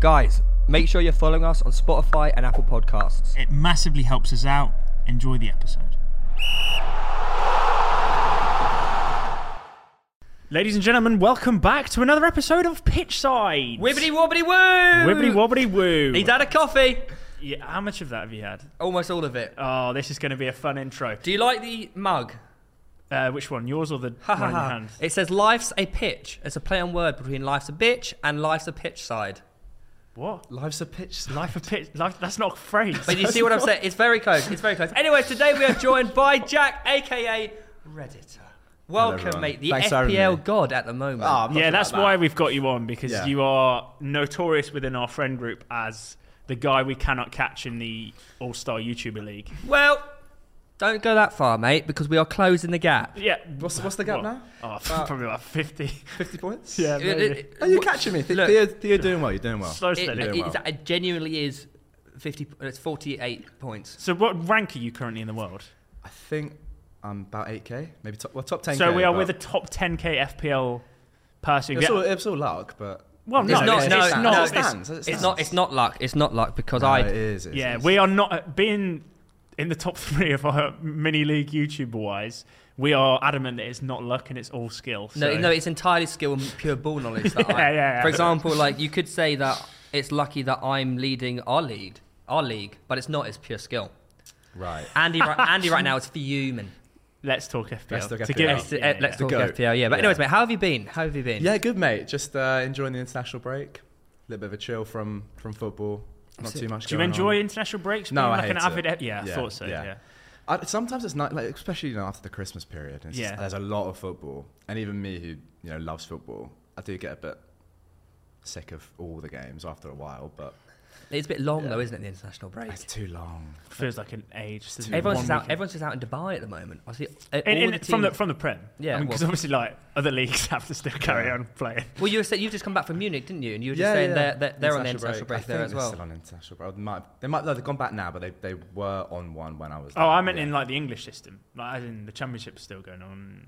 Guys, make sure you're following us on Spotify and Apple Podcasts. It massively helps us out. Enjoy the episode. Ladies and gentlemen, welcome back to another episode of Pitchside. Wibbity wobbity woo! Wibbly wobbly woo. Need that a coffee? Yeah, how much of that have you had? Almost all of it. Oh, this is going to be a fun intro. Do you like the mug? Uh, which one? Yours or the Ha one ha in your ha. hand? It says life's a pitch. It's a play on word between life's a bitch and life's a pitch side. What? Life's a pitch. Life of pitch? Life? That's not a phrase. But you see what I'm saying? It's very close. It's very close. Anyway, today we are joined by Jack, aka Redditor. Welcome, everyone. mate. The Thanks for having FPL me. god at the moment. Ah, I'm not yeah, sure that's about why we've got you on because Yeah. you are notorious within our friend group as the guy we cannot catch in the All Star YouTuber League. well, don't go that far, mate, because we are closing the gap. Yeah. that. What's, what's the What? gap now? Oh, probably about 50. 50 points? Yeah. It- it- maybe. Are you it- catching me? Th- Uh, Look. Theo, Theo, doing well. You're doing well. Slow It, steady. Yeah, it, well. it genuinely is 50, it's 48 points. so, what rank are you currently in the world? I think I'm about 8k, maybe top, well, top 10k. so, we are but with a top 10k FPL person. It's, all, it's all luck, but. well, It's no, not- it's, no, it's no, not. no, it's- stands, it It's stands. not, it's not luck. It's not luck because No, I. it is. it is, yeah, it is. we are not uh, being in the top three of our mini league YouTuber wise. We are adamant that it's not luck and it's all skill. No, so- no, it's entirely skill and pure ball knowledge. That Yeah, I, yeah, yeah. For example, like you could say that it's lucky that I'm leading our lead, our league, but it's not. It's pure skill. Right. Andy, right, Andy, right now is fuming. Let's talk FPL. Let's talk To FPL. give- Let's, yeah, let's yeah. talk goat. FPL. Yeah, but Yeah. anyways, mate, how have you been? How have you been? Yeah, good, mate. Just uh, enjoying the international break. A little bit of a chill from, from football. Not So- too much Do you going enjoy on. international breaks? No, Being I like an hate avid. it. e- Yeah, I Yeah, thought so. Yeah. yeah. I, sometimes it's not like, especially you know after the Christmas period. It's Yeah. just, there's a lot of football, and even me who you know loves football, I do get a bit sick of all the games after a while. But it's a bit long Yeah. though, isn't it? The international break. it's too long. feels like an age. Just Too Everyone's one just out. weekend. Everyone's just out in Dubai at the moment. I see uh, all In- in- the from the teams- from the prem. Yeah, I mean, well- because obviously, like other leagues have to still carry on playing. well, you were saying, you've just come back from Munich, didn't you? And you were just saying they're, they're, they're on the international break, I there think as they're well. Still on international break. They might, they might, no, they've gone back now, but they, they were on one when I was. Oh, there, I meant yeah. in like the English system, like as in the championship's still going on.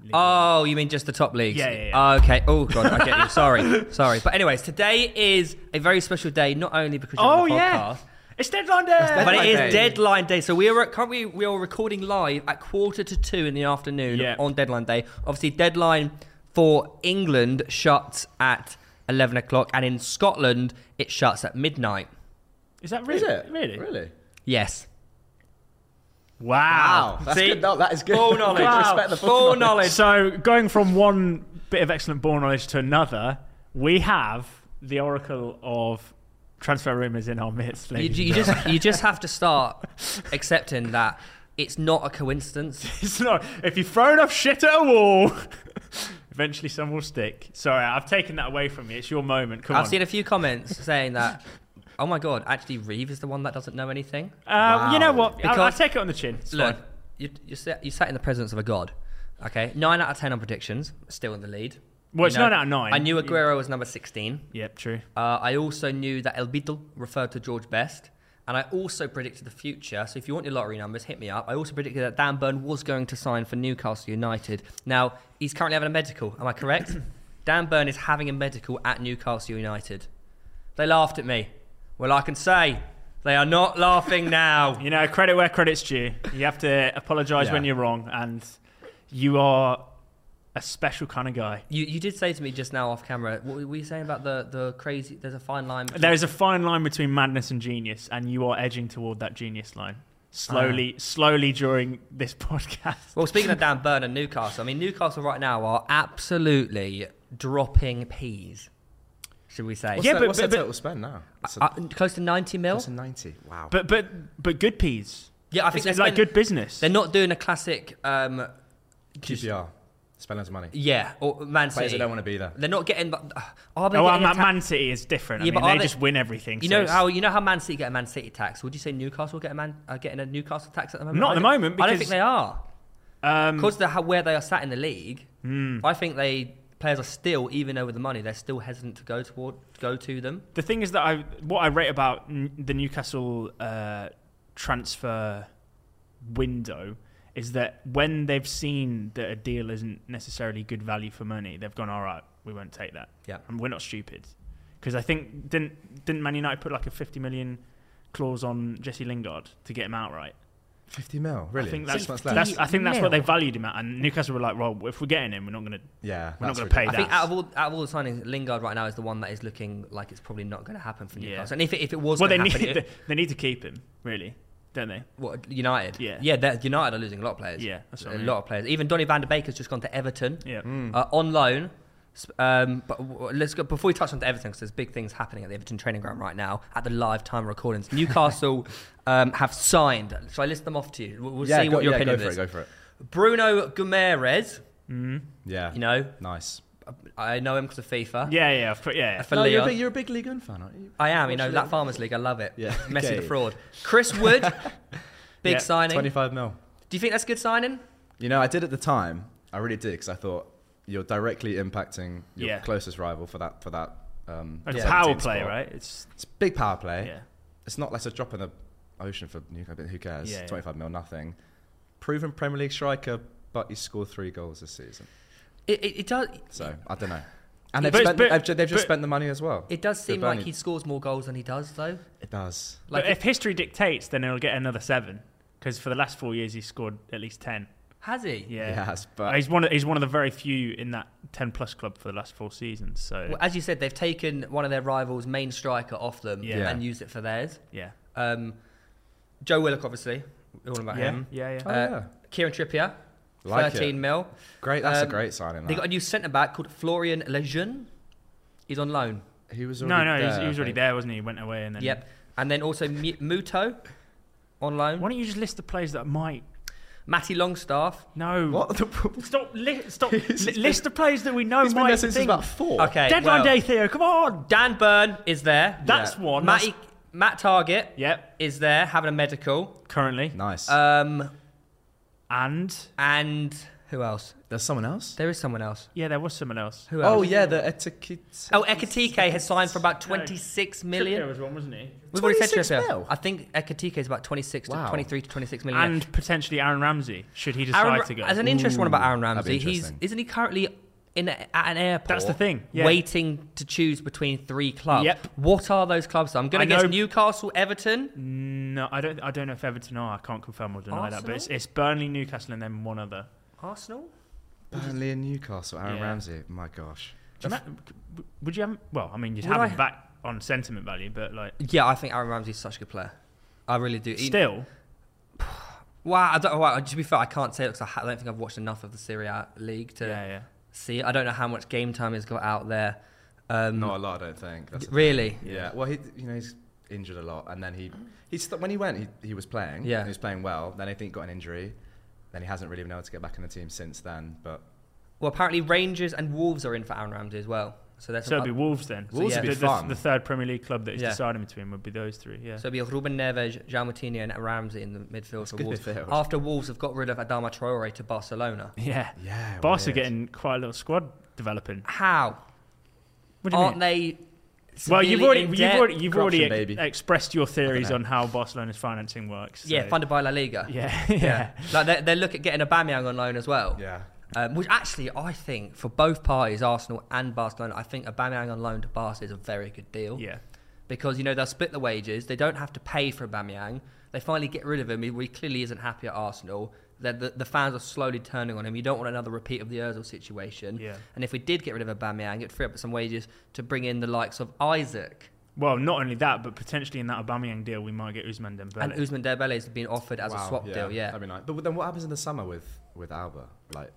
League One. Oh, you mean just the top leagues? Yeah, yeah, yeah. Okay. Oh god, I get you. Sorry, sorry. But anyways, today is a very special day, not only because you're oh on the podcast, yeah, it's deadline day. but it Deadline is day. deadline day. So we are can't we we are recording live at quarter to two in the afternoon Yeah. on deadline day. Obviously, deadline for England shuts at eleven o'clock, and in Scotland it shuts at midnight. Is that Is really? it Really? Really? Yes. Wow. that's See? good. No, that is good. Full knowledge. Respect the Full knowledge. So going from one bit of excellent ball knowledge to another, we have the oracle of transfer rumours in our midst. You, ladies you and gentlemen. just you just have to start accepting that it's not a coincidence. It's not. If you throw enough shit at a wall, eventually some will stick. Sorry, I've taken that away from you. It's your moment. Come I've on. seen a few comments saying that. Oh my god! Actually, Reeve is the one that doesn't know anything. uh, You know Wow. what? I'll, I'll Because- take it on the chin. It's Look, fine. you, you, sat, you sat in the presence of a god. Okay, nine out of ten on predictions, still in the lead. Well, You it's nine out of nine. I knew Aguero was number sixteen. Yep, true. Uh, I also knew that El Beatle referred to George Best, and I also predicted the future. So if you want your lottery numbers, hit me up. I also predicted that Dan Burn was going to sign for Newcastle United. Now he's currently having a medical. Am I correct? Dan Burn is having a medical at Newcastle United. They laughed at me. Well, I can say they are not laughing now. You know, credit where credit's due. You have to apologise Yeah. when you're wrong, and you are a special kind of guy. You, you did say to me just now off camera. What were you saying about the, the crazy? There's a fine line. between- There is a fine line between madness and genius, and you are edging toward that genius line slowly, Ah. slowly during this podcast. Well, speaking of Dan Burn and Newcastle, I mean Newcastle right now are absolutely dropping peas. Should we say? What's Yeah, yeah, that, but- but, what's but- the but- total spend now? It's a, Uh, close to 90 mil. it's a 90. Wow. But but but good peas. Yeah, I think it's they're like spending- good business. They're not doing a classic. Um, just- QPR. Spend loads of money. yeah, or Man City. Players who don't want to be there. They're not getting. But, uh, are they Oh, well, getting Man, atta- Man City is different. Yeah, I but mean, they, are they- just win everything. You so know it's- how you know how Man City get a Man City tax. Would you say Newcastle get a Man uh, getting a Newcastle tax at the moment? Not at I the don't- moment, I don't because- think they are um, hmm. because how where they are sat in the league. Mm. I think they players are still even over the money. They're still hesitant to go toward go to them. the thing is that I what I rate about n- the Newcastle uh, transfer window is that when they've seen that a deal isn't necessarily good value for money, they've gone, all right, we won't take that. Yeah. and we're not stupid. because I think didn't didn't Man United put like a fifty million clause on Jesse Lingard to get him outright. 50 mil, really? I think Six that's, months Fifty- left. that's I think that's what they mil. valued him at, and Newcastle were like, well, if we're getting him, we're not gonna Yeah, we're not that's gonna ridiculous. pay I that. think out of all out of all the signings, Lingard right now is the one that is looking like it's probably not going to happen for Yeah. Newcastle. And if it, if it was well, they going to happen, need it, they, they need to keep him, really, don't they? what, United, Yeah. yeah, they're- United are losing a lot of players. Yeah, that's what a I mean. Hmm. lot of players. Even Donny Van de Beek has just gone to Everton Yeah, uh, on loan. Sp- Um, but w- let's go before we touch on to Everton because there's big things happening at the Everton training ground right now at the live time recordings. Newcastle um, have signed. Shall I list them off to you? We'll, we'll yeah, see go, what your yeah, opinion go of for this. it, go for it. Bruno Guimaraes, Mm-hmm. Yeah, you know, nice. I know him because of FIFA. yeah, yeah, of course, yeah. For No, you're, a Leon. big, you're a big League One fan, aren't you? I am, you Watch know, it. that Farmers League, I love it. Yeah, Messi the okay. fraud. Chris Wood, big Yeah, signing. 25 mil. Do you think that's a good signing? You know, I did at the time. I really did because I thought you're directly impacting your Yeah. closest rival for that for that. Um, Like a Yeah. power 17 play, spot. right? It's It's a big power play. yeah, It's not like a drop in the ocean for Newcastle. but Who cares? Yeah, yeah. 25 mil, nothing. Proven Premier League striker, but he scored three goals this season. It, it, it does. So I don't know. And Yeah, they've, but it's spent, bit- they've, ju- they've just but- spent the money as well. It does seem Good like Burnley. he scores more goals than he does, though. It does. Like, but if history dictates, then he'll get another seven because for the last four years he's scored at least ten. has he? It Yeah, has, but he's one. Of, he's one of the very few in that ten plus club for the last four seasons. So Well, as you said, they've taken one of their rivals' main striker off them Yeah. Yeah. and used it for theirs. yeah, Um, Joe Willock, obviously, we're all about yeah, him. yeah, yeah. Oh, Uh, Kieran Trippier, yeah. Like 13 it. mil. Great. That's um, a great signing. They got a new centre back called Florian Lejeune. He's on loan. that. He was No, already no, he was, there, he I was already think. there, wasn't he? He went away and then. Yep. And then also M- Muto on loan. Why don't you just list the players that might? Matty Longstaff. No. What? The, Stop. Li- stop. li- He's been- list the players that we know he's been might. there since he was think. about four. Okay. Deadline well, day, Theo. Come on. Dan Byrne is there. That's Yeah. one. Matty, Matt Target That's- yep. is there having a medical. Currently. Nice. Um, And and who else? There's someone else. There is someone else. yeah, there was someone else. Who else? Oh yeah, the etiquette. Oh, Ekatike has signed for about 26 million. was one, wasn't he? We've already said 26 Trippier. mil? I think Ekatike is about 26 to Wow. 23 to 26 million. And potentially Aaron Ramsey, should he decide Aaron Ra- to go. as an interesting one about Aaron that'd be Ramsey, he's interesting. isn't he currently in a, at an airport? That's the thing, yeah. Waiting to choose between three clubs. Yep. What are those clubs? I'm going I to guess know- Newcastle, Everton. no, I don't. I don't know if Everton are. I can't confirm or deny that. But it's, Arsenal? it's Burnley, Newcastle, and then one other. Arsenal? Burnley and Newcastle. Aaron Yeah. Ramsey. My gosh. Do you ma- would you have? Well, I mean, you'd Would have I- him back on sentiment value, but like Yeah, I think Aaron Ramsey's such a good player. I really do. He- still, Wow, I don't. Wow, to be fair, I can't say it because I, ha- I don't think I've watched enough of the Serie A league to yeah, yeah. see. I don't know how much game time he's got out there. Um, Not a lot, I don't think. That's really. yeah. Well, he, you know, he's injured a lot, and then he, he st- when he went, he, he was playing. Yeah. and He was playing well. Then I think he got an injury. Then he hasn't really been able to get back in the team since then. But Well, apparently Rangers and Wolves are in for Aaron Ramsey as well. So that's So it'd be Wolves then. Wolves would the, be the- fun. The, third Premier League club that is Yeah. deciding between would be those three. Yeah. So it'll be Ruben Neves, Jean Moutinho and Ramsey in the midfield for good Wolves. midfield. After Wolves have got rid of Adama Traore to Barcelona. yeah. yeah, Barca weird. getting quite a little squad developing. How? What do you Aren't mean? they Well, you've severely already in you've debt? already you've already Corruption, ex- baby. expressed your theories know. on how Barcelona's financing works. so- Yeah, funded by La Liga. Yeah, yeah. Like they they look at getting Aubameyang on loan as well. Yeah. Um, which actually I think for both parties, Arsenal and Barcelona, I think Aubameyang on loan to Barca is a very good deal. Yeah. Because you know they'll split the wages. They don't have to pay for Aubameyang. They finally get rid of him. He, he clearly isn't happy at Arsenal. The, the, the fans are slowly turning on him. You don't want another repeat of the Özil situation. Yeah. And if we did get rid of Aubameyang, it'd free up some wages to bring in the likes of Isaac. Well, not only that, but potentially in that Aubameyang deal, we might get Usman And Dembele. Usman Dembele has been offered as a swap deal. Yeah. I mean, like, but then what happens in the summer with with Alba? Like,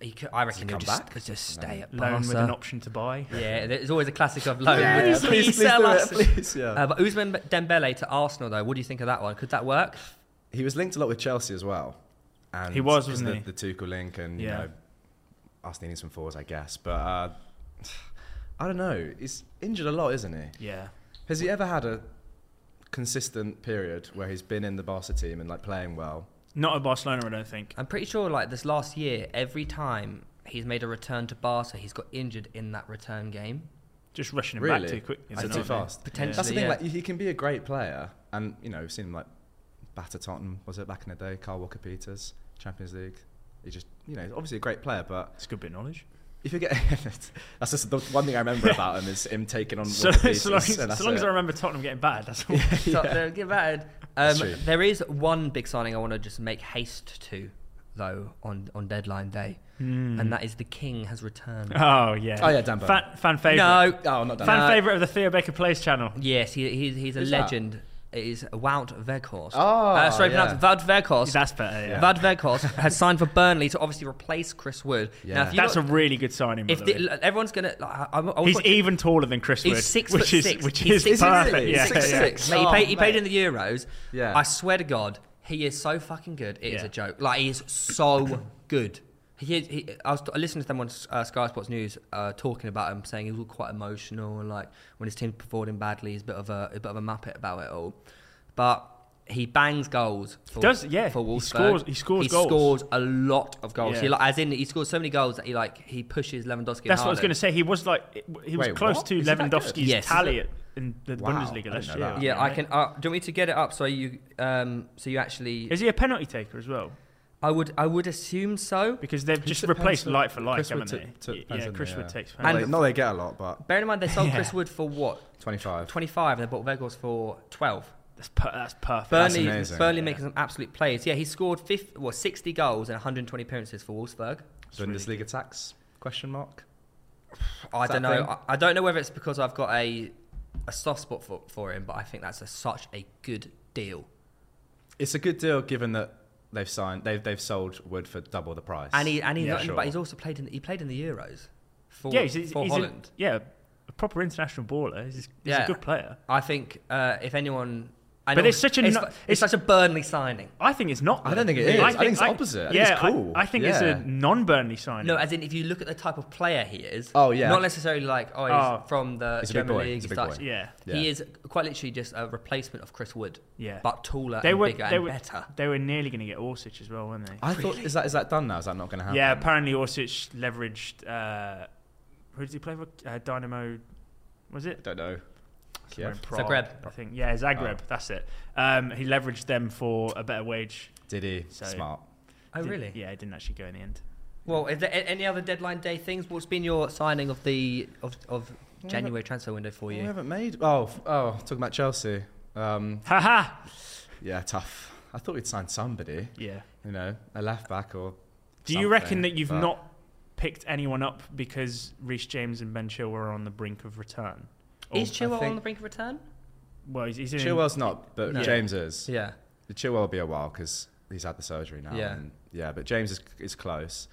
he could, I reckon he he'll come just, back? he'll just stay at Loan Barca. with an option to buy. yeah, there's always a classic of loan. Yeah, please, sell do it, us. please, yeah. Uh, but Usman Dembele to Arsenal, though, what do you think of that one? Could that work? He was linked a lot with Chelsea as well. And He was, 'cause wasn't the, he? The Tuchel link and Yeah. you know, us needing some fours, I guess. But uh, I don't know. He's injured a lot, isn't he? Yeah. Has he ever had a consistent period where he's been in the Barca team and like playing well? Not at Barcelona, I don't think. I'm pretty sure, like this last year, every time he's made a return to Barca, he's got injured in that return game. Just rushing him Really? back too quickly. Is it too fast? Potentially, That's the thing. yeah. Like he can be a great player, and you know, we've seen him like batter Tottenham. Was it back in the day? Carl Walker Peters, Champions League. He just, you know, he's obviously a great player, but It's a good bit of knowledge. If you get that's just the one thing I remember about him is him taking on. So, one of the so long, pieces, as, and that's so long as it. I remember Tottenham getting bad, that's all. So they'll get battered. Um, That's true. there is one big signing I want to just make haste to, though, on, on deadline day, Hmm. and that is the King has returned. Oh yeah. Oh, yeah, Dan Burn. Fan, fan favorite. no, Oh, not done. Fan No. favorite of the Theo Baker Plays channel. yes, he, he's, he's a Who's that? legend. It is Wout Weghorst. Oh, uh, sorry, yeah. pronounced Wout Weghorst. That's better. Yeah. Yeah. Wout Weghorst has signed for Burnley to obviously replace Chris Wood. Now, Yeah. if you That's look- a really good signing. By if the way. the, look, everyone's gonna, like, I, I, I was he's watching- even taller than Chris He's Wood, six which foot is six. which He's six- is perfect. Really? Yeah, He's six yeah. six. Mate, he, Oh, played, he played mate. in the Euros. Yeah. I swear to God, he is so fucking good. It is Yeah. a joke. Like, he is so good. He, is- he, I was I listened to them on uh, Sky Sports News uh, talking about him, saying he was all quite emotional and like when his team's performing badly, he's a bit of a, a bit of a muppet about it all. But he bangs goals. For, does, yeah. For He Wolfsburg, scores- he scores He goals. scores a lot of goals. Yeah. He, like, as in, he scores so many goals that he like he pushes Lewandowski. That's what I was harder. going to say. He was like he was Wait, close what? to Is he that good? Lewandowski's Yes. tally at- in the Wow, I Bundesliga didn't last know year. that. Yeah, I mate. can. Uh, do you want me to get it up so you um so you actually? Is he a penalty taker as well? I would I would assume so. Because they've just took replaced Penzl- light for light, Chris haven't Wood they? took- took Y- Penzl, yeah, Chris Wood yeah. takes And- Not penalty. they, not they get a lot, but Bearing in mind they sold Yeah. Chris Wood for what 25. twenty five and they bought Vegas for twelve. That's, per- that's perfect. That's Burnley amazing. Burnley Yeah. making some absolute plays. Yeah, he scored 50, well sixty goals in one hundred and twenty appearances for Wolfsburg. So in this league attacks? Question mark. I Is don't that know. thing- I, I don't know whether it's because I've got a a soft spot for, for him, but I think that's a, such a good deal. It's a good deal given that they've signed they've they've sold Wood for double the price. And he and he Yeah, not- sure. but he's also played in he played in the Euros for yeah, he's, he's, for he's a, Holland. yeah, a proper international baller. He's, he's Yeah. a good player. I think uh, if anyone, I But know- it's such a it's, no- it's, such a Burnley signing. I think it's not. I don't think it though. is. I think it's opposite. I think yeah, it's cool. I, I think it's Yeah. a non-Burnley signing. No, as in if you look at the type of player he is. Oh, yeah. Not necessarily like oh he's Oh. from the He's a big German boy. league. He's a he's big Dutch. boy. yeah, He Yeah. is quite literally just a replacement of Chris Wood, yeah. but taller they and were bigger they and were better. they were nearly going to get Orsic as well, weren't they? I thought is that is that done now? Is that not going to happen? Yeah, apparently Orsic leveraged. Uh, who did he play for? Uh, Dynamo. Was it? don't know. Somewhere Kiev. in Prague, Zagreb. I think. Yeah, Zagreb. Oh. That's it. Um, he leveraged them for a better wage. Did he? So- Smart. Oh Did- really? Yeah, it didn't actually go in the end. Well, is there a- any other deadline day things? What's been your signing of the of, of Yeah, January transfer window for We you? haven't made. Oh, f- oh, talking about Chelsea. Um, Ha ha. yeah, tough. I thought we'd sign somebody. Yeah. You know, a left back or. Do you something, reckon that you've but- not picked anyone up because Reece James and Ben Chilwell are on the brink of return? Or- Is Chilwell on think- the brink of return? well, he's, he's in. Chilwell's not, but No. James is. Yeah. The Chilwell will be a while because he's had the surgery now. Yeah. and- yeah, but James is, is close.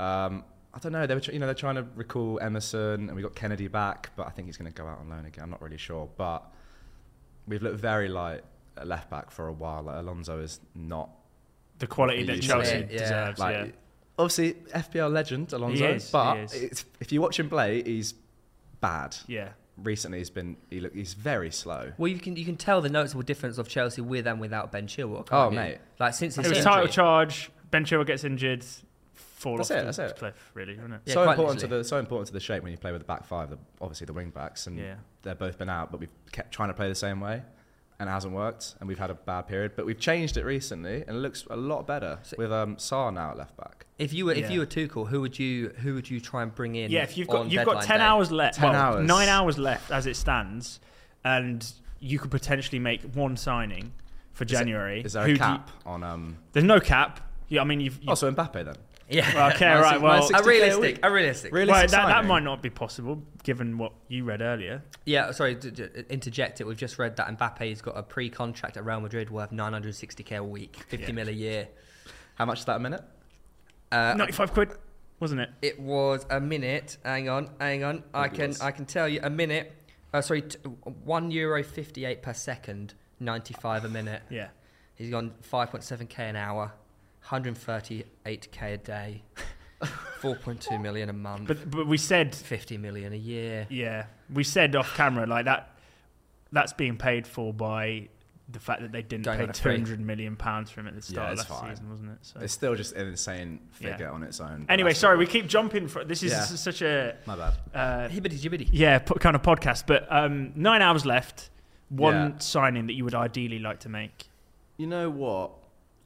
Um, I don't know. They were, tr- you know, they're trying to recall Emerson, and we got Kennedy back, but I think he's going to go out on loan again. I'm not really sure, but we've looked very light at left back for a while. Like Alonso is not the quality that He's Chelsea it, yeah. deserves. like yeah. obviously FPL legend Alonso, He is, but he is. It's, if you watch him play, he's bad. Yeah. Recently, he's been he look he's very slow. Well, you can you can tell the noticeable difference of Chelsea with and without Ben Chilwell. Can't Oh, you? mate. Like since his It was injury. title charge. Ben Chilwell gets injured. Fall That's off it, the that's it. cliff, really, isn't it? Yeah, so quite important to literally. the so important to the shape when you play with the back five, the, obviously the wing backs, and Yeah. they've both been out, but we've kept trying to play the same way, and it hasn't worked, and we've had a bad period, but we've changed it recently, and it looks a lot better So- with um, Saar now at left back. If you were if Yeah. you were Tuchel, who would you who would you try and bring in? Yeah, if you've got on you've got deadline ten day? hours left, 10 well, hours. nine hours left as it stands, and you could potentially make one signing for there- January. Is there Who a do you- cap on? Um, there's no cap. Yeah, I mean you've. you oh, so Mbappe then? Yeah. well, okay, all right. Well, minus a 60K a realistic, week. a realistic. Realistic well that, that signing. might not be possible given what you read earlier. yeah, sorry to, to interject it. We've just read that Mbappe's got a pre-contract at Real Madrid worth 960k a week, 50 Yeah. mil a year. How much is that a minute? Uh, Ninety-five quid, wasn't it? It was a minute. Hang on, hang on. I It can was. I can tell you a minute. Uh, sorry, t- one euro 58 per second, 95 a minute. Yeah. He's gone 5.7k an hour, 138k a day, 4.2 million a Mm. month, But but we said 50 million a year. yeah we said off camera like that. That's being paid for by the fact that they didn't Going pay on a two free. hundred million pounds for him at the start it's of last fine. season, wasn't it? So. It's still just an insane Yeah. figure on its own. but Anyway, that's sorry, all we right. keep jumping for this. Is Yeah. such a My bad. uh, Hibbity jibbity. yeah po- kind of podcast, but um, nine hours left. One Yeah. signing that you would ideally like to make. You know what?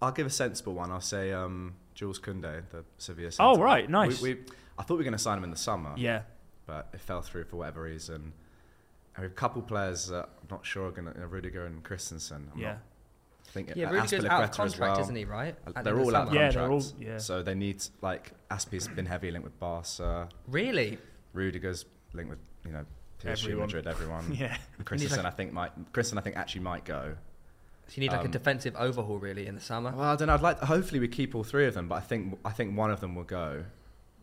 I'll give a sensible one. I'll say um, Jules Kunde, the severe. Oh, right, nice. We, we, I thought we were going to sign him in the summer, Yeah, but it fell through for whatever reason. And we have a couple players that I'm not sure are going to, you know, Rudiger and Christensen. I'm yeah, Not, I think Yeah, uh, Rudiger's out of Aspilicueta as contract, well. Uh, isn't he? Right? At the end They're of all the out of summer. Yeah, they're all- contract. yeah. So they need, like, Aspi's been heavily linked with Barca. Really? Rudiger's linked with, you know, PSG, Everyone. Madrid, everyone. yeah. Christensen, I think, might, Christensen, I think, actually might go. So you need like a Um, defensive overhaul, really, in the summer. Well, I don't know. I'd like. Hopefully, we keep all three of them, but I think I think one of them will go.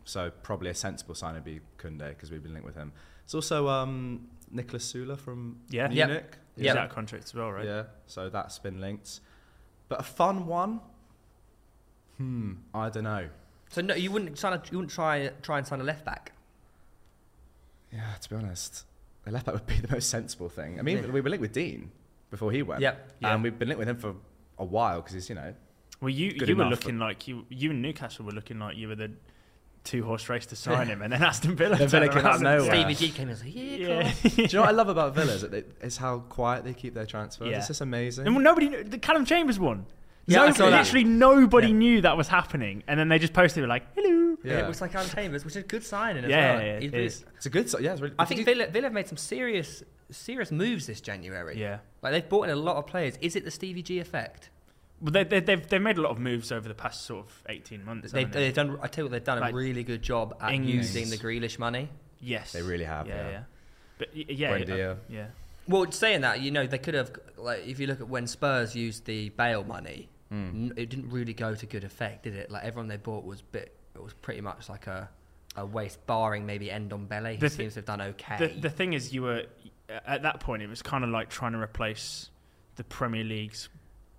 So probably a sensible sign would be Kunde because we've been linked with him. It's also um, Nicholas Sula from Yeah. Yep. Munich. He's Yeah. out of contract as well, right? yeah. So that's been linked, but a fun one. Hmm. I don't know. So no, you wouldn't sign. A, you wouldn't try try and sign a left back. Yeah. To be honest, the left back would be the most sensible thing. I mean, Yeah. we were linked with Dean before he went. Yep. yeah. And we've been linked with him for a while because he's you know Well, you Good you were enough, looking like you you and Newcastle were looking like you were the two horse race to sign him, and then Aston Villa. Then Villa turned came out around and of nowhere. Stevie G came in and was like, yeah, yeah. said, Oh, Yeah. Do you know what I love about Villa is, that they, is how quiet they keep their transfers. Yeah. It's just amazing. And well, nobody, knew- the Callum Chambers one. Yeah, I Nobody- saw that. literally nobody Yeah. knew that was happening, and then they just posted, like, "Hello." It looks like Alan Chambers, which is a good signing as Yeah, well. yeah, He's it is. It's a good. si- Yeah, it's really. I did think you- Villa, Villa have made some serious serious moves this January. Yeah. Like they've bought in a lot of players. Is it the Stevie G effect? Well, they, they, they've they've made a lot of moves over the past sort of eighteen months. They've, haven't they? they've done. I tell you, what, they've done Like, a really good job at Ings. using the Grealish money. yes, They really have, Yeah, yeah. yeah. But y- yeah, yeah, Buendia. yeah. Well, saying that, you know, they could have. Like, if you look at when Spurs used the bail money, Mm. n- it didn't really go to good effect, did it? Like everyone they bought was bit. It was pretty much like a a waste, barring maybe End on Belly. He The thi- seems to have done okay. The, the thing is, you were at that point. It was kind of like trying to replace the Premier League's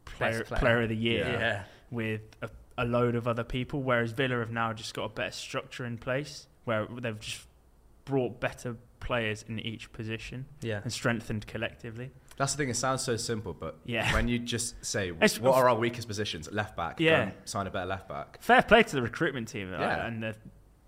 player, Best player. player. of the year yeah. with a, a load of other people. Whereas Villa have now just got a better structure in place where they've just brought better players in each position yeah. and strengthened collectively. That's the thing. It sounds so simple, but Yeah. when you just say, It's- "What are our weakest positions?" Left back. go Yeah. and Sign a better left back. Fair play to the recruitment team uh, Yeah. and the,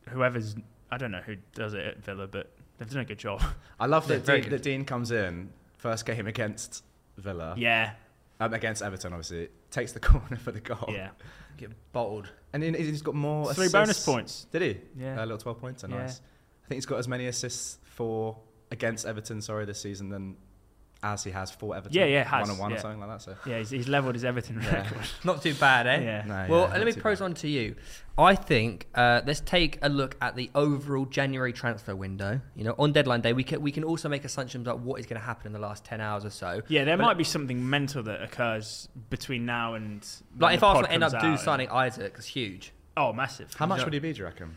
whoever's I don't know who does it at Villa, but they've done a good job. I love Yeah, that, very Dean, good. that Dean comes in first game against Villa. yeah, Um, against Everton, obviously takes the corner for the goal. yeah. Get bottled. And then he's got more. Three assists. bonus points. Did he? Yeah. A little twelve points. Are Yeah. Nice. I think he's got as many assists for against Everton. Sorry, this season than as he has for Everton. Yeah, yeah, has, one and one yeah. or something like that. So. Yeah, he's, he's leveled his Everton Yeah. record. Not too bad, eh? Yeah. No, Well, yeah, let not me too pose bad. on to you. I think uh, let's take a look at the overall January transfer window. You know, on deadline day, we can we can also make assumptions about what is going to happen in the last ten hours or so. Yeah, there But- might be something mental that occurs between now and when Like if the pod Arsenal end comes up do out. signing Isaac, it's huge. oh, massive. How much Yeah. would he be? Do you reckon?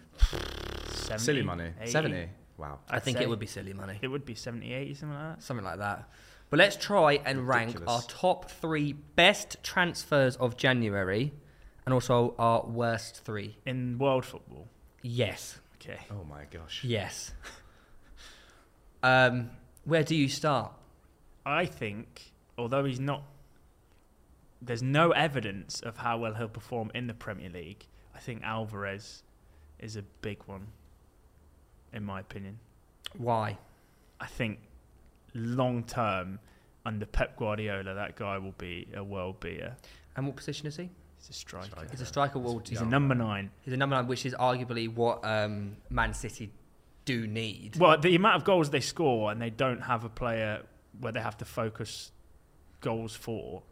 70, Silly money. 80? Seventy. Wow. i I'd think say. it would be silly money, It would be 70, 80, something like that. something like that. But let's try and rank Ridiculous. our top three best transfers of January, and also our worst three. In world football. Yes, Okay. Oh my gosh. yes. um, where do you start? I think, although he's not, there's no evidence of how well he'll perform in the Premier League. I think Alvarez is a big one, in my opinion. Why? I think long term, under Pep Guardiola, that guy will be a world beater. And what position is he? He's a striker. Striker. He's a striker. Well, He's he's, a a, number nine. he's a number nine, which is arguably what um, Man City do need. Well, the amount of goals they score and they don't have a player where they have to focus goals for,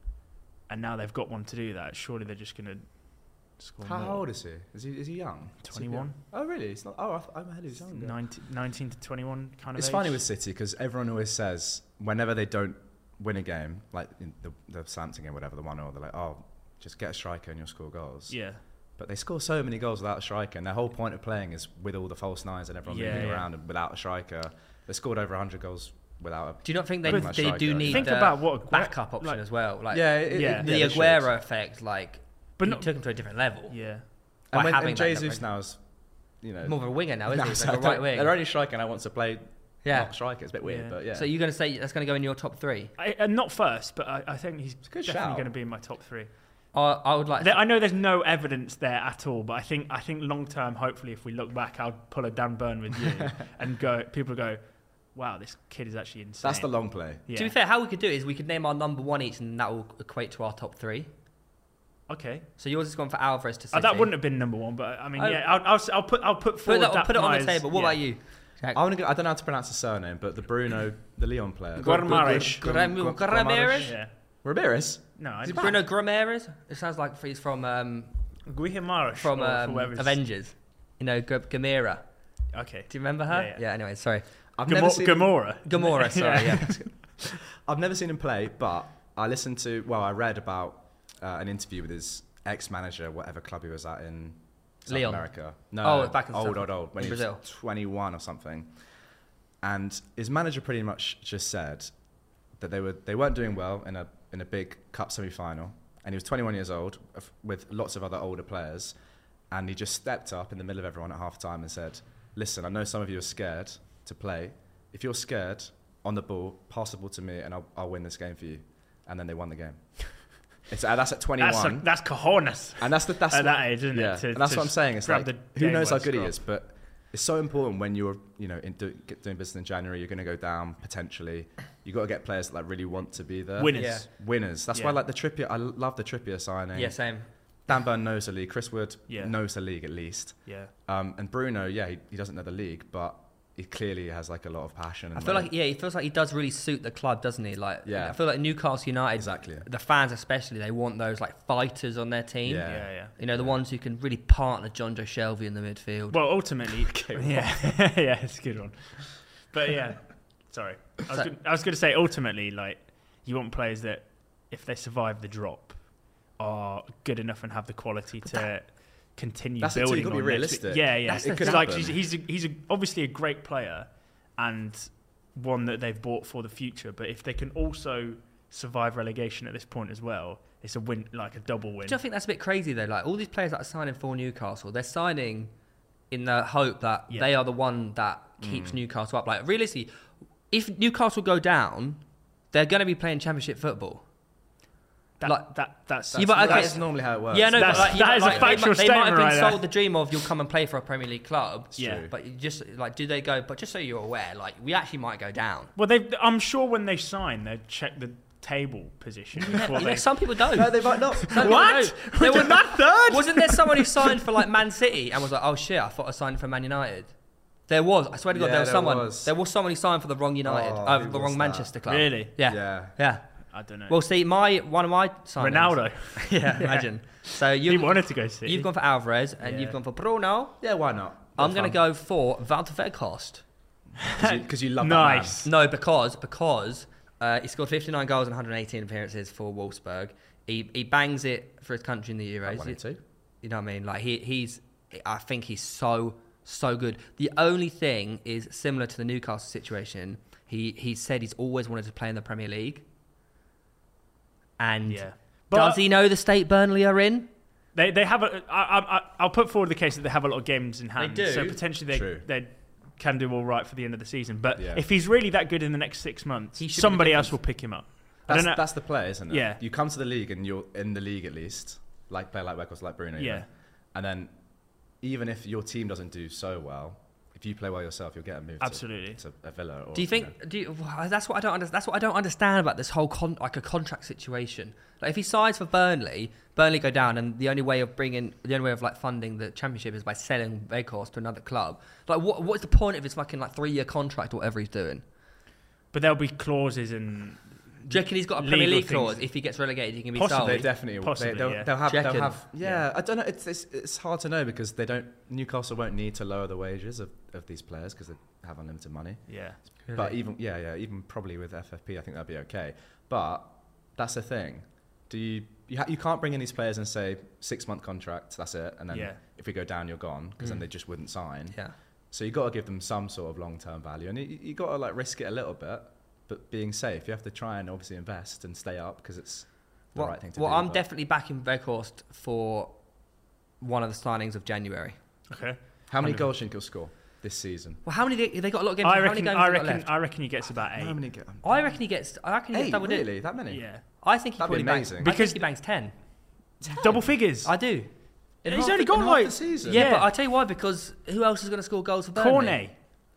and now they've got one to do that. Surely they're just going to score How more. old is he? Is he is he young? Is he young? 21, Oh really? It's not. Oh, I th- I'm ahead. He's younger. 19, 19 to 21 kind of It's age. funny with City because everyone always says whenever they don't win a game, like in the the Southampton game, whatever the one or they're like, oh, just get a striker and you'll score goals. Yeah. But they score so many goals without a striker, and their whole point of playing is with all the false nines and everyone Yeah, moving yeah. around and without a striker. They scored over 100 goals without Do you not think they, But- they do Striker. need Think the about what Aguero- backup option like- as well? a. Like yeah, it- it- Yeah. the they should. Aguero effect, like but But not- took him to a different level. Yeah. by And, when, having and that Jesus number. now is, you know. More of a winger now, isn't No, he? so Like a I don't- right wing. They're only striker now wants to play yeah. not striker. It's a bit weird, Yeah. but yeah. So you're going to say that's going to go in your top three? I, and not first, but I, I think he's a good definitely shout. going to be in my top three. I, I would like. There, I know there's no evidence there at all, but I think I think long term, hopefully, if we look back, I'll pull a Dan Burn with you and go. People go, "Wow, this kid is actually insane." That's the long play. Yeah. To be fair, how we could do it is we could name our number one each, and that will equate to our top three. Okay, So yours has gone for Alvarez to City. Uh, that wouldn't have been number one, but I mean, I- yeah, I'll, I'll, s- I'll put I'll put Oh. put, forward that, that put it on the Myers- table. What yeah. about you? I want to go. I don't know how to pronounce the surname, but the Bruno, the Leon player, Guimaraes. Guimaraes. Guimaraes. Yeah, Ramirez. no, I Is it just, Bruno Grameres? It sounds like he's from um, Guimaraes from or um, whoever's- Avengers. You know, G- Gamera. Okay, Do you remember her? Yeah, yeah. anyway, sorry. I've never Gamora. seen. Gamora. Gamora, sorry. yeah. I've never seen him play, but I listened to. Well, I read about uh, an interview with his ex-manager, whatever club he was at in South Leon. America. No, Oh, no, back in old, South- old, old. When in he was Brazil. 21 or something, and his manager pretty much just said that they were they weren't doing well in a in a big cup semi-final, and he was 21 years old of- with lots of other older players, and he just stepped up in the middle of everyone at halftime and said, "Listen, I know some of you are scared to play. If you're scared on the ball, pass the ball to me, and I'll, I'll win this game for you." And then they won the game. It's, uh, that's at 21, That's a, that's cojones and that's the that's at what- that age, isn't yeah, it? To- and that's to what I'm saying. It's grab like the who game knows by how the good he scruff. is, but it's so important when you're you know in do, get, doing business in January, you're going to go down potentially. You got to get players that like, really want to be there. winners. Yeah. Winners. That's why Yeah. like the Trippier. I l- love the Trippier signing. yeah, same. Dan Burn knows the league. Chris Wood Yeah. knows the league at least. Yeah. Um, and Bruno, yeah, he, he doesn't know the league, but he clearly has like a lot of passion. And I feel like- like, yeah, he feels like he does really suit the club, doesn't he? Like, Yeah. I feel like Newcastle United, exactly. the fans especially, they want those like fighters on their team. Yeah. Yeah. yeah, You know, the ones who can really partner John Joe Shelby in the midfield. Well, ultimately, yeah, yeah, it's a good one. But yeah, sorry, I was, So- gonna, I was going to say ultimately, like you want players that if they survive the drop are good enough and have the quality to continue That's it too, building. you've gotta be on next realistic. year. Yeah, yeah, That's the because thing. like he's he's, a, he's a, obviously a great player and one that they've bought for the future. But if they can also survive relegation at this point as well, it's a win, like a double win. Do you think that's a bit crazy though? Like all these players that are signing for Newcastle, they're signing in the hope that Yeah. Mm. they are the one that keeps Newcastle up. Like realistically, if Newcastle go down, they're going to be playing Championship football. That, like- that that's Yeah, but okay, that's it's- normally how it works. yeah, no, That's- but like, you that know, is a like, factual they, might- they might have statement been right there. sold the dream of you'll come and play for a Premier League club. It's Yeah. true. But you just like, do they go? But just so you're aware, like we actually might go down. Well, they. I'm sure when they sign, they check the table position. Before You know, they... some people don't. No, they might not. Some people What? don't. There was, not third. wasn't there someone who signed for like Man City and was like, oh shit, I thought I signed for Man United. There was. I swear to God, Yeah, there was there someone. was. There was someone who signed for the wrong United, Oh, uh, who the was wrong that? Manchester club. Really? Yeah. yeah. yeah. I don't know. Well, see, my one of my signings. Ronaldo. yeah, imagine. So He you, wanted to go see. you've gone for Alvarez and Yeah. you've gone for Bruno. Yeah, why not? I'm going to go for Walter Veghorst. because you, love Nice. No, because because uh, he scored 59 goals and 118 appearances for Wolfsburg. He, he bangs it for his country in the That man. I Euros. wanted to. You know what I mean? Like he, he's, I think he's so so good. The only thing is similar to the Newcastle situation. He he said he's always wanted to play in the Premier League. And Yeah. does But he know the state Burnley are in? they they have a. I, I, I- I'll put forward the case that they have a lot of games in hand. do. So potentially they True. they can do all right for the end of the season. But Yeah. if he's really that good in the next six months, He should be the somebody else will difference. pick him up. I That's, don't know. that's the play, isn't it? Yeah. You come to the league and you're in the league at least, like player like Weckles, like Bruno. you Yeah. know. And then even if your team doesn't do so well, if you play well yourself, you'll get a move to- Absolutely. to, a Villa. Or, Do you think? Do you, well, that's what I don't understand. That's what I don't understand about this whole con, like a contract situation. Like if he signs for Burnley, Burnley go down, and the only way of bringing the only way of like funding the championship is by selling Veghorst to another club. Like what? What's the point of his fucking like three year contract or whatever he's doing? But there'll be clauses and. Do you reckon he's got a Premier Legal League clause? things. If he gets relegated, he can be Possibly, They sold. definitely will. Possibly, they, they'll, yeah. they'll have. Checking. They'll have yeah, Yeah. I don't know. It's, it's it's hard to know because they don't. Newcastle won't need to lower the wages of, of these players because they have unlimited money. Yeah. But even yeah, yeah, even probably with FFP, I think that'd be okay. But that's the thing. Do you you, ha- you can't bring in these players and say six month contract, that's it, and then Yeah. if we go down, you're gone because then Mm. they just wouldn't sign. yeah. So you got to give them some sort of long term value, and you, you got to like risk it a little bit, but being safe, you have to try and obviously invest and stay up because it's the Well, right thing to well do. I'm but- definitely backing Veghorst for one of the signings of January. Okay. How many Hundred- goals do you think he'll score this season? Well, how many? They, they got a lot of games. I how reckon. Many games I they got reckon. left? I reckon he gets about eight. How many? Go- I reckon he gets. I reckon he gets Eight, double digits. really? That many? Yeah. I think he That'd be probably bangs. amazing. Because Because- he bangs ten. Double figures. I do. He's half only the- got in half like the season? Yeah, Yeah. but I tell you why. Because who else is going to score goals for Burnley? Cornet.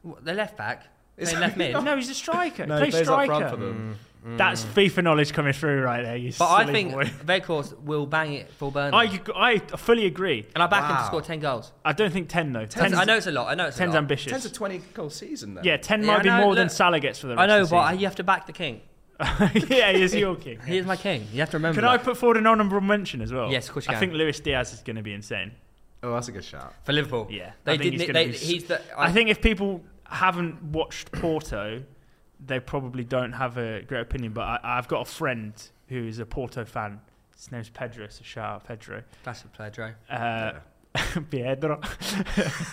Corne, the left back, Is playing he left mid. No, he's a striker. No, Play he plays up striker. front for them. That's FIFA knowledge coming through right there. You Mm. But I silly think boy. Veghorst will bang it for Burnley. I, I fully agree. and I back him to Wow. score 10 goals. I don't think ten though. Ten's, Ten's, I know it's a lot. I know it's ten's a lot. ambitious. 10 to 20 goal season then. yeah, ten Yeah, I might be know, more than look- Salah gets for the rest I know, of but the I- you have to back the king. season. yeah, he's your king. He is my king. You have to remember Can I that. put forward an honourable mention as well? Yes, of course you I can. think Luis Diaz is going to be insane. Oh, that's a good shout. for Liverpool? Yeah, They I think did. he's He's, gonna they, be s- he's the. I think if people haven't watched Porto, they probably don't have a great opinion. But I, I've got a friend who is a Porto fan. His name's Pedro. So shout out Pedro. Classic player, Dre. Uh, Piedro.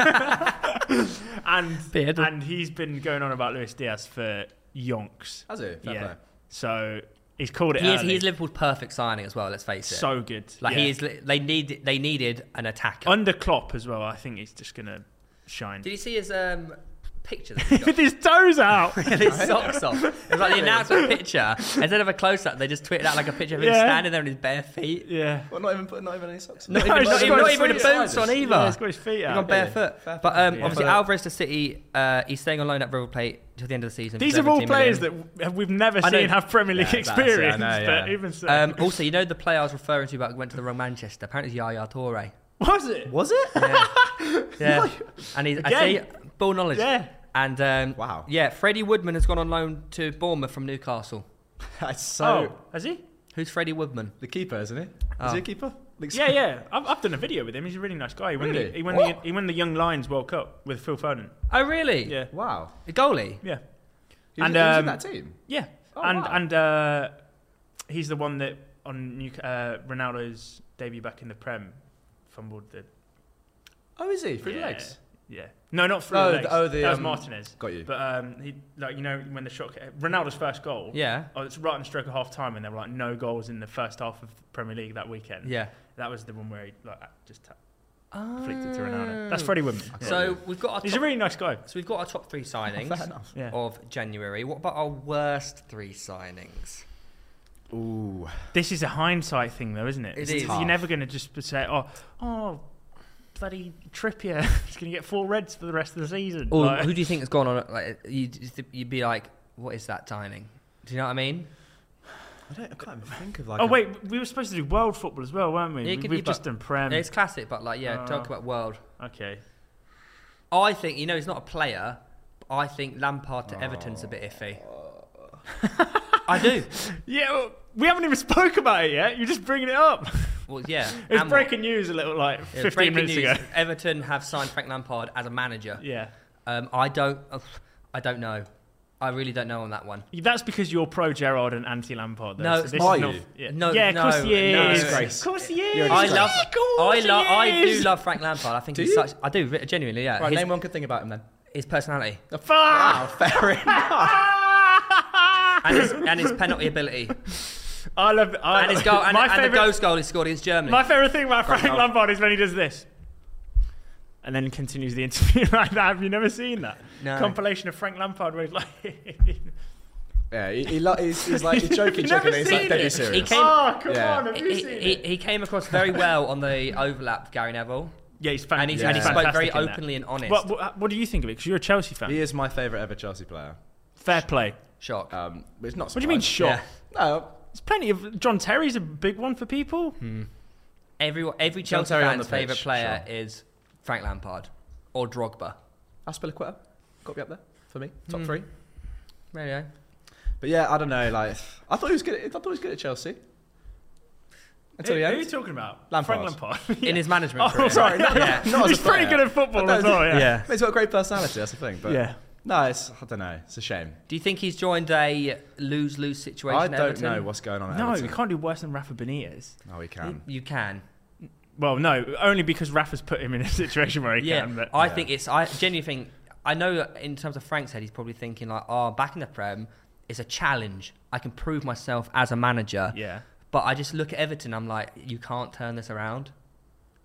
and Pedro. and he's been going on about Luis Diaz for yonks. Has it? Fair yeah. play. So he's called it. He is, early. he is Liverpool's perfect signing as well. Let's face it. so good. like Yeah. he is. li- They need. They needed an attacker. under Klopp as well. I think he's just gonna shine. Did you see his um, picture? That he got? With his toes out. With his socks off. It was like the announcement picture. Instead of a close up, they just tweeted out like a picture of him Yeah. standing there in his bare feet. yeah. Well, not even, put- not even any socks on. Not No, even, he's not just even, got not his even a feet boots out. on either. Yeah, he's got his feet He's out. gone barefoot. Fair But um, Yeah. obviously, Fair. Alvarez to City, uh, he's staying on loan at River Plate till the end of the season. These for are all 17 players million. that we've never I know. seen have Premier League Yeah, that's- yeah, I experience. know, But yeah. even so, Um, also, you know the player I was referring to about went to the wrong Manchester. Apparently, it's Yaya Toure. was it? Was it? Yeah, yeah. and he's I see Again. ball knowledge. Yeah. And um, Wow. yeah, Freddie Woodman has gone on loan to Bournemouth from Newcastle. That's so. Oh, has he? Who's Freddie Woodman? The keeper, isn't he? Oh. Is he a keeper? Looks- Yeah, yeah. I've, I've done a video with him. He's a really nice guy. He won, Really? the, he, won the, What? he won the Young Lions World Cup with Phil Foden. Oh, really? Yeah, Wow. A goalie. yeah, Who's, And, who's um, in that team? yeah. Oh, and wow. and uh, he's the one that on New, uh, Ronaldo's debut back in the Prem fumbled the Oh, is he? Through yeah, the legs? Yeah. No, not through Oh, the legs. the- oh, the, that was um, Martinez. Got you. But um, he like you know when the shot Ronaldo's first goal. Yeah. Oh, it's right on the stroke of half time, and there were like no goals in the first half of the Premier League that weekend. Yeah. That was the one where he like just ta- flicked it to Ronaldo. That's Oh. Freddie Woodman. Okay. Yeah. So we've got our he's a top, really nice guy. so we've got our top three signings Fair enough. Yeah. of January. What about our worst three signings? Ooh. This is a hindsight thing, though, isn't it? It It's- is. You're never going to just say, "Oh, oh, bloody Trippier is going to get four reds for the rest of the season." Or Like- who do Oh, you think has gone on? Like you'd, you'd be like, what is that signing? Do you know what I mean? I, don't, I can't even think of like. oh a- wait, we were supposed to do world football as well, weren't we? Yeah, you We- could- We've you just done Prem. it's classic, but like yeah, Um, uh, talk about world. Okay. I think you know he's not a player. But I think Lampard to Everton's a bit iffy. I do. Yeah, well, we haven't even spoke about it yet. You're just bringing it up. Well, yeah. It's and what? breaking news a little like Yeah, 15 breaking minutes news, ago. Everton have signed Frank Lampard as a manager. Yeah. Um, I don't. ugh, I don't know. I really don't know on that one. That's because you're pro Gerard and anti Lampard. No, so this are is not- you? yeah. No, yeah, of course no, he no. is. Disgrace. Of course he is. You're a I disgrace. love. Of course I he love. I do is. love Frank Lampard. I think Do he's you? such. I do re- genuinely. Yeah. Right, his, name one good thing about him then. his personality Fuck. fair enough. and his, and his penalty ability I love. I and his goal and, my and favorite. the ghost goal he scored against Germany. my favorite thing about Frank goal. Lampard is when he does this. And then continues the interview like that. Have you never seen that No. compilation of Frank Lampard where he's like, Yeah, he, he lo- he's, he's like he's joking, You've joking. never He's like seen deadly it. serious. He came- "Oh, come Yeah. on, have you he, seen he, it?" he came across very well on the overlap, Gary Neville, Yeah, he's fan- and, he's, yeah. and he he's spoke very fantastic in that. openly and honest. What, what, what do you think of it? Because you're a Chelsea fan. He is my favourite ever Chelsea player. Fair play. Shock. Um, but it's not. What do you mean surprising. shot? Yeah. No, There's plenty of John Terry's a big one for people. Hmm. Every every John Chelsea Terry on fan's the pitch, favorite player sure. is Frank Lampard or Drogba. Aspilicueta got to be up there for me. Top three. Really? But yeah, I don't know. Like, I thought he was good. At, I thought he was good at Chelsea. Until who, the who are you end. talking about? Lampard. Frank Lampard. In his Oh, management career. sorry. No, Yeah, not as he's a pretty player. good at football But as no, well. Yeah. Yeah. He's got a great personality. That's the thing. But Yeah. no, it's I don't know. It's a shame. Do you think he's joined a lose lose situation? I at don't Everton? know what's going on. At No, Everton. we can't do worse than Rafa Benitez. No, we can. You can. Well, no, only because Rafa's put him in a situation where he yeah, can. But I Yeah. think it's. I genuinely think. I know that in terms of Frank's head, he's probably thinking like, "Oh, back in the Prem, it's a challenge. I can prove myself as a manager." yeah, But I just look at Everton. I'm like, you can't turn this around.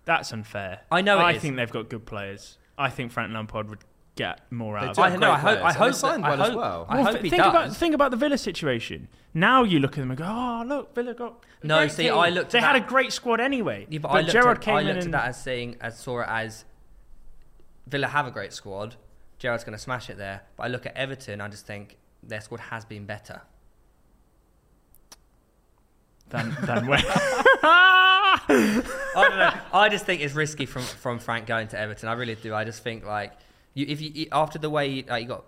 that's unfair. I know it I is. think they've got good players. I think Frank Lampard would get more out. They of it. do I have know. great I hope. I players, and hope. they signed that- I well as hope- well. I Well, hope th- he think does. about think about the Villa situation. Now you look at them and go, "Oh, look, Villa got." a No, great see, team." I looked They at had a that- great squad anyway. Yeah, but, but I looked, Gerard at, came I in looked and at that as seeing as saw it as Villa have a great squad. Gerard's going to smash it there. But I look at Everton. I just think their squad has been better. than than when. I don't know. I just think it's risky from from Frank going to Everton. I really do. I just think like you if you after the way like, you got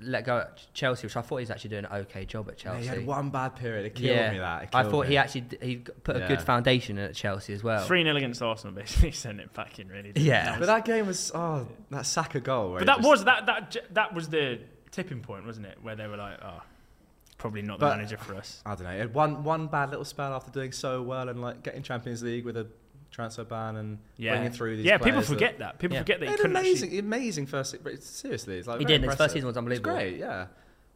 let go at Chelsea, which I thought he was actually doing an okay job at Yeah, Chelsea. he had one bad period. It killed Yeah. me that. It I killed thought me. he actually d- he g- put a good Yeah. foundation in at Chelsea as well. Three 0 against Arsenal, basically sent it back in. Really, didn't Yeah. it? But that game was oh that Saka goal. where But he that just- was that that j- that was the tipping point, wasn't it? Where they were like, "Oh, probably not the But- manager for us." I don't know. It had one one bad little spell after doing so well and like getting Champions League with a transfer ban and Yeah, bringing through these. yeah. People players that- forget that. People Yeah. forget that They he had couldn't an amazing, actually. amazing first. se- but it's- Seriously, it's like he very did. His first impressive. season was It's unbelievable. great, yeah.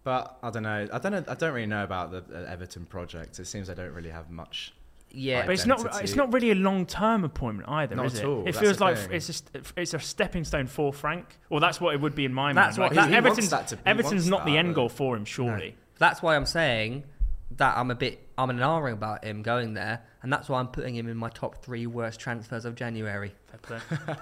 But I don't know. I don't know. I don't really know about the uh, Everton project. It seems they don't really have much. Yeah, But it's not. identity. It's not really a long term appointment either, Not is at it? all, It that's feels the like thing. it's just it's a stepping stone for Frank. Well, that's what it would be in my That's mind. what- like, he- he wants Everton's that to- he Everton's wants not the that, end but- goal for him, surely. That's why I'm saying that I'm a bit I'm an R about him going there, and that's why I'm putting him in my top three worst transfers of January. Fair play.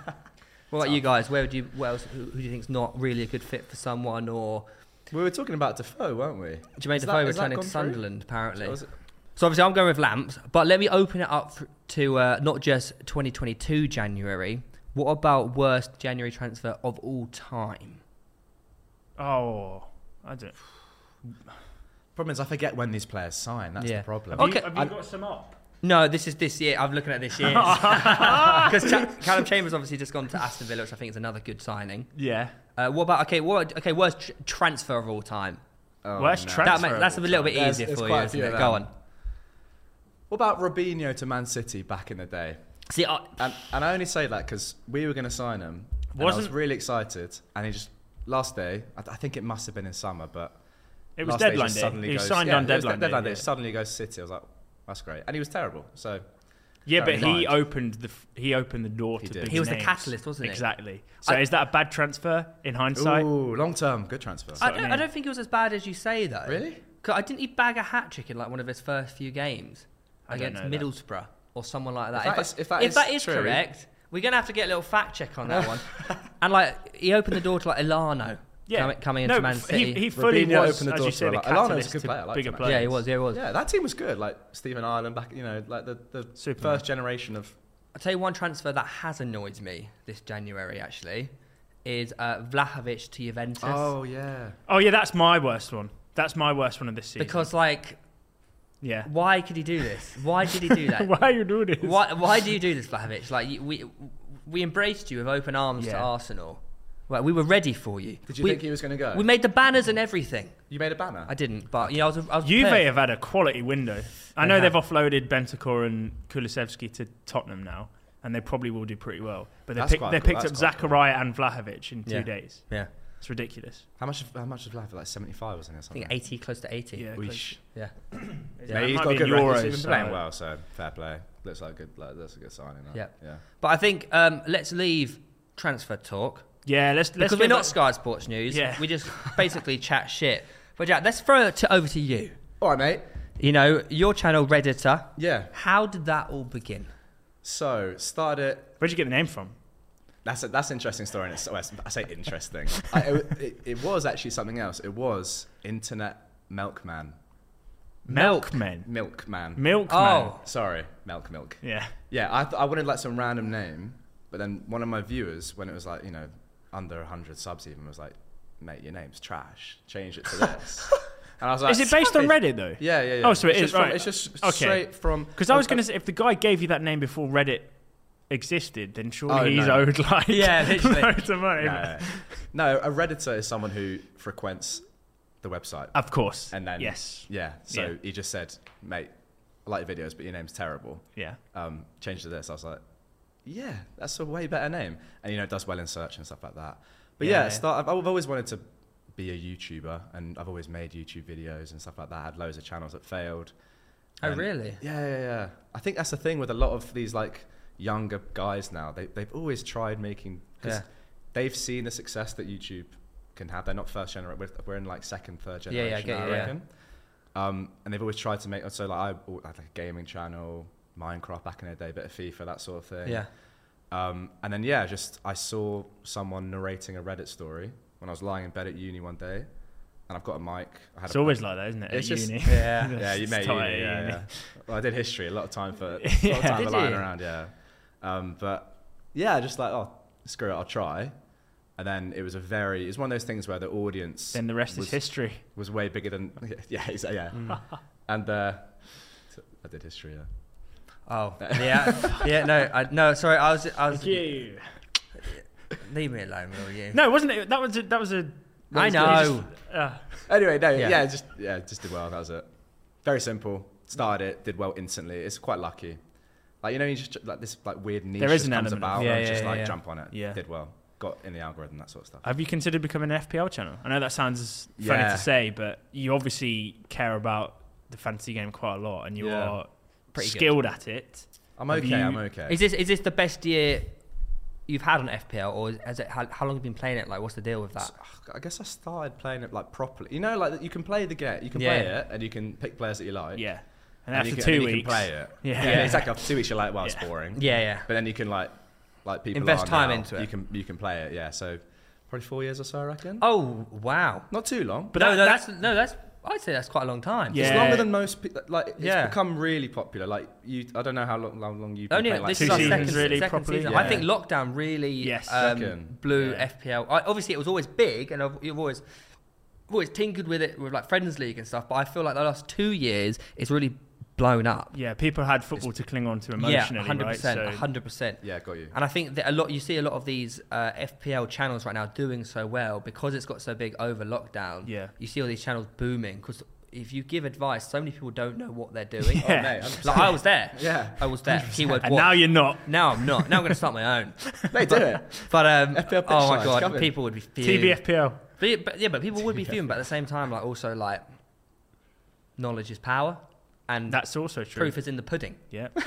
What about you guys? Where would you? What else? Who, who do you think's not really a good fit for someone? Or We were talking about Defoe, weren't we? Jermaine Is that- Defoe has that returning to gone through? Sunderland apparently. Was it- So obviously I'm going with lamps, but let me open it up for, to uh, not just 2022 January. What about worst January transfer of all time? oh, I don't. Problem is, I forget when these players sign. That's Yeah. the problem. Have you- Okay. have have you you I- got some up? No, this is this year. I'm looking at this year because Cha- Callum Chambers obviously just gone to Aston Villa, which I think is another good signing. Yeah. Uh, what about okay? What okay? Worst tr- transfer of all time. Oh, Worst no. transfer That ma- of that's a all little bit time. There's- easier there's for you. quite a Isn't few it? of Go them. on. What about Robinho to Man City back in the day? See, I, And, and I only say that because we were going to sign him. and I was Wasn't- really excited, and he just last day. I, I think it must have been in summer, but It was last day he deadline just day. suddenly He was goes- signed yeah, on it was deadline, deadline day. day. Suddenly goes City. I was like, that's great, and he was terrible. So Yeah, but Very he blind. opened the f- he opened the door He to did. big He was the names. catalyst, wasn't he? Exactly. So I- is that a bad transfer in hindsight? ooh, long term, good I, transfer. what I don't, I, mean. don't think it was as bad as you say though. really? 'Cause I didn't he bag a hat trick in like one of his first few games I don't against know that. Middlesbrough or someone like that. If that is- if that is true- correct, we're gonna have to get a little fact check on that one. And like he opened the door to like Ilano Yeah. coming, coming into no, Man f- City. He, he fully Robinho was, opened the as door you to say, the Alano. Alano's a catalyst good to player, I liked bigger him, players. yeah, he was. Yeah, he was. Yeah, that team was good. Like Stephen Ireland back, you know, like the the Superman. first generation of. I'll tell you one transfer that has annoyed me this January actually is uh, Vlahovic to Juventus. Oh yeah. Oh yeah, that's my worst one. That's my worst one of this season. Because like, yeah, why could he do this? Why did he do that? why are you doing this? why, why do you do this, Vlahovic? Like you- we we embraced you with open arms to Yeah. Arsenal. Well, we were ready for you. Did you we, think he was going to go? we made the banners and everything. you made a banner. I didn't, but you know, I was. I was Juve prepared. have had a quality window. I They know have. they've offloaded Bentancur and Kulisevsky to Tottenham now, and they probably will do pretty well. But they That's pick, quite they cool, picked up that's quite cool. Zachariah and Vlahovic in two Yeah. days. Yeah, It's ridiculous. how much? How much of life? Like seventy five, wasn't it? or I Something. think eighty, close to eighty. Yeah, Weesh. Yeah. Yeah, close. That Mate, might he's got be good in records. He's Euros, been playing so- well, so fair play. Looks like a good. Like, that's a good signing. that. Yep. Yeah. But I think um, let's leave transfer talk Yeah, let's let's because go we're not back- Sky Sports News. Yeah. we just basically chat shit. But Jack, let's throw it to, over to you. All right, mate. You know, your channel Redditor. Yeah. How did that all begin? So started. Where'd you get the name from? That's a, that's an interesting story. And it's, well, it's- I say interesting. I, it, it- it was actually something else. It was internet milkman, Milkmen. milkman. Milkman. Oh, Sorry, milk, milk. Yeah. Yeah, I, th- I wanted like some random name, but then one of my viewers, when it was like you know under hundred subs, even was like, "Mate, your name's trash. Change it to this." and I was like, Is it based on "Sorry." Reddit though? Yeah, Uh, yeah, yeah. Oh, so it it's is, just from- right. It's just Okay. straight from. Because I was going to say, if the guy gave you that name before Reddit existed, then surely Oh, he's no. owed like Yeah, literally. loads of money. No, no, a redditor is someone who frequents the website. Of course. And then- yes, Yeah. So Ah. Yeah. he just said, "Mate, I like your videos, but your name's terrible. yeah. Um, change to this." I was like, "Yeah, that's a way better name." And you know, it does well in search and stuff like that. But Yeah, yeah, yeah. Start, I've, I've always wanted to be a YouTuber, and I've always made YouTube videos and stuff like that. I had loads of channels that failed. oh And- Um, really? Yeah, yeah, yeah. I think that's the thing with a lot of these like younger guys now. They they've always tried making because Yeah. they've seen the success that YouTube can have. They're not first generation. We're, we're in like second, third Yeah, yeah, I generation. get now, you, I yeah. reckon. Um, and they've always tried to make so like I bought, like a gaming channel, Minecraft back in the day, bit of FIFA, that sort of thing. Yeah. Um, and then yeah, just I saw someone narrating a Reddit story when I was lying in bed at uni one day, and I've got a mic. I had It's a always mic. like that, isn't it? It's At just- uni. Yeah. yeah, you It's made tight at uni, yeah, uni. yeah. Well, I did history, a lot of time for, a lot of Yeah. time for Did lying you? around, yeah. Um, but yeah, just like oh, screw it, I'll try. And then it was a very, it was one of those things where the audience Then the rest was- is history. was way bigger than yeah, exa- yeah. Mm. And uh, so I did history, yeah. Oh, yeah, yeah. No, I, no. Sorry, I was, I was. Thank you. Leave me alone, will you? No, wasn't it? That was a, that was a. I you know. just- uh, Anyway, no, Yeah. yeah. just yeah, just did well. That was it. Very simple. Started it, did well instantly. It's quite lucky. Like you know, you just like this like weird niche There is just an comes element about of- yeah, and yeah, just like yeah. jump on it. Yeah. did well. Got in the algorithm, that sort of stuff. have you considered becoming an FPL channel? I know that sounds funny Yeah. to say, but you obviously care about the fantasy game quite a lot, and you Yeah. are Pretty good. skilled at it. I'm Have okay. you- I'm okay. Is this is this the best year you've had on FPL, or has it? How, how long have you been playing it? Like, what's the deal with that? I guess I started playing it like properly. You know, like you can play the game, you can play Yeah. it, and you can pick players that you like. Yeah, and, and, after you can, two and weeks, you can play it. Yeah. exactly. After two weeks, you're like, well, it's Yeah. boring. Yeah, yeah. But then you can like, like people Invest are time now, into it. You can you can play it. Yeah. So probably four years or so, I reckon. Oh wow. Not too long. But But no, that- no, that- that's no, that's. I'd say that's quite a long time. Yeah. It's longer than most. Pe- like it's Yeah. become really popular. Like you, I don't know how long how long you've been Only playing. Like this two is our seasons, second, really, second properly. season. Yeah. I think lockdown really Yes. um, Second. blew Yeah. FPL. I, obviously, it was always big, and I've, you've always I've always tinkered with it with like Friends League and stuff. But I feel like the last two years, it's really blown up. yeah, people had football to cling on to yeah, emotionally, hundred right? percent, So- hundred percent. Yeah, got you. And I think that a lot you see a lot of these uh, FPL channels right now doing so well because it's got so big over lockdown. yeah. You see all these channels booming because if you give advice, so many people don't know what they're doing. Oh, Yeah. mate, 100%. Like I was there. yeah, I was there. Keyword And what? now you're not. now I'm not. Now I'm going to start my own. they do it. But um, FPL pitch oh my size, god, come in. people would be fuming. TBFPL. But, yeah, but yeah, but people would be fuming. But at the same time, like also like knowledge is power, and That's also true. proof is in the pudding. Yeah. Do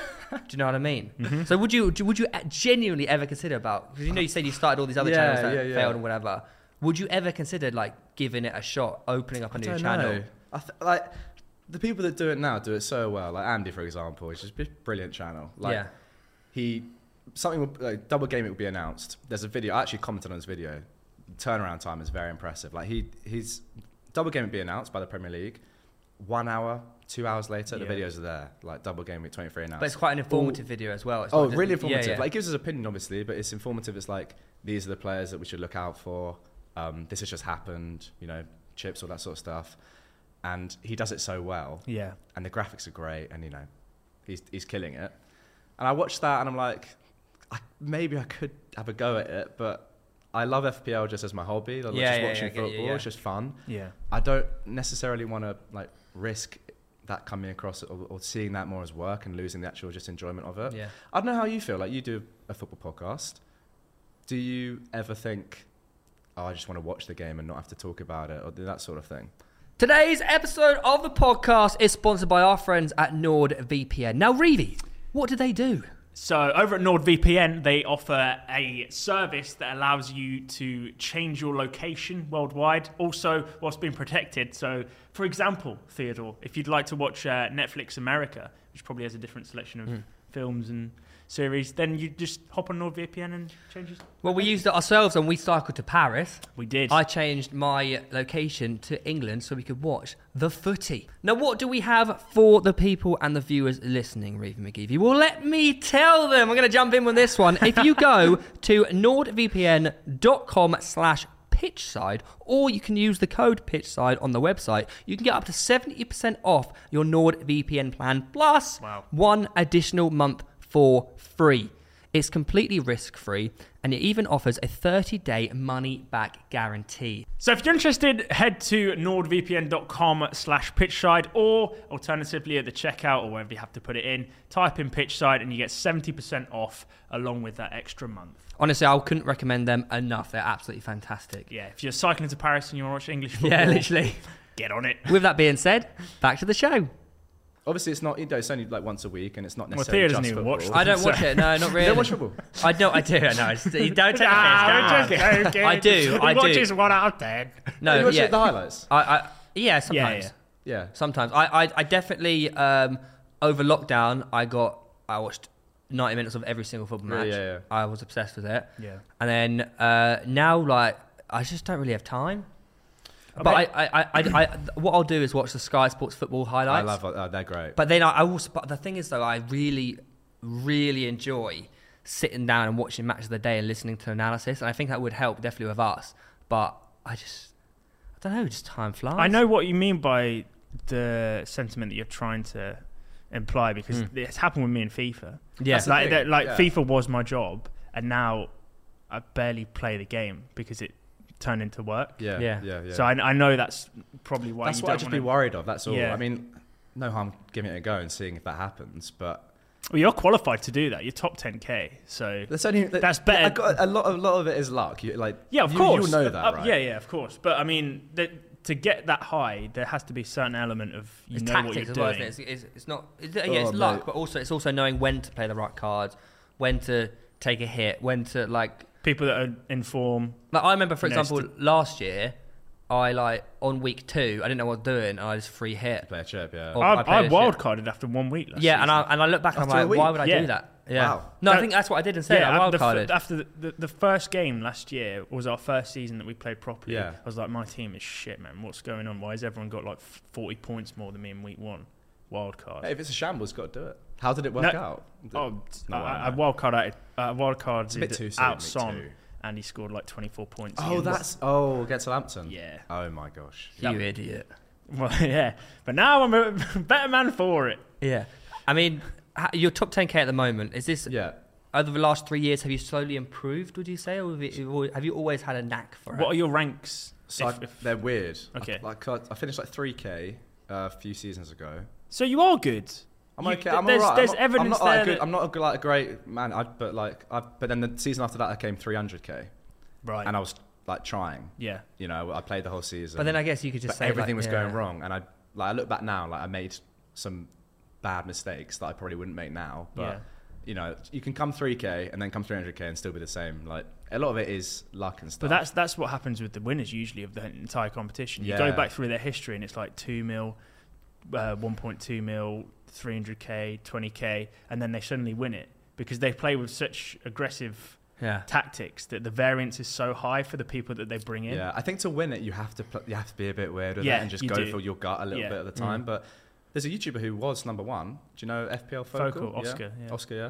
you know what I mean? So would you would you genuinely ever consider about because you know you said you started all these other Yeah, channels that yeah, yeah. failed and whatever. Would you ever consider like giving it a shot, opening up a I new don't channel? know. I th- like the people that do it now do it so well. Like Andy, for example, is just a brilliant channel. Like yeah, he something will, like, double game it will be announced. There's a video. I actually commented on his video. Turnaround time is very impressive. Like he his double game would be announced by the Premier League. One hour, two hours later, Yeah. the videos are there. Like double game week 23 announced. but it's quite an informative video as well. It's oh, not just- really yeah, informative. yeah. Like it gives us opinion, obviously, but it's informative. It's like these are the players that we should look out for. Um, this has just happened. You know, chips, all that sort of stuff. And he does it so well Yeah. and the graphics are great, and you know, he's he's killing it. And I watched that, and I'm like, I, maybe I could have a go at it, but I love FPL just as my hobby. Like, Yeah, just yeah, watching yeah, I get you, football, yeah. it's just fun. Yeah. I don't necessarily want to like risk that coming across or, or seeing that more as work and losing the actual just enjoyment of it. yeah. I don't know how you feel. Like you do a football podcast. Do you ever think, oh, I just want to watch the game and not have to talk about it or that sort of thing? Today's episode of the podcast is sponsored by our friends at NordVPN. Now, Reedy, what do they do? So over at NordVPN, they offer a service that allows you to change your location worldwide, also whilst being protected. So, for example, Theodore, if you'd like to watch uh, Netflix America, which probably has a different selection of films and series, then you just hop on NordVPN and change your. Well, we used it ourselves and we cycled to Paris. We did. I changed my location to England so we could watch the footy. Now, what do we have for the people and the viewers listening, Reeve McGeevy? Well, let me tell them. I'm going to jump in with this one. If you go to nordvpn.com slash pitchside or you can use the code pitchside on the website you can get up to 70% off your nordvpn plan plus Wow. one additional month for free. It's completely risk free and it even offers a 30 day money back guarantee. So if you're interested, head to nordvpn.com slash pitchside or alternatively at the checkout or wherever you have to put it in, type in pitchside and you get 70% off along with that extra month. Honestly, I couldn't recommend them enough. They're absolutely fantastic. Yeah, if you're cycling to Paris and you want to watch English football, Yeah, literally. get on it. With that being said, back to the show. Obviously, it's not. You know, it's only like once a week, and it's not Well, Theo necessarily doesn't just even football. watch I don't watch Sorry. it. No, not You really. don't watch football. I know. I do. I know. It's, you don't take the Ah, piss, we're just joking. I do, I Watch do. this one out then. No, you watch yeah. it, the highlights. I, I, yeah, sometimes. yeah. Yeah, Sometimes I, I, I definitely um, over lockdown I got I watched ninety minutes of every single football Yeah, match. yeah, yeah. I was obsessed with it, Yeah. and then uh, now like I just don't really have time. But I, I, I, I, I, what I'll do is watch the Sky Sports football highlights. I love. Uh, they're great. But then I, I also, but the thing is though, I really, really enjoy sitting down and watching match of the day and listening to analysis, and I think that would help definitely with us. But I just, I don't know, just time flies. I know what you mean by the sentiment that you're trying to imply because Mm. it's happened with me in FIFA. Yeah. That's the like thing, that, like yeah. FIFA was my job, and now I barely play the game because it turned into work. Yeah, Yeah. yeah, yeah. So I, I know that's probably why. that's you what I'd don't just wanna... be worried of. That's all. Yeah. I mean, no harm giving it a go and seeing if that happens. But Well, you're qualified to do that. You're top 10k, so that's only That's better. I got- a lot. of- A lot of it is luck. You, like, yeah, of you, course. you'll know that, Uh, right? Yeah, yeah, of course. But I mean, the, to get that high, there has to be a certain element of you it's know what tactics you're as well, doing. isn't it? It's, it's, it's not, it's, yeah, it's Oh, luck, mate. but also it's also knowing when to play the right cards, when to take a hit, when to like People that are in form. Like I remember, for You know, it's example, last year, I like on week two, I didn't know what I was doing, and I just free hit. Play a chip. Yeah. Oh, I I, played I this wild shit. carded after one week. Last yeah, season. and I and I look back, and After a I'm like, why week? would I Yeah. do that? Yeah. Wow. No, I That- think that's what I did instead. I af- wild the, carded. f- after the, the, the first game last year was our first season that we played properly. Yeah. I was like, my team is shit, man. What's going on? Why has everyone got like f- 40 points more than me in week one? Wild card. Hey, if it's a shambles, got to do it. How did it work No. out? oh, No, I, I, I I know. wild carded. Uh, wild it's carded a bit too soon. out me Son, too. and he scored like 24 points. Oh, against- that's oh against Southampton. yeah. Oh my gosh. you idiot. Well, yeah. But now I'm a better man for it. Yeah. I mean, ha- your top 10k at the moment is this Yeah. over the last three years? Have you slowly improved? Would you say, or have you, have you always had a knack for it? What are your ranks? So If- I- if- they're weird. I- Okay. like I, I finished like three k uh, a few seasons ago. so you are good. I'm You- okay. th- I'm there's- alright. there's I'm not, I'm evidence not like there a good. that- I'm not a, good- like a great man. I, but like, I, but then the season after that, I came 300k, Right. and I was like trying. yeah. You know, I played the whole season. but then I guess you could but just say everything like, was yeah. going wrong, and I like I look back now, like I made some bad mistakes that I probably wouldn't make now. But yeah. you know, you can come 3k and then come 300k and still be the same. Like a lot of it is luck and stuff. But that's that's what happens with the winners usually of the entire competition. You go Yeah. back through their history and it's like two mil, uh, one point two mil, three hundred k, twenty k, and then they suddenly win it because they play with such aggressive Yeah. tactics that the variance is so high for the people that they bring in. Yeah, I think to win it, you have to pl- you have to be a bit weird with Yeah, it and just you go do. for your gut a little Yeah. bit at the time. But there's a YouTuber who was number one. Do you know FPL Focal? Focal, Yeah. Oscar, yeah. Oscar, yeah.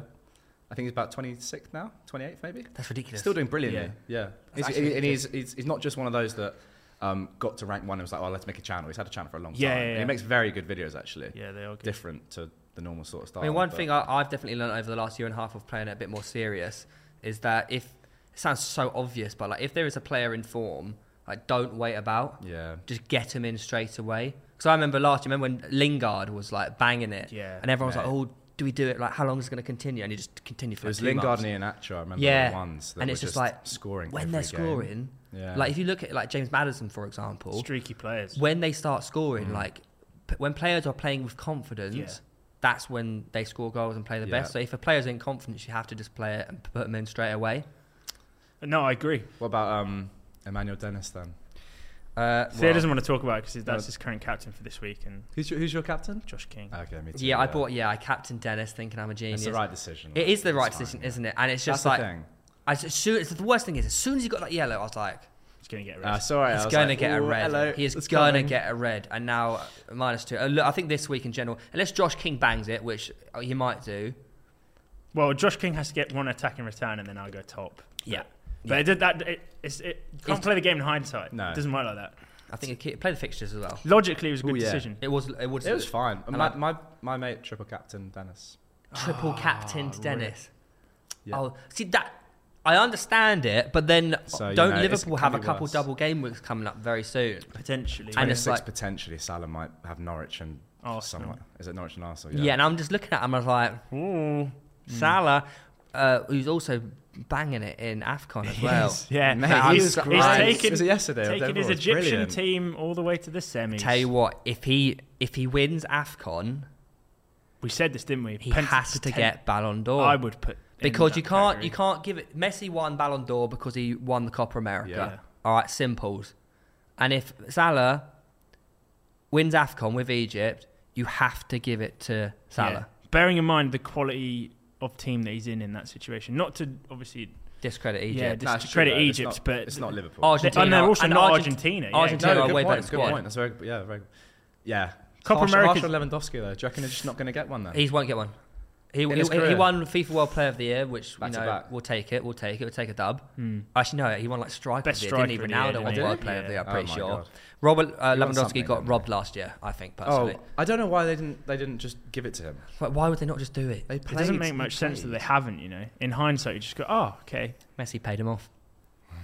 I think he's about 26 now, 28 maybe. That's ridiculous. Still doing brilliantly. Yeah, That's He's- actually and he's, he's he's not just one of those that um, got to rank one and was like, oh, let's make a channel. He's had a channel for a long Yeah, time. yeah, And yeah. He makes very good videos actually, Yeah, they are good. different to the normal sort of style. I mean, one but- thing I, I've definitely learned over the last year and a half of playing it a bit more serious is that if it sounds so obvious, but like if there is a player in form, like don't wait about, Yeah. just get him in straight away. Because I remember last year, remember when Lingard was like banging it, Yeah. and everyone was Yeah. like, "Oh, do we do it? Like, how long is it going to continue?" And you just continue for It was like, two Lingard months. and Ian Atcher, I remember Yeah, the ones that and were it's just like, scoring when every they're game. scoring, Yeah. like if you look at like James Madison for example, Streaky players. when they start scoring, Mm-hmm. like p- when players are playing with confidence, Yeah. that's when they score goals and play the Yeah. best. So if a player's in confidence, you have to just play it and put them in straight away. No, I agree. What about um, Emmanuel Dennis then? Uh, Theo doesn't want to talk about it because that's No. his current captain for this week and Who's your, who's your captain? Josh King. Uh, Ah, Okay, me too. yeah, I bought. Yeah, I captain Dennis, thinking I'm a genius. It's the right decision. It is the right It's decision, fine. isn't it? And it's just That's the like, thing. I, s- as soon, it's the worst thing is, as soon as he got that yellow, I was like, He's going to get a Uh, rest. sorry, I he's was gonna like, get a "Ooh, red. hello, he is it's gonna coming." get a red, and now uh, minus two. Uh, look, I think this week in general, unless Josh King bangs it, which uh, he might do. well, Josh King has to get one attack in return and then I'll go top. Yeah, But Yeah. it did that. It, it's, it you can't It's- play the game in hindsight. No. it doesn't work like that. I think he play the fixtures as well. Logically, it was a Ooh, good yeah. decision. It was. It was. It was fine. And My, I- my, my mate, triple captain Dennis. triple Ah, captain right. Dennis. Yeah. Oh, see that. I understand it, but then So, you don't know, it's- Liverpool it can have a be couple worse. Oh, double game weeks coming up very soon? Potentially, And And it's it's like- potentially Salah might have Norwich and Arsenal. someone. Is it Norwich and Arsenal? Yeah. and I'm just looking at him. I was like, Ooh. Hmm. Salah, uh, who's also banging it in Afcon as well. yeah, Mate, That he's, is he's great. He's taken, was it yesterday? or the day taken his before? It's Egyptian brilliant. team all the way to the semis. Tell you what, if he if he wins Afcon, we said this, didn't we? he Pent- has to poten- get Ballon d'Or. I would put in because that you can't category. you can't give it. Messi won Ballon d'Or because he won the Copper America. Yeah. All right, simples. And if Salah wins Afcon with Egypt, you have to give it to Salah. Yeah. Bearing in mind the quality of team that he's in in that situation, not to obviously discredit Egypt. Oh, Yeah, Nah, just it's to true, credit though. It's Egypt, not- but it's not Liverpool. Argentina- They, and they're Oh, also and not Argent- Argentina. yeah, Argentina- exactly. are good way point, better good squad. point. That's very, yeah, very, yeah. Copa Harsh- America- harsh on Lewandowski though. Do you reckon they're just not going to get one then? He won't get one. He, In he, his he- he career? won FIFA World Player of the Year, which Back you to know back. we'll take it, we'll take it, we'll take a dub. Hmm. Actually, no, he won like striker. Best of the year, didn't striker of he? the year, Ronaldo didn't won he? World Player of the Year. I'm Oh pretty my sure. God. Robert uh, He won Lewandowski something, got didn't robbed last year, I think personally. Oh, I don't know why they didn't. They didn't just give it to him. Why- Why would they not just do it? They It played. doesn't make they much sense that played. they haven't, you know. In hindsight, you just go, oh, okay. Messi paid him off.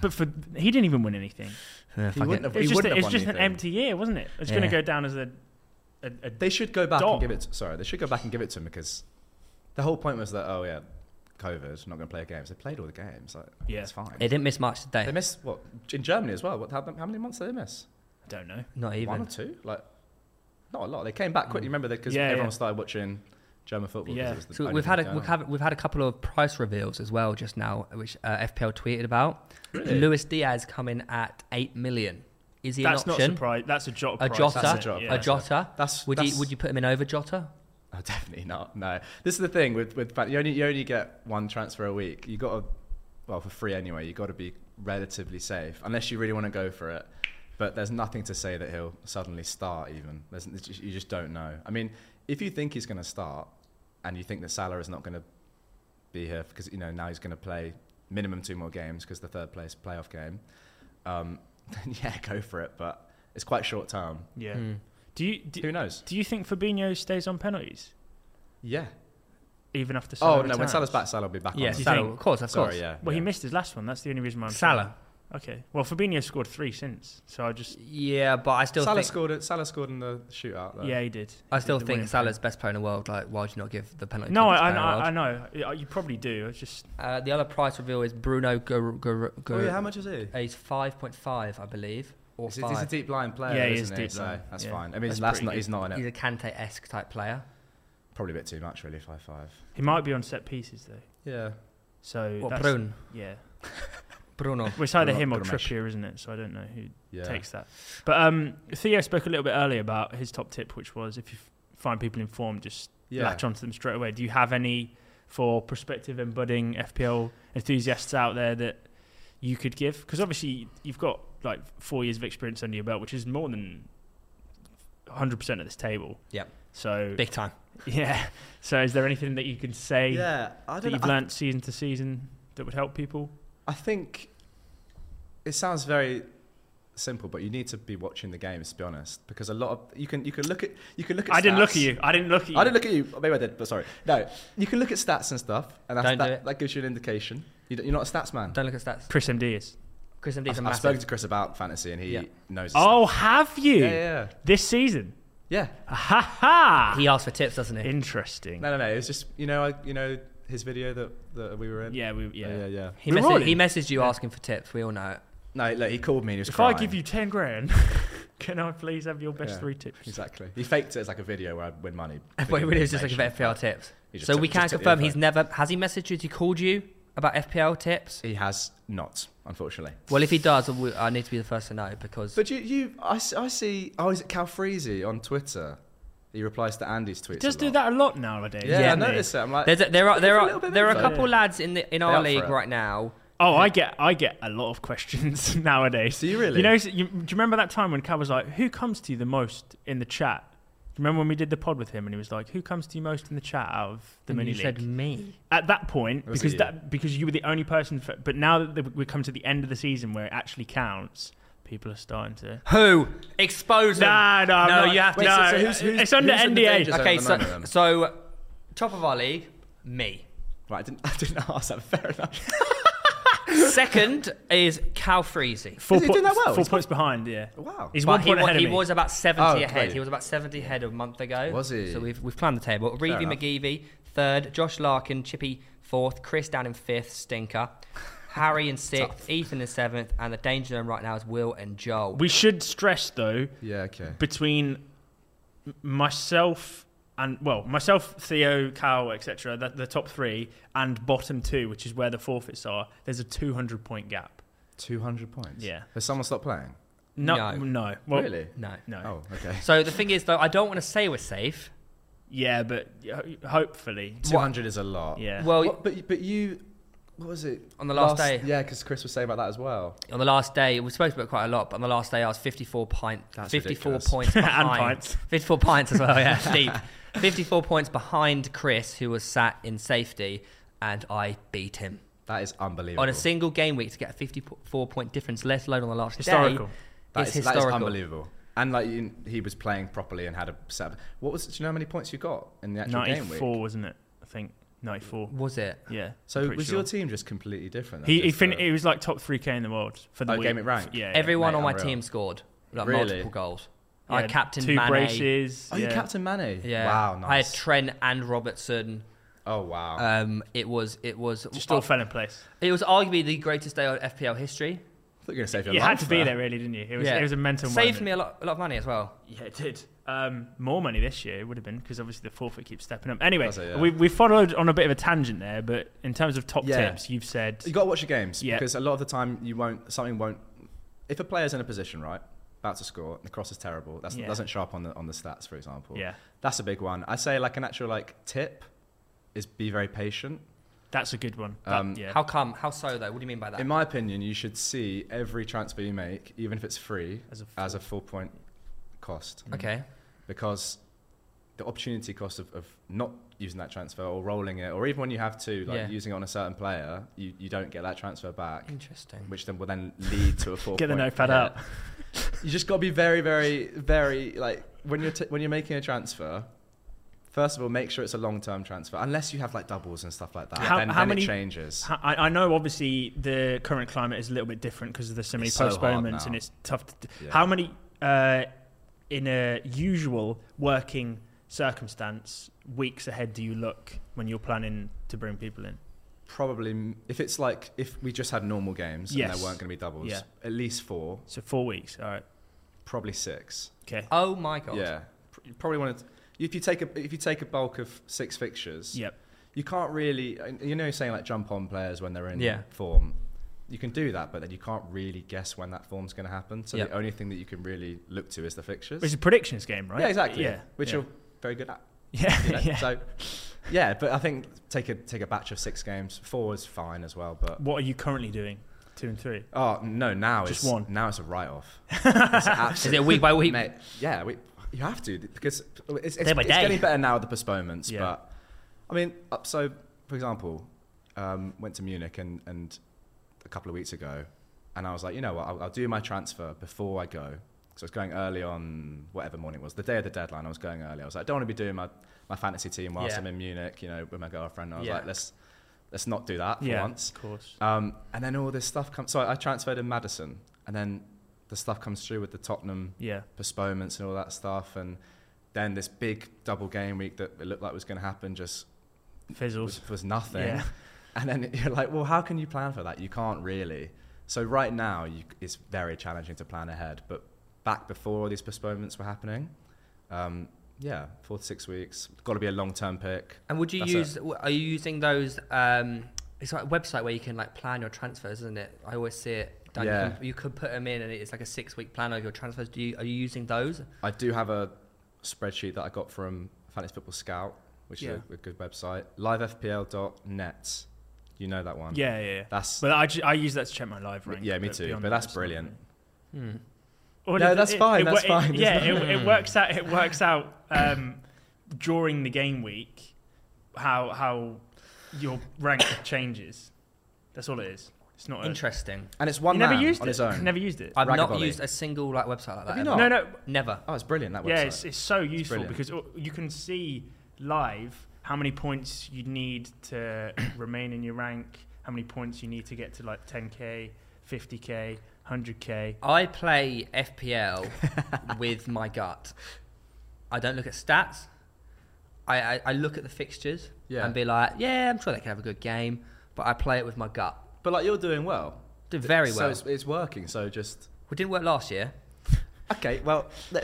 But for he didn't even win anything. Yeah, He fuck wouldn't it. have. It's he just, wouldn't a- have it's won just an anything. empty year, wasn't it? It's going Yeah. to go down as a, a, a They should go back Dog. and give it. Sorry, they should go back and give it to him because the whole point was that oh yeah, COVID, not going to play games. They played all the games. Like, Yeah. it's fine. They didn't miss much They today. missed what in Germany as well. What how, how many months did they miss? I don't know. Not One or even. Mm. two? Like not a lot. They came back quickly. Remember because Yeah, everyone yeah. started watching German football. 'cause Yeah. it was the So only we've thing had going a, on. we've, have, we've had a couple of price reveals as well just now, which uh, FPL tweeted about. Really? Luis Diaz coming at eight million. Is he That's an not option? surprise. That's a Jota A price. Jota? isn't it? That's a Jota Yeah. A Jota? That's Would that's, you would you put him in over Jota? Oh, definitely not. No, this is the thing with with fan- you only you only get one transfer a week. You got to well for free anyway. You got to be relatively safe unless you really want to go for it. But there's nothing to say that he'll suddenly start. Even there's, it's just- you just don't know. I mean, if you think he's going to start, and you think that Salah is not going to be here because you know now he's going to play minimum two more games because the third place playoff game, um, then yeah, go for it. But it's quite short term. Yeah. Hmm. Do you do, Who knows? do you think Fabinho stays on penalties Yeah. even after? Salah Oh no, when returns? Salah's back, Salah will be back. Yeah, on the- you Salah, think- of course, of course. Sorry, yeah. Well, yeah. he missed his last one. That's the only reason why I'm Salah. Okay. Well, Fabinho scored three since, so I just Yeah, but I still Salah think scored. It, Salah scored in the shootout. Though. yeah, he did. I He still did the think winning Salah's best player in the world. Like, why would you not give the throw. penalty? No, to the I, I, best player in the I, I world? know. You- You probably do. It's just Uh, the other price reveal is Bruno Gur- Gur- Gur- Oh yeah, how much is he? He's five point five, I believe, or He's, he's a five. deep line player. Yeah, he isn't is he? deep so line, That's yeah. fine. I mean, That's that's, not. pretty He's not in He's it. a Kante-esque type player. Probably a bit too much, really. Five five. he might be on set pieces though. Yeah. So What that's- Bruno? yeah, Bruno. well, it's either Gr- him or Grimash. Trippier, isn't it? So I don't know who Yeah. takes that. But um, Theo spoke a little bit earlier about his top tip, which was if you f- find people informed, just Yeah. latch onto them straight away. Do you have any for prospective and budding FPL enthusiasts out there that you could give? Because obviously you've got like four years of experience under your belt, which is more than 100% of this table. Yep. So, Big time. yeah. So, is there anything that you can say Yeah. I that don't. you've know. I, learnt season to season that would help people? I think it sounds very simple, but you need to be watching the games to be honest, because a lot of you can you can look at you can look at. I didn't look stats. at you. I didn't look at you. I didn't look at you. Oh, Maybe I did, but sorry. No, you can look at stats and stuff, and that's, Don't do that, it. that gives you an indication. You don't- You're not a stats man. Don't look at stats. Chris MD is. Chris MD's a I've, I've spoken massive. to Chris about fantasy, and he Yeah. knows. his Oh, have you? Yeah, yeah, This season? yeah. Ha ha! He asks for tips, doesn't he? Interesting. No, no, no. It was just you know, I, you know, his video that, that we were in. Yeah, we, Oh, yeah, yeah. yeah. yeah. He, We're messaged- rolling. he messaged you Yeah. asking for tips. We all know it. No, look, he called me and he was If crying. I give you 10 grand, can I please have your best Yeah. three tips? exactly, he faked it as like a video where I win money. But it really was just like about FPL tips. He just So took- we just can took the confirm he's info. never has he messaged you? Has he called you about FPL tips? He has not, unfortunately. Well, if he does, we- I need to be the first to know because But you, you, I, s- I see. Oh, is it Calfreezy on Twitter? He replies to Andy's tweets. He a does do lot. that a lot nowadays. Yeah, I doesn't he? noticed it. I'm like, there's a, there are Give there a are little bit of there are a info. couple lads in the in up our for league it. right now. Oh, I get I get a lot of questions nowadays. do you really? You know, you, do you remember that time when Cal was like, "Who comes to you the most in the chat?" Do you remember when we did the pod with him and he was like, "Who comes to you most in the chat out of the And mini you league?" said me. At that point, Was because it you? that because you were the only person. For, but now that the- we've come to the end of the season where it actually counts, people are starting to. Who? Expose them. No, no, I'm No, not- you have to- Wait, so- no, so who's- who's- it's under who's in the NDA. danger zone? okay, at the so moment, then. so top of our league, me. right, I didn't, I didn't ask that. Fair enough. Second is Cal Freezy. Four Is he doing that well? Four He's points behind. Yeah, Wow. he's one But he, point wa- ahead he of me. was about 70 Oh, ahead. great. He was about 70 ahead a month ago. Was he? So we've, we've climbed the table. Reevy enough. McGeevy, third. Josh Larkin, Chippy, fourth. Chris down in fifth, stinker. Harry in sixth. Ethan in seventh. And the danger zone right now is Will and Joel. we should stress though Yeah. Okay. between m- myself and well myself theo cal etc the, the top three and bottom two which is where the forfeits are there's a 200 point gap Two hundred points. Yeah. Has someone stopped playing? no No. no, Well, really? no. no Oh, okay. So the thing is, though, I don't want to say we're safe. yeah but uh, hopefully Two hundred is a lot. yeah Well, What- but but you what was it On the last day. Yeah, because Chris was saying about that as well. On the last day, we spoke about it quite a lot, but on the last day, I was 54 pint, That's 54 ridiculous. points And behind. pints. 54 pints as well, yeah, steep. 54 points behind Chris, who was sat in safety, and I beat him. That is unbelievable. On a single game week to get a 54 point difference, let alone on the last Historical. day. That it's is- that is historical. unbelievable. And like you, he was playing properly and had a set. Of, what was? Do you know how many points you got in the actual game week? 94, wasn't it? I think 94. Was it? Yeah. So I'm pretty was sure. your team just completely different? then? He he, Just, fin- uh, he was like top 3k in the world for the Oh, week. game it ranked? Yeah. yeah. Everyone mate, on my unreal. team scored like Really? multiple goals. Yeah, I captained two Mane. braces. Oh, yeah. you captain Mane. Yeah. Wow. I had Nice. Trent and Robertson. oh wow. Um, it was it was uh, Just Oh. all fell in place. it was arguably the greatest day on FPL history. I thought you were gonna save your You life had to be there. there, really, didn't you? It was Yeah. it was a mental Saved moment. me a lot, a lot of money as well. Yeah, it did. Um, more money this year it would have been because obviously the forfeit keeps stepping up. Anyway, That's it, yeah. we we followed on a bit of a tangent there, but in terms of top Yeah. tips, you've said You got to watch your games Yeah. because a lot of the time you won't. Something won't. If a player's in a position right, about to score, and the cross is terrible. That's, Yeah. Doesn't show up on the on the stats, for example. yeah, That's a big one. I say like an actual like tip is be very patient. that's a good one. That- Um, yeah, How come? How so though? What do you mean by that? In my opinion, you should see every transfer you make, even if it's free, as a, as a full point cost okay. because the opportunity cost of, of not using that transfer or rolling it, or even when you have to like Yeah. using it on a certain player, you, you don't get that transfer back, Interesting. which then will then lead to a four. get the point notepad hit. out. You just got to be very, very, very like when you're t- when you're making a transfer. First of all, make sure it's a long-term transfer, unless you have like doubles and stuff like that. How- then how then many- it changes. I, I know obviously the current climate is a little bit different because there's so many It's so hard postponements now. and it's tough. To, Yeah. How many uh, in a usual working circumstance weeks ahead do you look when you're planning to bring people in? Probably, m- if it's like if we just had normal games and Yes. there weren't going to be doubles, Yeah. at least four, So four weeks. All right. probably six. Okay. Oh my god. Yeah, Pr- you probably want to. If you take a if you take a bulk of six fixtures, Yep. you can't really. and You know, you're saying like jump on players when they're in Yeah. form. You can do that, but then you can't really guess when that form's going to happen. So Yep. the only thing that you can really look to is the fixtures. It's a predictions game, right? Yeah, exactly. Yeah. Which yeah. you're very good at. yeah, you know? yeah. So, yeah, but I think take a take a batch of six games. Four is fine as well, but What are you currently doing? Two and three. oh no, now Just it's one. now it's a write off. Is Is it week by week? Mate, yeah, we, you have to because it's, it's, Day by it's day. getting better now with the postponements. Yeah. But I mean, up so for example, um, went to Munich and, and a couple of weeks ago, and I was like, you know what, I'll, I'll do my transfer before I go. So I was going early on whatever morning it was, the day of the deadline. I was going early. I was like, I don't want to be doing my, my fantasy team whilst Yeah. I'm in Munich, you know, with my girlfriend. I was Yeah. like, let's let's not do that for yeah. once. Of course. Um, and then all this stuff comes. So I transferred in Madison, and then the stuff comes through with the Tottenham Yeah. postponements and all that stuff, and then this big double game week that it looked like was going to happen just Fizzles. was, was nothing. Yeah. And then you're like, well, how can you plan for that? You can't really. So right now, you, it's very challenging to plan ahead. But back before these postponements were happening, um, yeah, four to six weeks. Got to be a long-term pick. And would you That's use? w Are you using those? Um, it's like a website where you can like plan your transfers, isn't it? I always see it. Done. You, Yeah. can, you could put them in, and it's like a six-week plan of your transfers. Do you are you using those? I do have a spreadsheet that I got from Fantasy Football Scout, which Yeah. is a, a good website. LiveFPL.net. You know that one. Yeah, yeah, yeah. That's But I, ju- I use that to check my live rank. yeah, me but too. beyond But that, that's it's not brilliant. really. Hmm. Well, No, it- that's it- fine, it wo- that's it- fine, yeah, it's it, it works out. It works out um, during the game week how how your rank changes. That's all it is. It's not. A, Interesting. And it's one you never man used on it. its own. Never used it. I've not Ragaboli. used a single like website like that. Have you ever. No, not? no. Never. Oh, it's brilliant that website. Yeah, it's, it's so useful brilliant. because o- you can see live how many points you need to remain in your rank, how many points you need to get to like 10k, 50k, 100k. I play FPL with my gut. I don't look at stats. I, I, I look at the fixtures Yeah. and be like, yeah, I'm sure they can have a good game, but I play it with my gut. But like you're doing well. Did very So well. it's, it's working. So just We didn't work last year. okay. Well,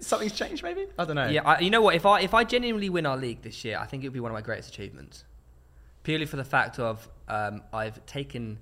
something's changed. Maybe I don't know. Yeah, I, you know what? If I if I genuinely win our league this year, I think it would be one of my greatest achievements, purely for the fact of um, I've taken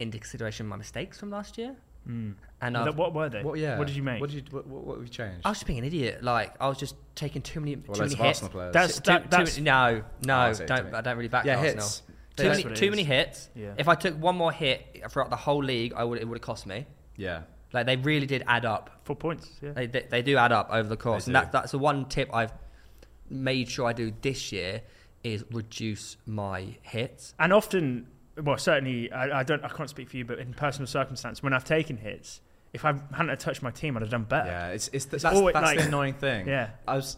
into consideration my mistakes from last year, Mm. and Th- I've, what were they? Hmm. What? Yeah. What did you make? What did you? What, what, what have you changed? I was just being an idiot. Like I was just taking too many well, too many loads of hits. Arsenal players. That's- Too- that- too- that's- no, no, Oh, I see, don't too many. I don't really back yeah, Arsenal. hits. Too That's many, what it too many is. hits. Yeah. If I took one more hit throughout the whole league, I would it would have cost me. Yeah. Like they really did add up. Four points. Yeah. They they, they do add up over the course, They and do. that, that's the one tip I've made sure I do this year is reduce my hits. And often, well, certainly, I, I don't, I can't speak for you, but in personal circumstance, when I've taken hits, if I hadn't have touched my team, I'd have done better. Yeah, it's, it's, that's, Uh, always that's like- the annoying thing. Yeah. I was,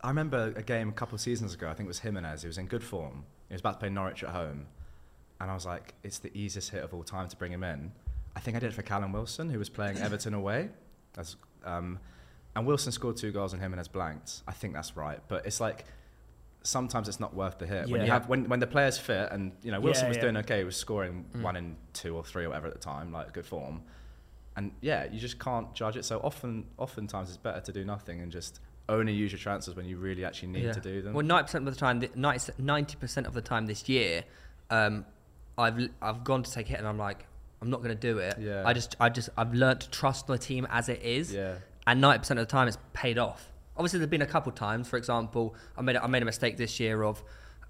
I remember a game a couple of seasons ago. I think it was Jimenez. He was in good form. He was about to play Norwich at home, and I was like, "It's the easiest hit of all time to bring him in." I think I did it for Callum Wilson, who was playing Everton away. That's, um, and Wilson scored two goals, and Jimenez blanked. I think that's right, but it's like. Sometimes it's not worth the hit when you Yeah. have when, when the player's fit and you know Wilson Yeah, was yeah. doing okay, he was scoring Mm. one in two or three or whatever at the time, like good form and yeah, you just can't judge it. So often, oftentimes, it's better to do nothing and just only use your chances when you really actually need Yeah. to do them. Well, ninety percent of the time, ninety percent of the time this year, um, I've l- I've gone to take a hit and I'm like, I'm not going to do it. Yeah. I just I just I've learnt to trust my team as it is. yeah, and ninety percent of the time it's paid off. Obviously, there've been a couple times. For example, I made a, I made a mistake this year of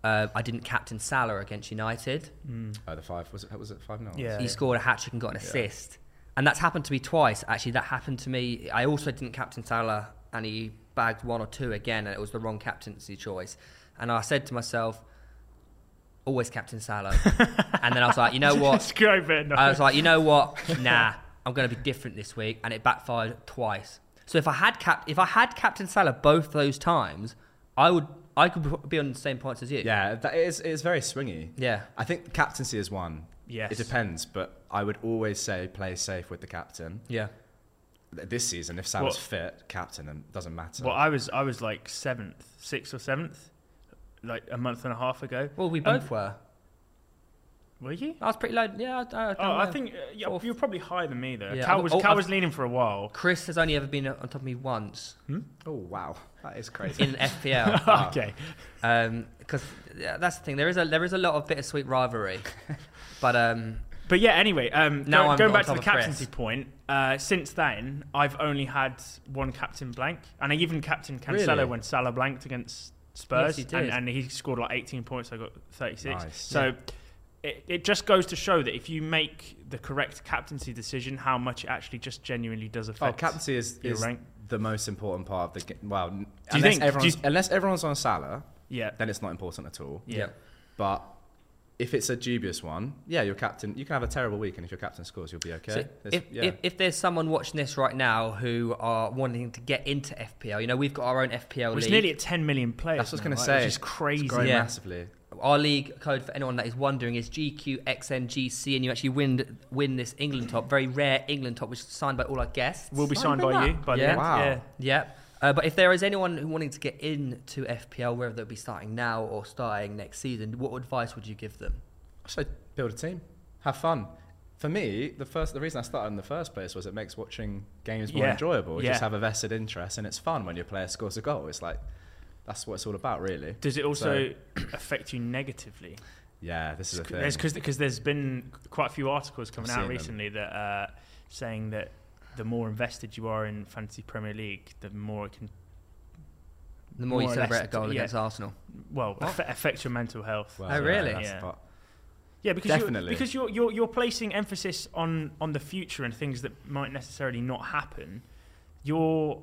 uh, I didn't captain Salah against United. Mm. oh, the five was it? Was it five 0 Yeah. He scored a hat trick and got an Yeah. assist, and that's happened to me twice. Actually, that happened to me. I also didn't captain Salah, and he bagged one or two again, and it was the wrong captaincy choice. And I said to myself, always captain Salah. and then I was like, you know what? It's great, but no. I was like, you know what? Nah, I'm going to be different this week, and it backfired twice. So if I had cap- if I had Captain Salah both those times, I would I could be on the same points as you. yeah. That is it is very swingy. yeah. I think captaincy is one. yes. It depends, but I would always say play safe with the captain. Yeah. This season, if Salah's fit, captain and doesn't matter. Well, I was, I was like seventh, sixth or seventh, like a month and a half ago. Well, we Um, both were. Were you? I was pretty low. Yeah. I, I, don't Oh, I know. think uh, yeah, Fourth. you were probably higher than me though. Yeah. Cal I've- was, oh, Cal I've- was leaning for a while. Chris has only ever been on top of me once oh wow, that is crazy. in FPL. Ah. okay. because Um, that's the thing. There is a there is a lot of bittersweet rivalry, but um, But yeah, anyway, um, Now go- I'm going on back to top the of Chris. captaincy point, uh, since then, I've only had one captain blank. And I even captain Cancelo Really? when Salah blanked against Spurs. Yes, you and, did. and he scored like 18 points, I got 36. Nice. So it, it just goes to show that if you make the correct captaincy decision, how much it actually just genuinely does Oh, affect captaincy is, your is rank. the most important part of the game. Well, n- Do you unless think- do everyone's you- unless everyone's on Salah, Yeah. then it's not important at all. yeah. Yeah. But if it's a dubious one, yeah, your captain, you can have a terrible week, and if your captain scores, you'll be okay. So It's- if, yeah. if, if there's someone watching this right now who are wanting to get into FPL, you know, we've got our own FPL Well, it's league. nearly at 10 million players. That's what I was now, gonna right? Which say. is crazy. it's growing yeah. massively. Our league code for anyone that is wondering is GQXNGC, and you actually win win this England top, very rare England top, which is signed by all our guests. Will be Why signed did by that? you by the Yeah. end. Wow. Yeah. Yep. Uh, but if there is anyone who wanting to get into FPL, whether they'll be starting now or starting next season, what advice would you give them? So build a team, have fun. For me, the first, the reason I started in the first place was it makes watching games more Yeah. enjoyable. You Yeah. just have a vested interest, and it's fun when your player scores a goal. It's like that's what it's all about, really. Does it also affect you negatively? Yeah, this is a thing. There's because there's been quite a few articles coming I've out seen them. recently that uh, saying that the more invested you are in fantasy Premier League, the more it can The more, More you or less, celebrate a goal yeah. against Arsenal. well What? affe- affect your mental health. Well, Oh, really? that's Yeah. the part. yeah, because you're, definitely. because you're, you're you're placing emphasis on on the future and things that might necessarily not happen. You're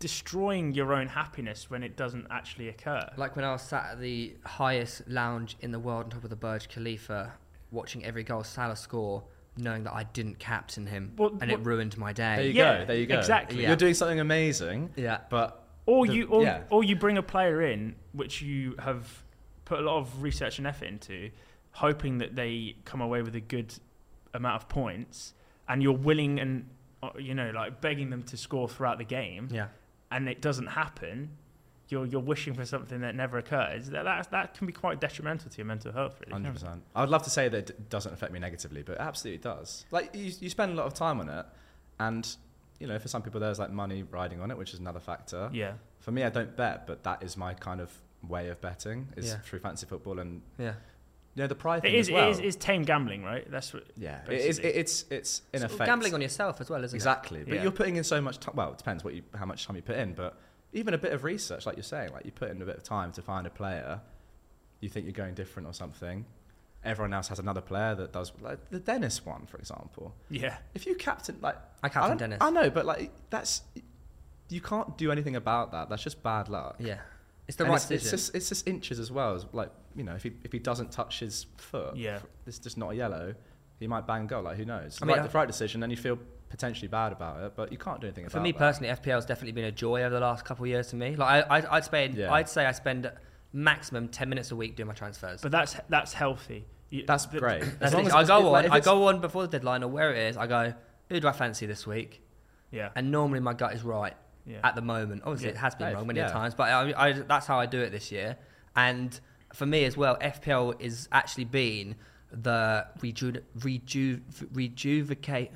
destroying your own happiness when it doesn't actually occur. Like when I was sat at the highest lounge in the world on top of the Burj Khalifa, watching every goal Salah score, knowing that I didn't captain him, Well, and it well- ruined my day. There you Yeah, go. There you go. exactly. Yeah. You're doing something amazing, yeah, but or The- you or, yeah. or you bring a player in which you have put a lot of research and effort into hoping that they come away with a good amount of points and you're willing and uh, you know like begging them to score throughout the game yeah. and it doesn't happen you're you're wishing for something that never occurs that that, that can be quite detrimental to your mental health really Hundred can't it? percent. I would love to say that it doesn't affect me negatively, but it absolutely does. Like you, you spend a lot of time on it, and you know, for some people, there's like money riding on it, which is another factor. yeah For me, I don't bet, but that is my kind of way of betting is Yeah. through fantasy football and Yeah, you know the pride it thing is, as well. it is it's tame gambling right that's what yeah, it is. basically. It, it's it's in Sort of effect gambling on yourself as well, isn't exactly. But Yeah. you're putting in so much time. Well, it depends what you how much time you put in, but even a bit of research, like you're saying, like you put in a bit of time to find a player, you think you're going different or something. everyone else has another player that does like the Dennis one, for example. Yeah. If you captain like I captain don't- Dennis. I know, but like that's you can't do anything about that. That's just bad luck. Yeah, it's the And right it's, it's decision. just it's just inches as well. As, like you know, if he if he doesn't touch his foot, Yeah. it's just not a yellow. He might bang goal. Like who knows? I mean, right, I- the right decision, and you feel potentially bad about it, but you can't do anything For about me that. personally, FPL has definitely been a joy over the last couple of years to me. Like I, I I'd spend, Yeah. I'd say I spend maximum ten minutes a week doing my transfers. But that's that's healthy. You- That's the- great. That's As long it. as I it's- go on, like, if I it's- go on before the deadline or where it is. I go, who do I fancy this week? Yeah. And normally my gut is right Yeah. at the moment. Obviously, Yeah. it has been Dave, wrong many a yeah. times, but I, I, that's how I do it this year. And for me as well, FPL is actually been the reju- reju- rejuvicate.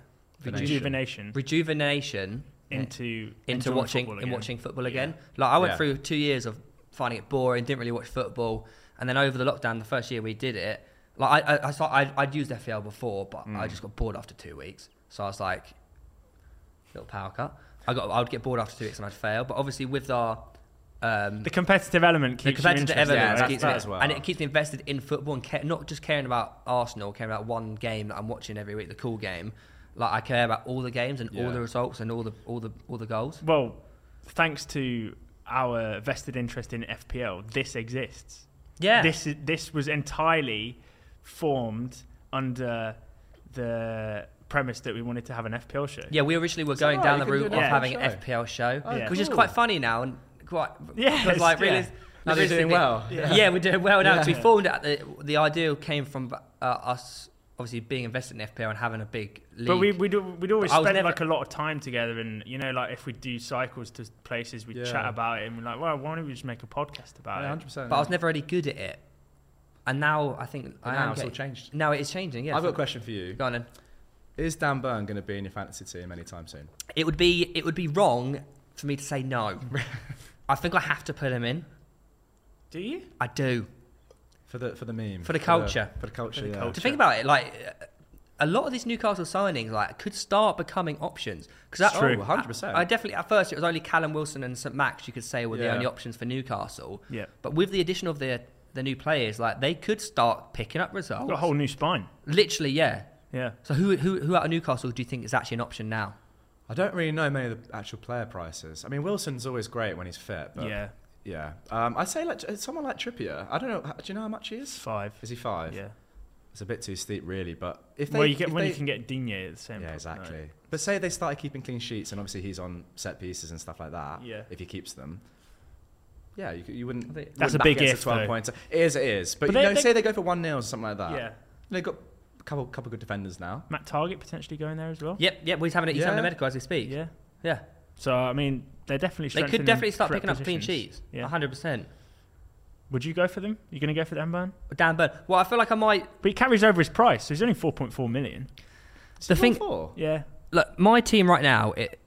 Rejuvenation Rejuvenation. Rejuvenation into into watching football in again. watching football again. Like I went Yeah. through two years of finding it boring, didn't really watch football, and then over the lockdown, the first year we did it, like I I, I saw, I'd, I'd used FPL before, but Mm. I just got bored after two weeks. So I was like, little power cut. I got I would get bored after two weeks and I'd fail. But obviously with our um, The competitive element the keeps you competitive interested, element yeah, right? keeps that me- as well. and it keeps me invested in football and care, not just caring about Arsenal, caring about one game that I'm watching every week, the cool game. Like I care about all the games and all Yeah. the results and all the all the all the goals. Well, thanks to our vested interest in FPL, this exists. Yeah, This is, this was entirely formed under the premise that we wanted to have an FPL show. Yeah, we originally were It's going down alright, you the can do route of an FPL having an show. FPL show, Oh, Yeah. which is cool. quite funny now and quite. Yes, because, like really, yeah. Like, they're doing well. Yeah. Yeah. we're doing well now. 'cause we Yeah. formed out the the idea came from uh, us obviously being invested in FPL and having a big league. But we, we'd, we'd always But I was spend never- like a lot of time together, and you know, like if we do cycles to places, we would Yeah. chat about it, and we're like, well, why don't we just make a podcast about Yeah, it? 100%. but I was never really good at it, and now I think But I now am. it's all Getting, changed. now it is changing. Yeah, I've got so- a question for you. Go on then. Is Dan Byrne going to be in your fantasy team anytime soon? It would be it would be wrong for me to say no. I think I have to put him in. Do you? I do. For the for the meme. For the culture. For the, culture. For the yeah. culture. To think about it, like uh, a lot of these Newcastle signings, like could start becoming options because It's true. Oh, 100%. I, I definitely at first it was only Callum Wilson and St Max you could say were the Yeah. only options for Newcastle, Yeah. but with the addition of the the new players, like they could start picking up Got results. a whole new spine. Literally, yeah. Yeah. So who who who out of Newcastle do you think is actually an option now? I don't really know many of the actual player prices. I mean, Wilson's always great when he's fit. But yeah. yeah. Um, I'd say like someone like Trippier. I don't know. Do you know how much he It's is? five. Is he five? Yeah. It's a bit too steep, really. But if they, Well, you get if when they, you can get Digne at the same. yeah, price, no. exactly. But say they started keeping clean sheets, and obviously he's on set pieces and stuff like that. Yeah. If he keeps them, yeah, you, c- you wouldn't. think- That's wouldn't a big back against if, Twelve though. points. It is. It is. But But, you they- know, they- say they go for one 0 or something like that. Yeah. They've got a couple couple good defenders now. Matt Target potentially going there as well. Yep, yep. He's having a, he's having a Yeah. medical as we speak. Yeah. yeah. So I mean, they're definitely. They could strengthening definitely start correct picking up clean positions. sheets. Uh-huh. Yeah. hundred percent. Would you go for them? You're going to go for them, Burn? Dan Burn. Well, I feel like I might But he carries over his price, so he's only 4.4 million. Is The he thing- on four? Yeah. look. My team right now it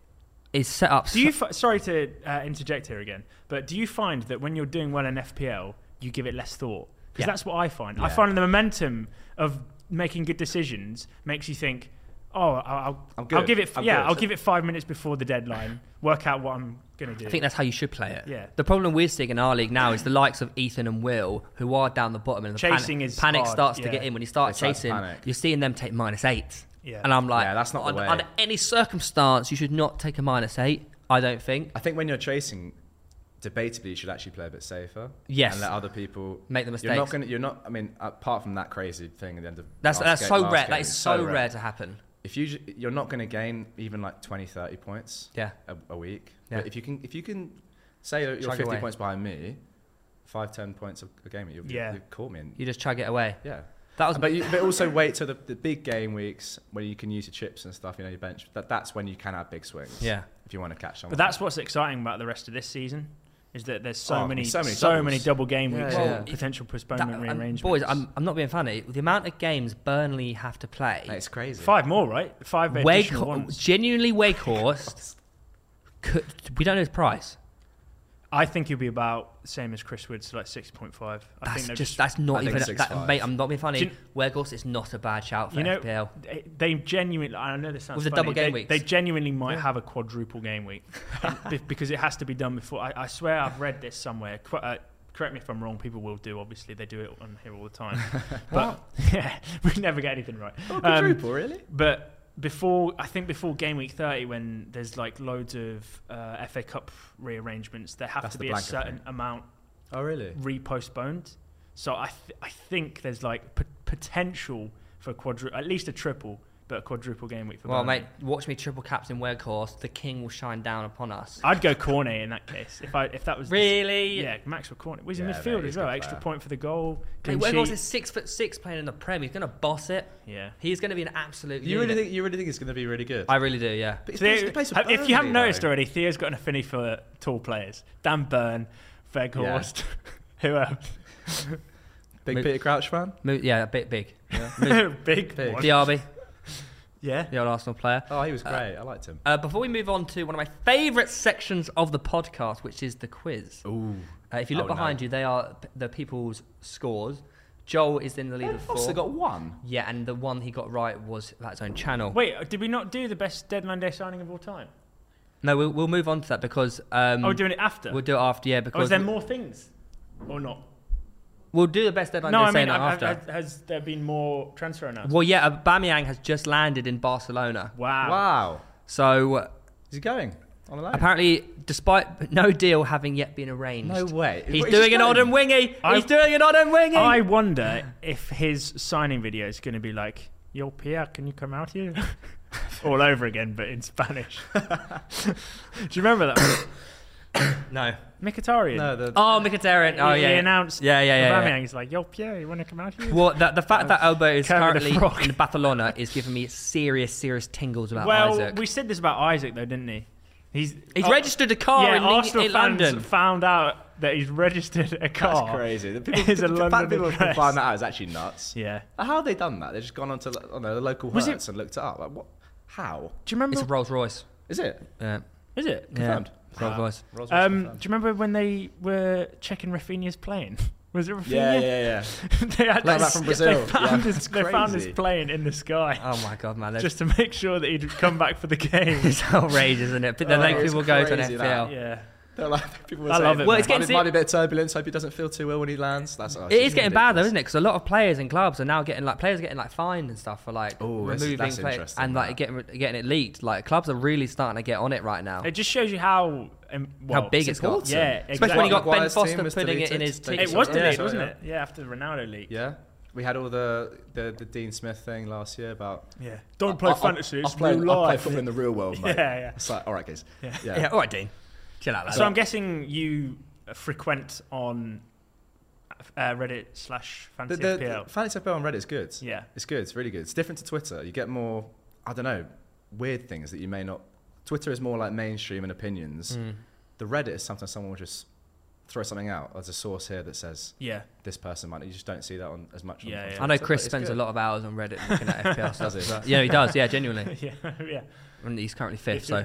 is set up. Do you? F- sorry to uh, interject here again, but do you find that when you're doing well in FPL, you give it less thought? Because Yeah. that's what I find. I Yeah. find the momentum of making good decisions makes you think, oh, I'll, I'll, I'm I'll good. give it. I'm yeah, good." I'll give it five minutes before the deadline. work out what I'm going to do. I think that's how you should play it. Yeah. The problem we're seeing in our league now is the likes of Ethan and Will, who are down the bottom, and the Chasing panic, is panic hard, starts to yeah. get in. When you start They start to chasing, panic. you're seeing them take minus eight, yeah. and I'm like, Yeah, that's not the under, way. under any circumstance, you should not take a minus eight. I don't think. I think when you're chasing, debatably, you should actually play a bit safer. Yes. And let other people Make the You're not mistakes. going to. You're not. I mean, apart from that crazy thing at the end of That's last that's ga- so last rare. That game, is so, rare. to happen. If you ju- you're not going to gain even like 20, 30 points Yeah. a, a week. Yeah. But if you can, if you can say you're, you're Chug fifty away. points behind me, five ten points a, a game, you Yeah. you call me. And, You just chug it away. yeah. That was But you, but also wait till the, the big game weeks when you can use your chips and stuff. You know your bench. That that's when you can have big swings. yeah. If you want to catch someone. But that's what's exciting about the rest of this season is that there's so Oh, many, so so many, many so doubles. many double game Yeah, weeks, yeah, and yeah. potential That- postponement, and rearrangements. boys, I'm, I'm not being funny. The amount of games Burnley have to play. Mate, it's crazy. five more, right? Five Wake, additional ones. genuinely Wakehorst. could, we don't know his price. I think he'll be about the same as Chris Wood, so like six point five. I That's think they're just, that's not I think even six that, five. mate. I'm not being Do funny. you- Wakehorst is not a bad shout for You know- FPL. they- they genuinely. I know this sounds With the funny, double game they, weeks. They genuinely might Yeah. have a quadruple game week be- because it has to be done before. I, I swear I've read this somewhere. Qu- uh, correct me if I'm wrong. People will do. Obviously, they do it on here all the time. but yeah, we never get anything right. Oh, Um, quadruple, really? But before, I think before game week 30, when there's like loads of uh, FA Cup rearrangements, there have That's to the be a blanket certain thing. amount Oh, really? repostponed. So I, th- I think there's like p- potential for quadru- at least a triple, but a quadruple game week for Well, Burnley. mate, watch me triple captain Weghorst. The king will shine down upon us. I'd go Cornet in that case. If I if that was the- Really? yeah, Maxwell Cornet. Was in Yeah, midfield mate, as he's a well. good Extra player. point for the goal. Hey, clean Weghorst sheet. is six foot six playing in the Prem. He's going to boss it. Yeah. He's going to be an absolute. You really unit. think you really think it's going to be really good? I really do. Yeah. But it's- Theo, it plays for if you haven't Burnley, noticed though. already, Theo's got an affinity for tall players. Dan Byrne, Veghorst, who else? big Mo- Peter Crouch fan. Mo- yeah, a bit big. Big Big. one. Diaby, Yeah. the old Arsenal player. Oh, he was great. I liked him. Uh, before we move on to one of my favourite sections of the podcast, which is the quiz. Ooh, Uh, if you look Oh, no. behind you, they are p- the people's scores. Joel is in the lead of I've four. also got one. yeah, and the one he got right was about his own channel. Wait, uh, did we not do the best deadline day signing of all time? No, we'll, we'll move on to that because um, oh, we're doing it after. we'll do it after. Yeah, Or is because there more things? Or not? we'll do the best deadline. no, day I mean, saying that after. I've- I've- has there been more transfer announcements? well, yeah, Bamiyang has just landed in Barcelona, Wow. Wow, so uh, is he going on Oh. a loan? apparently, despite no deal having yet been arranged, No way. he's What, doing an going? odd and wingy. I- he's doing an odd and wingy. I wonder if his signing video is going to be like, Yo, Pierre, can you come out here? all over again, but in Spanish. do you remember that? one? no. Mkhitaryan. No, the, Oh, Mkhitaryan. Oh, He- yeah. He yeah. announced. Yeah, yeah, yeah, yeah. Aubameyang, He's like, yo, Pierre, you want to come out here? Well, the, the fact that Elbow is Kermit the currently Frog. in Barcelona is giving me serious, serious tingles about well, Isaac. we said this about Isaac, though, didn't he? He's he's uh, registered a car yeah, in, Ling- Arsenal in fans London. found out that he's registered a car. that's crazy. The It people, is a the fact London people can address. find that out is actually nuts. Yeah. How have they done that? They've just gone onto like, I don't know, the local Was it- Hertz and looked it up. Like, what? How Do you remember? It's a Rolls Royce. Uh, is it Yeah. is it? yeah. confirmed? Rolls Royce. Rolls Royce Um, do you confirmed. remember when they were checking Rafinha's plane? Was it Rafinha? yeah, yeah, yeah. they had Like to- that from Brazil. They found, Yeah. his, It's they found his crazy. plane in the sky Oh my god, man! Just just to make sure that he'd come back for the game. it's outrageous, isn't it? But then Oh, like, it's people go to an crazy, FPL. that. yeah. They're like, people were I saying, love it, Well, it's might getting be- might be a bit of turbulence. Hope he doesn't feel too well when he lands. That's oh, It is getting bad though, isn't it? Because a lot of players and clubs are now getting like players are getting like fined and stuff for like Oh, this- removing that's play- interesting, and like getting getting it leaked. Like clubs are really starting to get on it right now. It just shows you how um, well, How big it's got. Yeah, exactly. Especially when you got Ben Maguire's team Foster was putting it in deleted. his They ticket. It It's was on- delayed, yeah, wasn't yeah. it? Yeah, after the Ronaldo leak. Yeah, we had all the, the the Dean Smith thing last year about Yeah. I- I- I'll, I'll play, I'll play football in the real world, mate. Yeah, yeah. It's like, all right, guys. Yeah. Yeah. Yeah, all right, Dean. Chill out. lad. So I'm guessing you frequent on uh, Reddit slash The, Fantasy the, the FPL. fantasy FPL on Reddit is good. yeah. It's good. It's really good. It's different to Twitter. You get more, I don't know, weird things that you may not. Twitter is more like mainstream and opinions. Mm. The Reddit is sometimes someone will just throw something out. There's a source here that says Yeah. this person might. You just don't see that on as much. Yeah, on, yeah. on I know Twitter, Chris but it's spends a good. lot of hours on Reddit looking at FPL stuff. Does he? but- yeah, he does. Yeah, genuinely. yeah. Yeah. And he's currently fifth. So,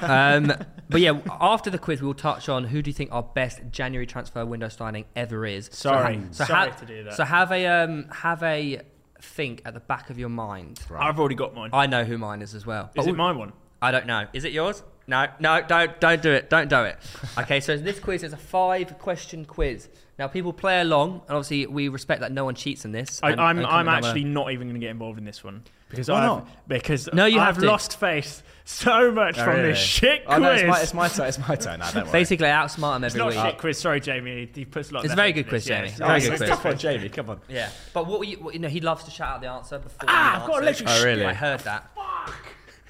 um, but yeah, after the quiz, we'll touch on who do you think our best January transfer window signing ever is. So Sorry. ha- So, Sorry ha- to do that. so have a um, have a think at the back of your mind. I've already got Oh, mine. I know who mine is as well. Is But it my one? I don't know. Is it yours? No, no, don't, don't do it. Don't do it. Okay, so this quiz is a five-question quiz. Now, people play along, and obviously we respect that no one cheats in this. I, and- I'm and I'm comment down actually not even going to get involved in this one because Why I've not? because No, you I've have to. lost faith so much Oh, from really? this shit quiz. Oh, no, it's my, it's my turn. It's my turn now. Don't below. worry. Basically, I outsmart them It's every not week. shit quiz. Sorry, Jamie. He puts a lot. of It's a effort very into good quiz, this, yeah. Jamie. It's Oh, a very it's good a quiz. tough Come on, Jamie. Come on. Yeah, but what were you? what- You know, he loves to shout out the answer before. Ah, you I've got answer. a lecture. Oh, really? I heard that.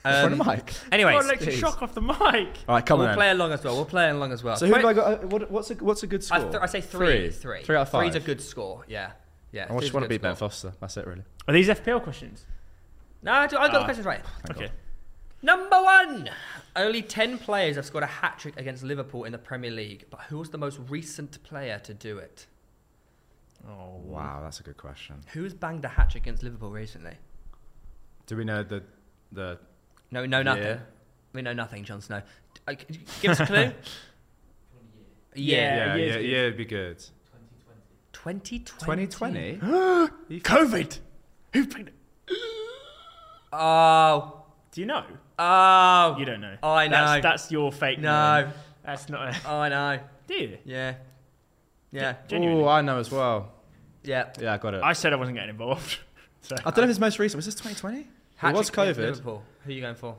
Um, Um, mic. anyways, Got electric please. shock off the mic. All right, come we'll on. play then. along as well. We'll play along as well. So who Quick- have I got? uh, What, what's a what's a good score? I, th- I say three, three, Three out of Three's a five. good score. Yeah, yeah. I three's just a want to good beat Ben score. Foster. That's it, really. Are these FPL questions? No, I, do, I got Ah. the questions right. Thank okay. God. Number one. Only 10 players have scored a hat trick against Liverpool in the Premier League, but who was the most recent player to do it? Oh Wow, that's a good question. Who's banged a hat trick against Liverpool recently? Do we know the the? No, we know nothing. Yeah. We know nothing, Jon Snow. D- uh, c- give us a clue. yeah. Yeah. year's good. it'd be good. 2020. Twenty twenty. COVID. Who played it? Oh. Do you know? Oh. You don't know. I know. That's, that's your fake. no. name. That's not. A, I know. do you? Yeah. Yeah. Genuinely. Oh, I know as well. Yeah. Yeah, I got it. I, I said I wasn't getting involved. So don't know if it's most recent. Was this 2020? it was Hat-trick against COVID. Liverpool. Who are you going for?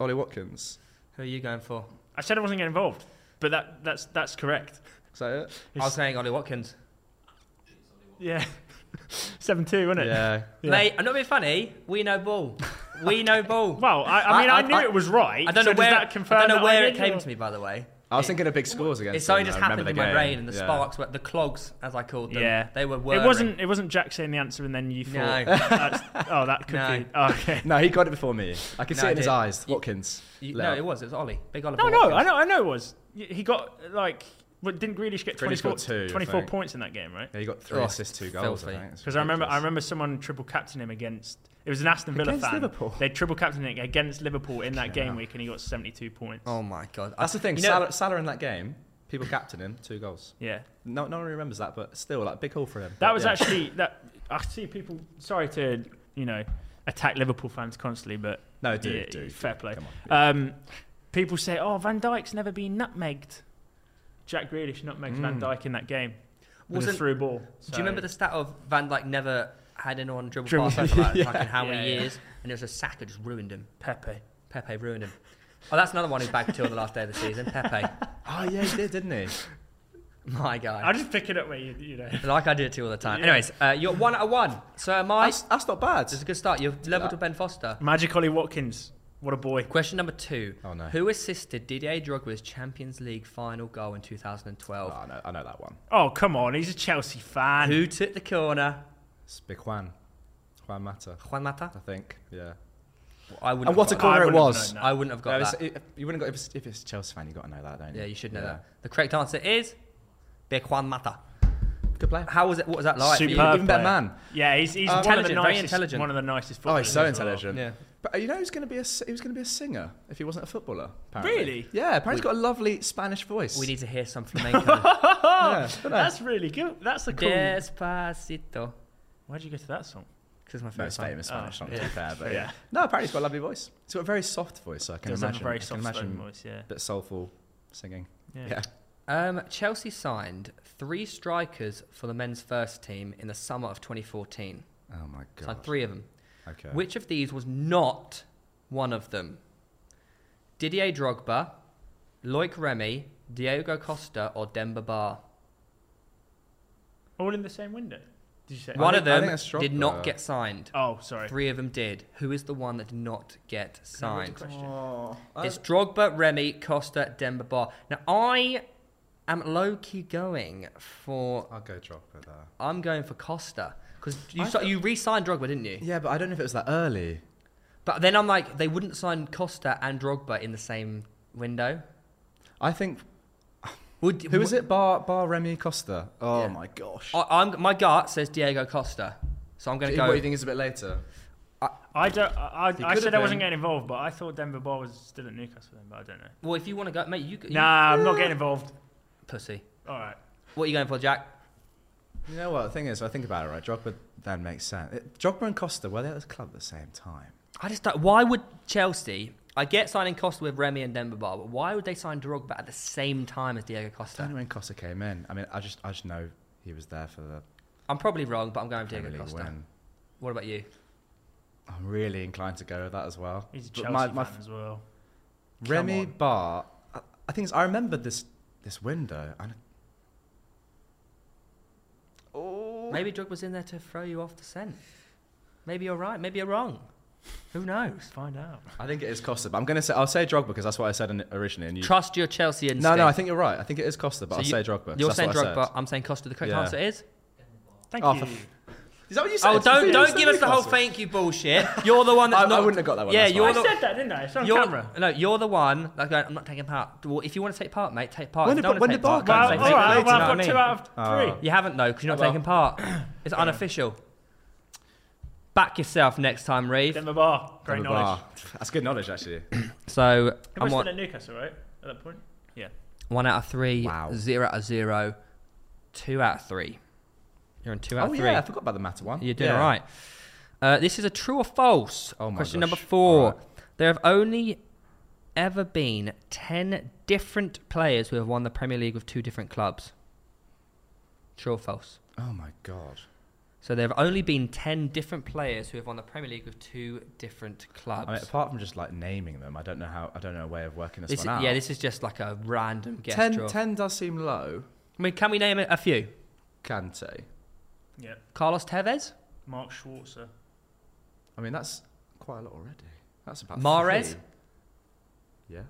Ollie Watkins. Who are you going for? I said I wasn't getting involved, but that that's that's correct. Is that it? I was saying Ollie Watkins. Yeah, seven two, wasn't it? Yeah. Yeah. Mate, I'm not being funny. We know ball. we know ball. Well, I, I mean, I- I, I- knew I- it was right. I don't so know does where, that confirm I don't know that where it did, came or- to me, by the way. I was thinking of big scores against. It's only them, just though. I remember happened in the my game. brain, and the Yeah. sparks were the clogs, as I called them. Yeah. they were. Whirring. It wasn't. It wasn't Jack saying the answer, and then you No. thought, that's, "Oh, that could No. be." oh, okay. No, he got it before me. I could No, see I it in his did. eyes. You- Watkins. You- Let no, up. it was. It was Ollie. Big Oliver. No, no, Watkins. I know, I know it was. Y- He got like. What, didn't Grealish get Grealish 24, got two, I 24 think. points in that game, right? Yeah, he got three Oh, assists, two goals. filthy. Because I remember, I remember someone triple captain him against. It was an Aston Villa Against fan. Liverpool? They triple captained him against Liverpool in that Fucking game hell. week, and he got seventy-two points. Oh my god. That's the thing. You know- Salah, Salah in that game, people captain him, two goals. Yeah, No, no one remembers that, but still, like big haul for him. that But was yeah. actually that. I see people. Sorry to you know attack Liverpool fans constantly, but no, dude, Yeah, dude, fair play. Come on. um, people say, "Oh, Van Dyke's never been nutmegged." Jack Grealish nutmegged Van Mm. Dyke in that game with a Wasn't- through ball. Do you remember the stat of Van Dijk never had anyone dribble Dribble- past him for like, fucking how Yeah, many yeah. years? And it was a Saka just ruined him. Pepe? Pepe ruined him. Oh, that's another one who bagged two on the last day of the season. Pepe, Oh yeah, he did, didn't he? my guy. I just pick it up where you, you know. Like I do it to you all the time. Yeah. Anyways, uh, you're one out of one. So am I. That's, that's not bad. It's a good start. You've leveled to Ben Foster. Magic Ollie Watkins, what a boy! Question number two. Oh, no. Who assisted Didier Drogba's Champions League final goal in 2012? Oh, I know, I know that one. Oh come on, he's a Chelsea fan. Who took the corner? It's Big Juan, Juan Mata, Juan Mata? I think. Yeah. I wouldn't. And have what a got call- I corner it wouldn't have was. known I wouldn't have Yeah, got it's- that. it- you wouldn't got if it's, if it's a Chelsea fan, you got to know that, don't you? Yeah, you should know Yeah. that. The correct answer is Big Juan Mata. Good player. How was it? What was that like? Superb Even, even better player. man. Yeah, he's, he's one Uh, of the intelligent, very nicest. intelligent. One of the nicest. Oh, he's footballers so as well. intelligent. Yeah. But uh, you know, he's going to be a s- he was going to be a singer if he wasn't a footballer. Apparently. Really? Yeah. Apparently, he's got a lovely Spanish voice. We need to hear some flamenco. Yeah, don't know. That's really good. That's a cool. Despacito. Where'd you get to that song? Because my No, first it's time. famous Spanish, Oh, not to yeah. be fair, but Yeah. yeah. No, apparently he's got a lovely voice. He's got a very soft voice, so I can Does imagine. have a very I can soft imagine voice. Yeah. a bit soulful singing. Yeah. Yeah. Um, Chelsea signed three strikers for the men's first team in the summer of 2014. Oh my Signed god. three of them. Okay. Which of these was not one of them? Didier Drogba, Loic Remy, Diego Costa, or Demba Ba? All in the same window. Did you say? One think- of I think them that's Drogba. did not get signed. Oh, sorry. Three of them did. Who is the one that did not get signed? Oh, It's Drogba, Remy, Costa, Demba Ba. Now I am low key going for. I'll go Drogba there. I'm going for Costa because you I so- you re-signed Drogba, didn't you? Yeah, but I don't know if it was that early. But then I'm like, they wouldn't sign Costa and Drogba in the same window. I think Would who was it? Bar Bar Remy Costa. Oh Yeah. my gosh. I, I'm, my gut says Diego Costa, so I'm going to What do you go. think is a bit later? I don't. I, He I, I could said have I wasn't been. getting involved, but I thought Denver Bar was still at Newcastle then, but I don't know. Well, if you want to go, mate, you, you Nah, I'm not getting involved. pussy. All right. What are you going for, Jack? You know what? The thing is, I think about it, right? Drogba then makes sense. It, Drogba and Costa were they at the club at the same time? I just don't. Why would Chelsea? I get signing Costa with Remy and Denver Bar, but why would they sign Drogba at the same time as Diego I don't Costa? know when Costa came in. I mean, I just I just know he was there for the I'm probably wrong, but I'm going with Premier Diego League Costa. win. What about you? I'm really inclined to go with that as well. He's a Chelsea But my- my fan as well. Come Remy on. Bar. I, I think it's- I remember this this window. And oh, Maybe Drogba's in there to throw you off the scent. Maybe you're right. Maybe you're wrong. Who knows? Let's find out. I think it is Costa. But I'm gonna say I'll say Drogba because that's what I said in, originally. And you, Trust your Chelsea instinct. no, no, I think you're right. I think it is Costa, but So I'll you- say Drogba. 'cause You're that's saying what I Drogba. said. I'm saying Costa. The correct Yeah. answer is. Thank Oh, you. for Is that what you said? Oh, Did you don't say don't Costa give us the whole Newcastle? thank you bullshit. You're the one that's I, not. I wouldn't have got that one. Yeah, that's you're I fine. the- said that, didn't I? It's on You're, camera. No, you're the one. Like, going, I'm not taking part. Well, if you want to take part, mate, take part. When If you did- don't wanna when take did part, Barca Well, don't all take right, Can't say part. well, I've that. You know what I got mean? two out of three. Oh. You haven't though, because you're not Oh, well. taking part. It's unofficial. Back yourself next time, Reeve. Denver Bar, great Drogba. knowledge. That's good knowledge, actually. So They were I'm still one, at Newcastle, right? At that point. Yeah. one out of three, Wow. zero out of zero, two out of three. You're on two out oh of three. yeah, I forgot about the matter one. You're doing yeah. all right. Uh, this is a true or false. Oh my Question gosh. number four. All right. There have only ever been 10 different players who have won the Premier League with two different clubs. True or false? Oh my god. So there have only been 10 different players who have won the Premier League with two different clubs. I mean, apart from just like naming them, I don't know how. I don't know a way of working this, This one is- out. yeah, this is just like a random guess. ten, draw. 10 does seem low. I mean, can we name a few? Kante. Yeah. Carlos Tevez? Mark Schwarzer. I mean, that's quite a lot already. That's about Mahrez? three. Yeah.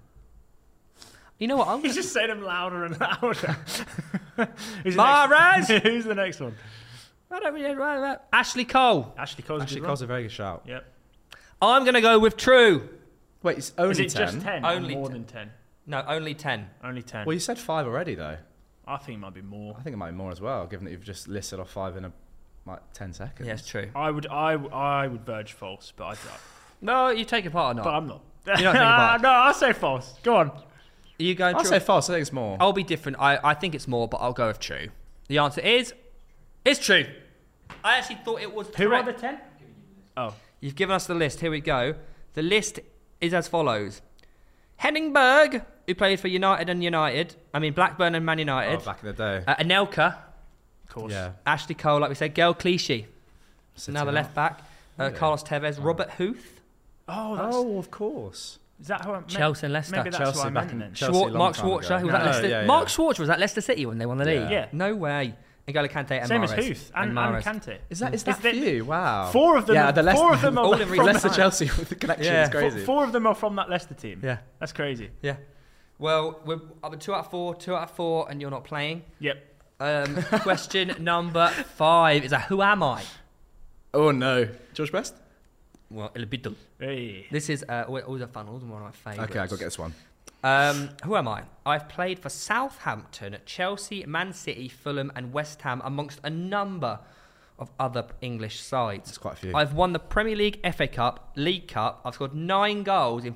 You know what? I'm He's gonna, just saying them louder and louder. Who's the next- Mahrez! Who's the next one? I don't really know that. Ashley Cole. Ashley Cole's a Actually, good Cole's a very good shout. one. Yep. I'm going to go with true. Wait, it's Is only it 10. just 10? Only more 10. than 10. No, only 10. Only 10. Well, you said five already, though. I think it might be more. I think it might be more as well, given that you've just listed off five in a, like 10 seconds. Yes, true. I would, I, I would verge false, but I, No, you take it part or not? but I'm not. You're not taking part. no, I'll say false. Go on. Are you going I'll true? say false. I think it's more. Oh, I'll be different. I, I think it's more, but I'll go with true. The answer is, it's true. I actually thought it was. Who are correct. the 10? Oh, You've given us the list. Here we go. The list is as follows: Henning Berg, who played for United and United. I mean Blackburn and Man Oh, United. back in the day. uh, Anelka, of course. yeah. Ashley Cole, like we said. Gail Clichy, City now the out. left back. Uh, Really? Carlos Tevez, Robert Huth, Oh, that's, Oh, of course. is that who I meant? Chelsea and Leicester. Maybe that's Chelsea what I back meant in- then. Chelsea Schwar- long Mark time ago. Schwarzer, who was No, at Leicester. yeah, yeah. Mark Schwarzer was at Leicester City when they won the league. Yeah. Yeah. No way. And Golo Kante and Same Mahrez. as Huth and, and, Mahrez. Kante. Is that, is It's that the- few? Wow. Four of them. Yeah, the four Leicester- of them are all from in that- Leicester Chelsea with the connection Yeah. is Four, crazy. four of them are from that Leicester team. Yeah. That's crazy. Yeah. Well, we're up at two out of four, two out of four, and you're not playing. Yep. Um, question number five is a who am I? Oh, no. George Best? Well, it'll be done. Hey. This is uh, always always a fun, always one of my favourites. Okay, I've got to get this one. Um, who am I? I've played for Southampton, Chelsea, Man City, Fulham, and West Ham, amongst a number of other English sides. It's quite a few. I've won the Premier League, FA Cup, League Cup. I've scored nine goals in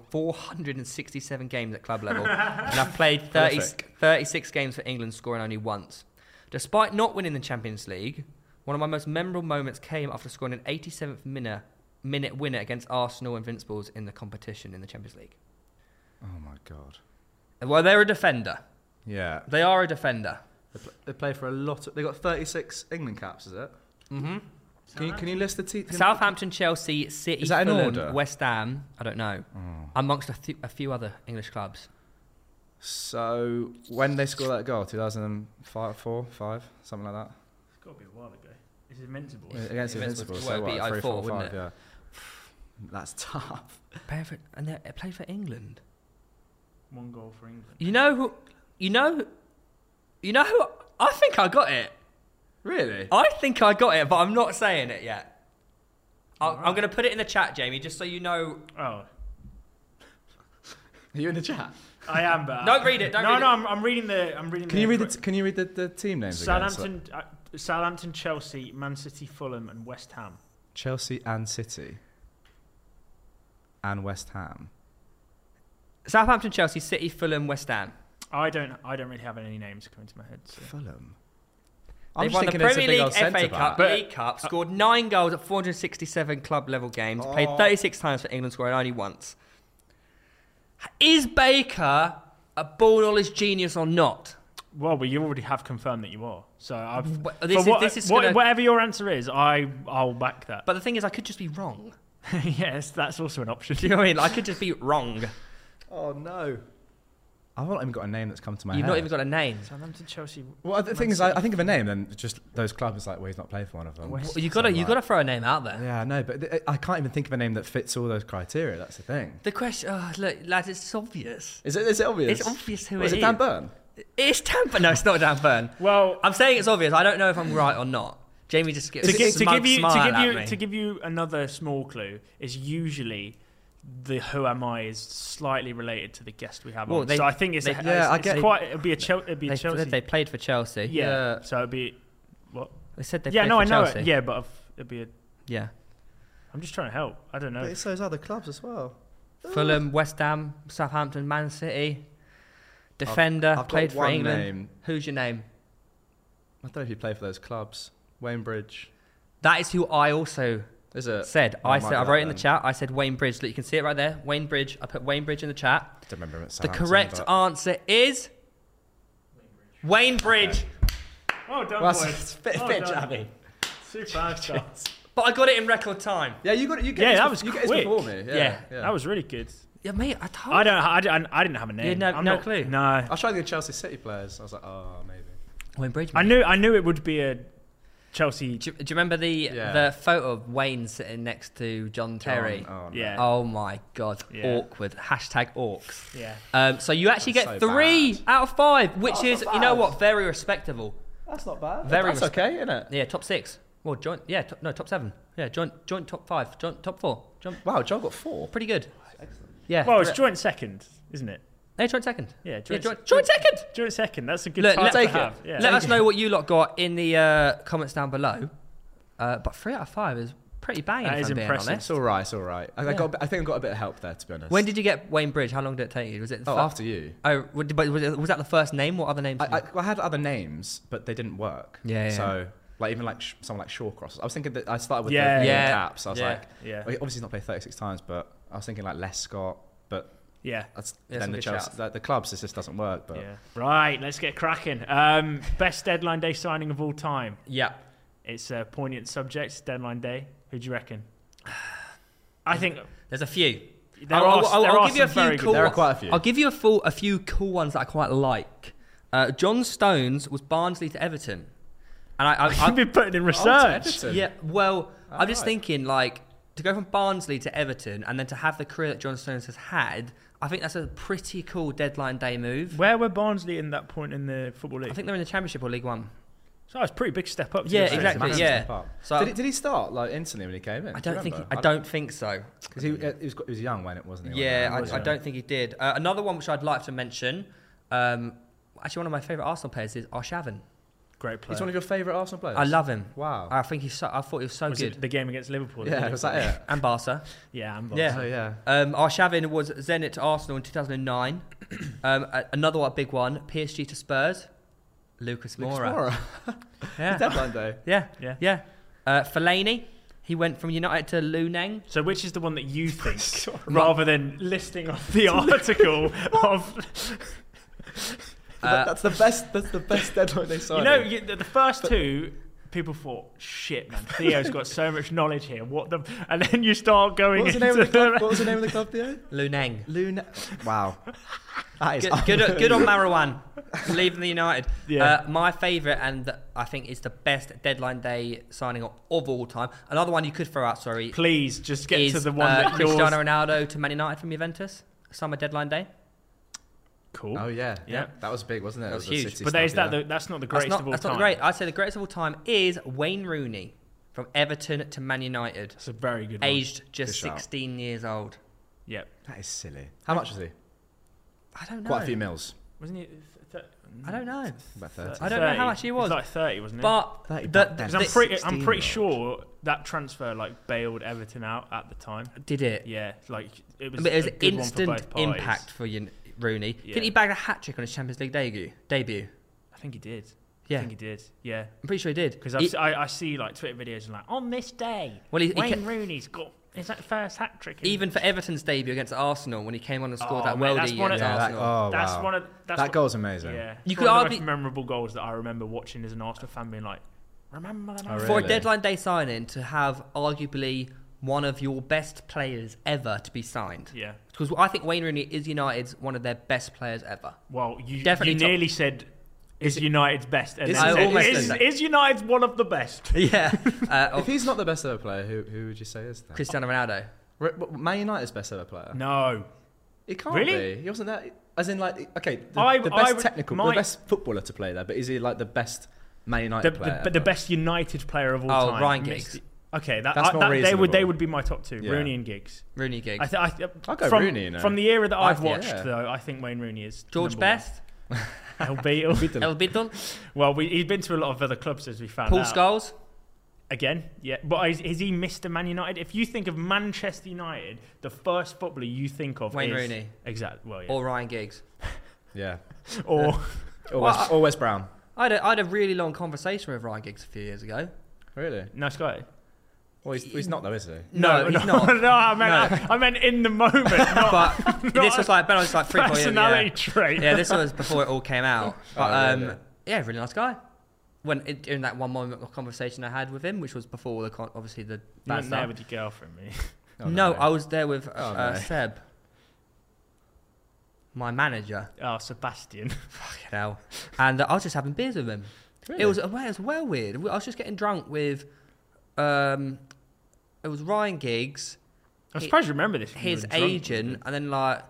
467 games at club level. and I've played 30, Prolific. 36 games for England, scoring only once. Despite not winning the Champions League, one of my most memorable moments came after scoring an 87th minute, minute winner against Arsenal Invincibles in the competition in the Champions League. Oh, my God. And Well, they're a defender. Yeah. They are a defender. They, pl- they play for a lot. Of, they got 36 England caps, is it? Mm-hmm. hmm Can you, can you list the team? Southampton, Chelsea, City, Is that in Fulham, order? West Ham. I don't know. Oh. Amongst a, th- a few other English clubs. So when they score that goal, 2005, four, five, something like that, It's got to be a while ago. It's invincible. Yeah, against Invincibles, Invincible. well, So it'd what, be 04, three, four, wouldn't five, yeah. That's tough. Play for, and they play for England. One goal for England. You know who? You know? who- You know who? I think I got it. Really? I think I got it, but I'm not saying it yet. i I'm Alright. going to put it in the chat, Jamie, just so you know. Oh, Are you in the chat? I am, but Don't read it, don't no, read no, it. I'm, I'm reading the. I'm reading. Can the you read the t- Can you read the, the team names? again? So, Southampton, uh, Southampton, Chelsea, Man City, Fulham, and West Ham. Chelsea, and City, and West Ham. Southampton, Chelsea, City, Fulham, West Ham. I don't. I don't really have any names coming to my head. So. Fulham. They I'm have just won the thinking it's a Premier big League, old FA centre Cup, back. But- League Cup, scored nine goals at 467 club level games, played Oh. 36 times for England, scoring only once. Is Baker a ball knowledge genius or not? Well, but you already have confirmed that you are. So I've. Wh- this for is- what- this is what- gonna- whatever your answer is, I I'll back that. But the thing is, I could just be wrong. yes, that's also an option. Do you know what I mean? I could just be wrong. Oh no. I've not even got a name that's come to my You've head. not even got a name. Southampton, Chelsea. Well, the Man thing is, I, City. I think of a name, then just those clubs. It's like, well, he's not played for one of them. West- You gotta, you Something gotta throw a name out there. Yeah, I know, but th- I can't even think of a name that fits all those criteria. That's the thing. The question, oh, look, lads, it's obvious. Is it? Is it obvious? It's obvious who What, is it it Dan Burn? It's Dan Burn. No, it's not Dan Burn. Well, I'm saying it's obvious. I don't know if I'm right or not. Jamie just gets to, a gi- to smug give you to smile give at you me. to give you another small clue is usually the who am I is slightly related to the guest we have Well, on. they- so I think it's, they- a, Yeah, it's, I it's get- quite it'd be a, Chel- it'd be a they, Chelsea. they played for Chelsea. Uh, yeah. yeah. so it'd be what? They said they yeah, played no, for I know Chelsea. it. Yeah, but I've, it'd be a. Yeah. I'm just trying to help. I don't know. it's those other clubs as well. Fulham, West Ham, Southampton, Man City. Defender, I've played got for one England. name. Who's your name? I don't know if you play for those clubs. Wainbridge. That is who I also Is it? said. Oh, I it might said be I that wrote in the then. chat. I said Wayne Bridge. Look, you can see it right there. Wayne Bridge. I put Wayne Bridge in the chat. I don't remember him at The Southampton, correct but- answer is Wayne Bridge. Well Oh, done, Well, boys. it's a bit, Well bit done. jabby. Two five stars. But I got it in record time. Yeah, you got you get Yeah, this that bef- was you get this quick. before me. Yeah, Yeah, That was really good. Yeah, mate, I told I don't. I, don't- I didn't have a name. had no- I'm no not- clue? No. I was trying to get Chelsea City players. I was like, oh, maybe. Wayne Bridge. I knew. I knew it would be a Chelsea. Do, you- do you remember the Yeah. the photo of Wayne sitting next to John Terry? Oh, no. Yeah. Oh my god, Yeah. awkward. Hashtag orcs. Yeah. Um, so you actually That's get so three bad. out of five, which That's is not you know bad. what, very respectable. That's not bad. Very That's okay, isn't it? Yeah, top six. Well, joint. Yeah, top, no, top seven. Yeah, joint, joint top five, joint top four, joint Wow, John got four. pretty good. Yeah. Well, it's joint second, isn't it? no, joint second. Yeah. Yeah, Joint, joint, joint second. joint second. That's a good Look, title let's to take it. have. Yeah. Let us know what you lot got in the uh, comments down below. Uh, but three out of five is pretty banging. That if is I'm being impressive. honest. It's all right. It's all right. I, I Yeah. got. a bit- I think I got a bit of help there, to be honest. When did you get Wayne Bridge? How long did it take you? Was it? The Oh, fir- after you. Oh, wa- did- but was, it- was that the first name? What other names? I, did you- I, I had other names, but they didn't work. Yeah, yeah, So like even like sh- someone like Shawcross. I was thinking that I started with Yeah. the, Yeah. the caps. I was Yeah. like, Yeah. well, obviously he's not played 36 times, but I was thinking like Les Scott, but Yeah. that's, Yeah, some then the good Chelsea, shouts. the, the clubs. It just doesn't work. But Oh, Yeah. Right, let's get cracking. Um, best deadline day signing of all time. yeah. It's a poignant subject, deadline day. Who do you reckon? I think There's a few. there I'll, are, I'll- I'll there are give you a some few very cool. good. There are ones. quite a few. I'll give you a full, a few cool ones that I quite like. Uh, John Stones was Barnsley to Everton, and I, I, I've I been putting in Oh, to research. Everton. yeah. Well, I'm just Alright. thinking like to go from Barnsley to Everton, and then to have the career that John Stones has had. I think that's a pretty cool deadline day move. Where were Barnsley in that point in the football league? I think they're in the Championship or League One. so it's a pretty big step up. to Yeah, be It's a fair. exactly, massive yeah. step up. So- did, he, did he start like instantly when he came in? I Do you don't think. remember? I don't think so. Because he, uh, he, was, he was young when it wasn't he? Yeah, Wasn't I, I don't think he did. Uh, another one which I'd like to mention, um, actually one of my favourite Arsenal players is Arshavin. Great he? play. He's one of your favourite Arsenal players. I love him. Wow. I think he's. So, I thought he was so was good. it the game against Liverpool? yeah, was that it? And Barca. Yeah, I'm Yeah. yeah. Oh yeah. Um, Arshavin was Zenit to Arsenal in 2009. um, a- another one, big one, PSG to Spurs. Lucas Lucas Moura. Moura. Yeah. Deadline day. yeah, Yeah. yeah. Uh, Fellaini, he went from United to Luneng. So which is the one that you think, rather than listing off the article of Uh, that's the best. That's the best deadline they signed. You know, you, the, the first two, people thought, "Shit, man, Theo's got so much knowledge here." What the? And then you start going what was the into name of the club? What was the name of the club? Theo? Luneng. Luna. Wow. That is Good, good, good on Marwan leaving the United. Yeah. Uh, my favourite, and th- I think it's the best deadline day signing of of all time. Another one you could throw out, sorry, Please just get is to the one uh, that yours. Cristiano Ronaldo to Man United from Juventus. Summer deadline day. Cool. Oh yeah. Yeah. That was big, wasn't it? That was It a huge. City but there is stuff, that. yeah. The, that's not the That's greatest not, of all that's time. not great. I'd say the greatest of all time is Wayne Rooney from Everton to Man United, It's a very good one. aged just Good shout. 16 years old. Yep. That is silly. How much was he? I don't know. Quite a few mils. Wasn't it? Th- I don't know. About thirty. I don't know how much he was. like thirty, wasn't it? But Thirty the, back then. because the- I'm pretty, I'm 16 pretty year sure that transfer like bailed Everton out at the time. did it. Yeah, like it was. but it was a an good one for instant both parties. impact for Yun- Rooney. Yeah. Didn't he bag a hat trick on his Champions League debut? Debut. I think he did. I Yeah, think he did. Yeah. I'm pretty sure he did. Because He- I, I see like Twitter videos and like on this day, Well, he- he Wayne ca- Rooney's got is that first hat trick. in- even for Everton's debut against Arsenal, when he came on and scored Oh, that mate, worldie that's against one of- Yeah, that, Arsenal. oh, that's wow. one of that's that one- goal's amazing. Yeah, You you could could one of the argue- most memorable goals that I remember watching as an Arsenal fan, being like, remember that? Oh, For a really? deadline day signing to have arguably one of your best players ever to be signed, Yeah. because I think Wayne Rooney is United's one of their best players ever. Well, you Definitely you top- nearly said is, United's best. And Is then it- I said, almost is, said that. is United's one of the best? yeah, uh, If of he's not the best ever player, who who would you say is that? Cristiano Ronaldo. R- w- Man United's best ever player. No, He can't Really? be. He wasn't that. As in, like, okay, the, I- the I best would- technical, my- the best footballer to play there, but is he like the best Man the, United player? the, but the ever? best United player of all Oh, time. Ryan Missed Giggs. it. Okay, that, That's I- more that- they would they reasonable. would be my top two, Yeah. Rooney and Giggs. Rooney gig. I th- I th- I'll go from, Rooney, you know. From the era that I- I've yeah. watched, though, I think Wayne Rooney is George number one. Best, El Beatle. El Bidon, well, we, he's been to a lot of other clubs as we found Paul out. Scholes. again, yeah. But is, is he Mr. Man United? If you think of Manchester United, the first footballer you think of Wayne is- Rooney. Exactly. Well, yeah. or Ryan Giggs. Yeah. Or, Always, Well, I- always Brown. I had, a, I had a really long conversation with Ryan Giggs a few years ago. Really? nice guy. Well, he's, he's not though, is he? No, he's no, not. no, I meant I, meant in the moment, not but this was like Ben was like three four years. personality Yeah. trait. yeah, this was before it all came out. But Oh, um, really? yeah, really nice guy. when in- during that one moment of conversation I had with him, which was before the con- obviously the You bad went stuff. there with your girlfriend, me. Oh, no, I was there with uh, Oh, uh, no. Seb, my manager. Oh, Sebastian. Fucking hell. And uh, I was just having beers with him. It Oh, was, uh, well, it was well weird. I was just getting drunk with, um, it was Ryan Giggs, I'm Hi- surprised you remember this. when you his were drunk. agent, and then like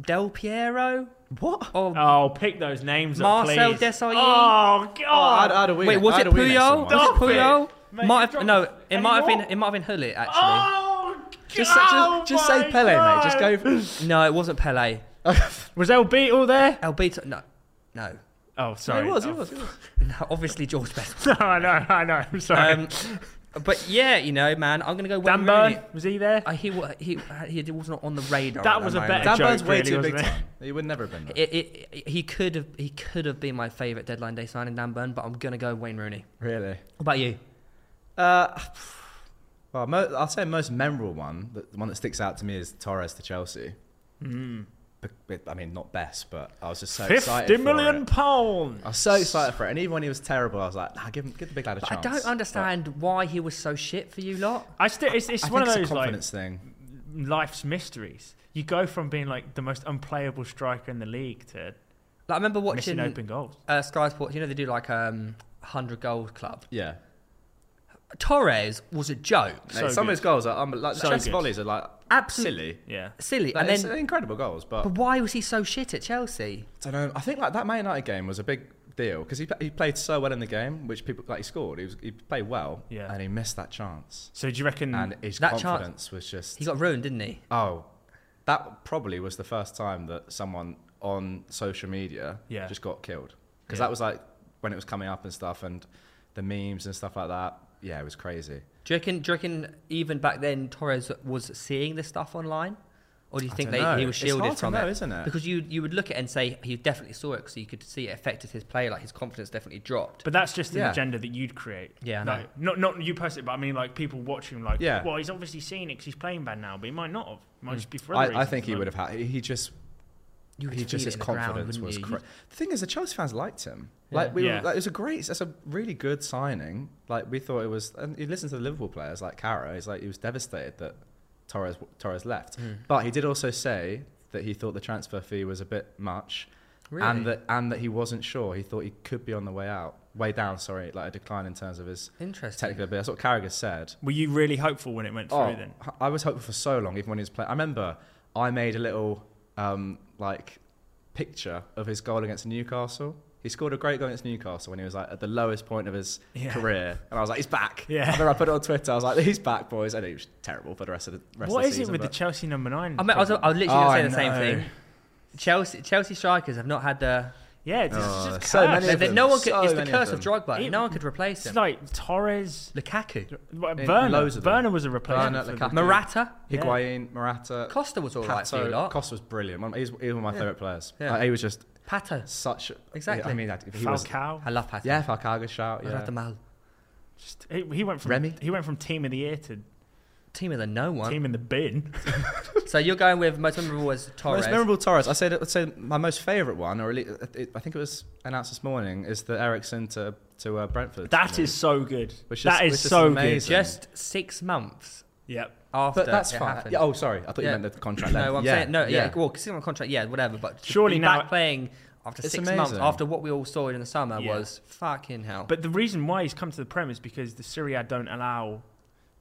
Del Piero what? or Oh, pick those names Marcel up, please. Desailly. Oh I God! had, I had a wee Wait, next- I was had it a wee next to Puyol? one. Was it Stop it. Puyol? Mate, might you have, no, it dropped might have been anymore? it might have been Hullet actually. oh, Just, say- oh just, just say my Pele, God. mate. Just go. No, it wasn't Pele. Was El Beetle there? Alberto, no, no, Oh, sorry. No, it was. It Oh. was. It was. no. Obviously George Best. No, I know, I know. I'm sorry. Um, but yeah, you know, man, I'm gonna go. Wayne Dan Rooney. Byrne, was he there? Uh, he wa- he he was not on the radar. That at was a moment. better- Dan Burn's joke, way really, too wasn't big it? time. He would never have been. There. It, it, it- he could have he could have been my favourite deadline day signing, Dan Burn, but I'm gonna go Wayne Rooney. Really. What about you? Uh, well, mo- I'll say most memorable one, the, the one that sticks out to me is Torres to Chelsea. Mm. Be- be- I mean, not best, but I was just Hmm, so excited. Fifty for million it. pounds. I was so excited for it, and even when he was terrible, I was like, nah, give him, give the big lad a But I chance. don't understand why he was so shit for you lot. I still, it's, But it's I one of think those it's a like confidence thing. life's mysteries. You go from being like the most unplayable striker in the league to Like I remember watching missing open goals. uh, Sky Sports. You know they do like um hundred goals club. Yeah. Torres was a joke, So Mate, some good. of his goals are um, like So chest good. volleys are like absolutely silly. Yeah, silly. Like, And it's then, incredible goals, but, but why was he so shit at Chelsea? I don't know. I think like that Man United game was a big deal because he, he played so well in the game, which people like he scored. He was he played well, Yeah. and he missed that chance, So do you reckon? and his Mm. That chance- confidence was just He got ruined, didn't he? Oh, that probably was the first time that someone on social media Yeah. just got killed. Because Yeah. that was like when it was coming up and stuff, and the memes and stuff like that. Yeah, it was crazy. Do you reckon, do you reckon even back then Torres was seeing this stuff online? Or do you I think don't they, he know. was It's hard shielded to from know, it? isn't it? Because you you would look at it and say he definitely saw it because you could see it affected his play, like his confidence definitely dropped. but that's just an Yeah. agenda that you'd create. Yeah, I no, know. not not you personally, but I mean like people watching. Like, Yeah. Hmm. well, he's obviously seen it because he's playing bad now, but he might not have. Might just be for other I, I reasons, think he like- would have had. He just, you he could just feel it his in the ground, confidence wouldn't was. you? Cra- the thing is, the Chelsea fans liked him. Like we, Yeah. Were, like, it was a great. That's a really good signing. Like we thought it was. And you listen to the Liverpool players like Cara. He's like he was devastated that Torres Torres left, Mm. but he did also say that he thought the transfer fee was a bit much. Really? And that and that he wasn't sure. He thought he could be on the way out, way down. Sorry, like a decline in terms of his Interesting. technical ability. That's what Carragher said. Were you really hopeful when it went through? Oh, Then I was hopeful for so long, even when he was playing. I remember I made a little um, like picture of his goal against Newcastle. He scored a great goal against Newcastle when he was like at the lowest point of his Yeah. career, and I was like, "He's back." Yeah. I remember I put it on Twitter. I was like, "He's back, boys." I know he was terrible for the rest of the rest What of is the it season. with the but- Chelsea number nine? I, mean, I, was, I was literally Oh, going to say I the same know. thing. Chelsea, Chelsea strikers have not had the. yeah, it's, it's Oh, just there's so cursed. many they- of they- them, no one could, so it's the many of curse of, them. Drogba. It- no one could replace It's him. like Torres, Lukaku, In Werner. loads of them. Werner was a replacement. Werner, for- Lukaku. Murata, Yeah. Higuain, Morata, Costa was all right for you Pato- lot. Costa was brilliant. One- He's, he's one of my favourite players. Yeah. Like, he was just Pato, such. a- Exactly. I mean, that- if he was. Falcao. I love Pato. Yeah, Falcao shout. I love Yeah. them all. Just, he, he went from Remy? he went from team of the year to Team of the no one. team in the bin. So you're going with most memorable was Torres. Most memorable Torres. I said. I'd say my most favourite one, or at least, it, I think it was announced this morning, is the Ericsson to to uh, Brentford. That move, is so good. Which that is- is which is so amazing. Just six months good. Yep. after But that's it fine. happened. Yeah, oh, sorry. I thought Yeah. you meant the contract length. no, I'm yeah. saying no. Yeah, well, considering my contract, yeah, whatever. But to Surely be now- back playing after It's six months amazing. after what we all saw in the summer Yeah. was fucking hell. But the reason why he's come to the Prem is because the Serie A don't allow